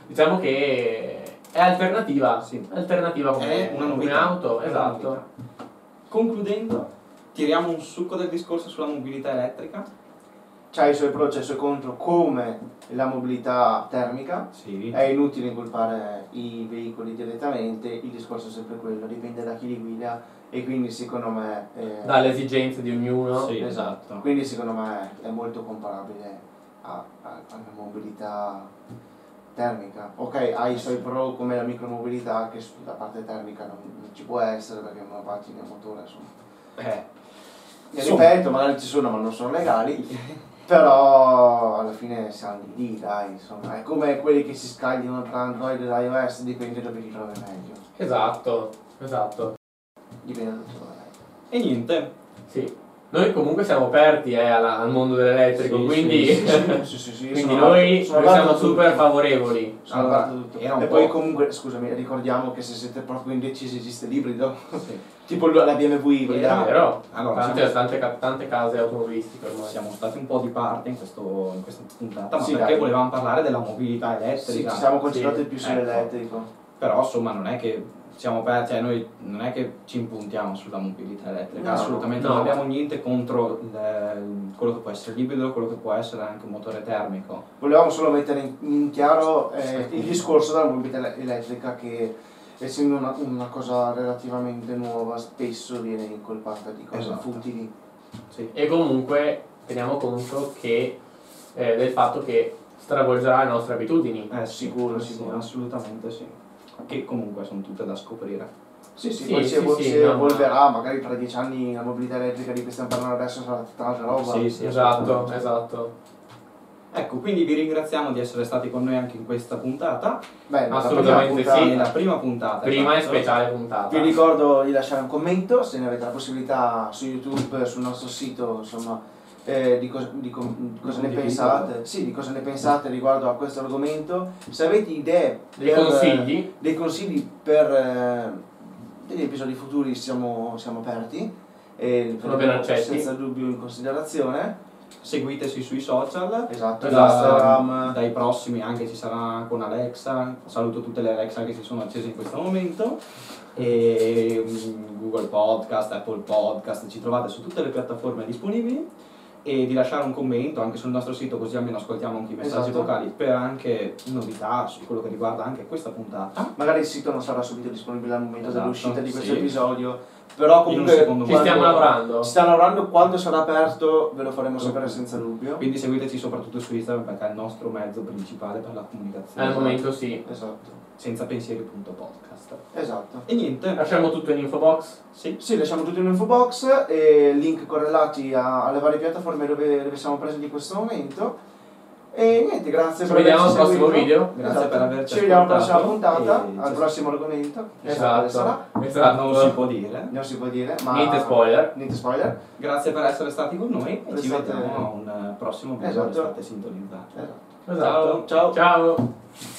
Speaker 2: Diciamo che è alternativa.
Speaker 5: Sì.
Speaker 2: Alternativa come,
Speaker 5: È una
Speaker 2: come
Speaker 5: novità.
Speaker 2: auto,
Speaker 5: È una
Speaker 2: esatto.
Speaker 5: novità. Concludendo, tiriamo un succo del discorso sulla mobilità elettrica.
Speaker 3: C'ha i suoi pro e i suoi contro come la mobilità termica.
Speaker 5: Sì.
Speaker 3: È inutile incolpare i veicoli direttamente, il discorso è sempre quello, dipende da chi li guida e quindi secondo me... eh,
Speaker 2: Dalle esigenze di ognuno.
Speaker 5: Sì,
Speaker 3: esatto.
Speaker 5: esatto.
Speaker 3: Quindi secondo me è molto comparabile a- a- alla mobilità termica. Ok, ha i suoi pro come la micromobilità che sulla parte termica non, non ci può essere perché è una macchina a motore, insomma.
Speaker 5: Eh.
Speaker 3: E
Speaker 5: Insomma.
Speaker 3: ripeto, magari ci sono ma non sono legali, però alla fine siamo lì, lì, dai, insomma. È come quelli che si scagliano tra Android e iOS, dipende dove li trovi meglio.
Speaker 2: Esatto, esatto.
Speaker 3: Dipende da dove li trovi meglio.
Speaker 5: E niente.
Speaker 2: Sì. Noi comunque siamo aperti eh, alla- al mondo dell'elettrico,
Speaker 5: Sì,
Speaker 2: quindi,
Speaker 5: sì,
Speaker 3: Sì, sì, sì,
Speaker 2: quindi
Speaker 3: sono-
Speaker 2: noi,
Speaker 3: sono
Speaker 2: noi siamo
Speaker 3: d'accordo su
Speaker 2: super
Speaker 3: tutto.
Speaker 2: favorevoli.
Speaker 3: Sono
Speaker 5: Allora,
Speaker 3: parte di tutto.
Speaker 5: era un
Speaker 3: e
Speaker 5: po'-
Speaker 3: poi comunque, scusami, ricordiamo che se siete proprio indecisi esiste l'ibrido,
Speaker 5: Sì.
Speaker 3: tipo la BMW,
Speaker 5: Era-
Speaker 3: vogliamo.
Speaker 2: Vero?
Speaker 5: Allora,
Speaker 2: tante, tante ca- tante case automobilistiche ormai.
Speaker 5: Siamo stati un po' di parte in, questo- in questa puntata, ma
Speaker 3: Sì,
Speaker 5: perché
Speaker 3: dai.
Speaker 5: volevamo parlare della mobilità
Speaker 3: Sì,
Speaker 5: elettrica.
Speaker 3: ci siamo concentrati
Speaker 5: Sì,
Speaker 3: più sull'elettrico.
Speaker 5: ecco. Però insomma non è che siamo aperti, cioè noi non è che ci impuntiamo sulla mobilità elettrica,
Speaker 3: No,
Speaker 5: assolutamente
Speaker 2: no.
Speaker 5: non abbiamo niente contro il- quello che può essere libido, quello che può essere anche un motore termico.
Speaker 3: Volevamo solo mettere in, in chiaro eh, il discorso della mobilità ele- elettrica che essendo una, una cosa relativamente nuova spesso viene incolpata di cose
Speaker 5: Esatto.
Speaker 3: futili.
Speaker 5: Sì.
Speaker 2: E comunque teniamo conto che, eh, del fatto che stravolgerà le nostre abitudini.
Speaker 5: Eh,
Speaker 3: Sicuro,
Speaker 5: sì,
Speaker 3: sicuro.
Speaker 5: assolutamente sì. Che comunque sono tutte da scoprire.
Speaker 3: Sì, sì,
Speaker 2: Sì,
Speaker 3: poi
Speaker 2: sì,
Speaker 3: si, evol-
Speaker 2: sì,
Speaker 3: si
Speaker 2: no, ma-
Speaker 3: evolverà, magari tra dieci anni la mobilità elettrica di cui stiamo parlando adesso sarà tutta un'altra roba.
Speaker 5: Sì, sì,
Speaker 2: esatto,
Speaker 5: assolutamente.
Speaker 2: esatto.
Speaker 5: Ecco, quindi vi ringraziamo di essere stati con noi anche in questa puntata.
Speaker 3: Beh, la
Speaker 2: Assolutamente
Speaker 3: prima
Speaker 5: Sì,
Speaker 3: puntata-
Speaker 5: è la prima puntata.
Speaker 2: Prima è
Speaker 5: esatto.
Speaker 2: speciale puntata.
Speaker 3: Vi ricordo di lasciare un commento se ne avete la possibilità su YouTube, sul nostro sito, insomma, eh, di, cos- di com- di cosa ne
Speaker 5: Condivido.
Speaker 3: pensate. Sì, di cosa ne pensate riguardo a questo argomento. Se avete idee,
Speaker 2: Dei
Speaker 3: per, eh,
Speaker 2: consigli?
Speaker 3: dei consigli per eh, degli episodi futuri siamo, siamo aperti. E li
Speaker 2: Sono ben
Speaker 3: prendiamo
Speaker 2: accetti.
Speaker 3: Senza dubbio in considerazione.
Speaker 5: Seguiteci sui social.
Speaker 2: Esatto.
Speaker 3: Esatto, Instagram.
Speaker 5: Dai prossimi anche ci sarà con Alexa. Saluto tutte le Alexa che si sono accese in questo momento. E mm, Google Podcast, Apple Podcast, ci trovate su tutte le piattaforme disponibili. E di lasciare un commento anche sul nostro sito così almeno ascoltiamo anche i messaggi
Speaker 3: Esatto.
Speaker 5: vocali per anche novità su quello che riguarda anche questa puntata.
Speaker 3: Magari il sito non sarà subito disponibile al momento
Speaker 5: Esatto,
Speaker 3: dell'uscita di questo
Speaker 5: sì.
Speaker 3: episodio, Però
Speaker 5: in un
Speaker 3: comunque
Speaker 5: secondo
Speaker 2: Ci
Speaker 3: quando-
Speaker 2: stiamo lavorando.
Speaker 3: Ci stiamo lavorando, quando sarà aperto ve lo faremo sapere senza dubbio.
Speaker 5: Quindi seguiteci soprattutto su Instagram perché è il nostro mezzo principale per la comunicazione.
Speaker 2: Al momento sì.
Speaker 3: Esatto,
Speaker 5: Senza pensieri.podcast.
Speaker 3: esatto.
Speaker 5: E niente.
Speaker 2: Lasciamo tutto in info box.
Speaker 5: Sì.
Speaker 3: Sì, lasciamo tutto in info box e link correlati a- alle varie piattaforme dove, dove siamo presenti in questo momento. E niente, grazie
Speaker 2: Ci vediamo al
Speaker 3: averci
Speaker 2: prossimo
Speaker 3: seguito.
Speaker 2: video.
Speaker 5: Grazie
Speaker 3: Esatto.
Speaker 5: per averci
Speaker 3: Ci vediamo alla prossima
Speaker 5: ascoltato
Speaker 3: puntata,
Speaker 5: e
Speaker 3: al
Speaker 5: ci-
Speaker 3: prossimo argomento. Chissà quale sarà.
Speaker 2: Esatto.
Speaker 5: Ah, non si
Speaker 2: Esatto.
Speaker 5: può dire.
Speaker 3: Non si può dire, ma...
Speaker 2: Niente spoiler.
Speaker 3: Niente spoiler.
Speaker 5: Grazie per essere stati con noi e ci
Speaker 3: Restate-
Speaker 5: vediamo a un eh, prossimo video.
Speaker 3: Esatto.
Speaker 5: Restate sintonizzati.
Speaker 3: Esatto.
Speaker 2: Esatto.
Speaker 3: Ciao.
Speaker 2: Ciao.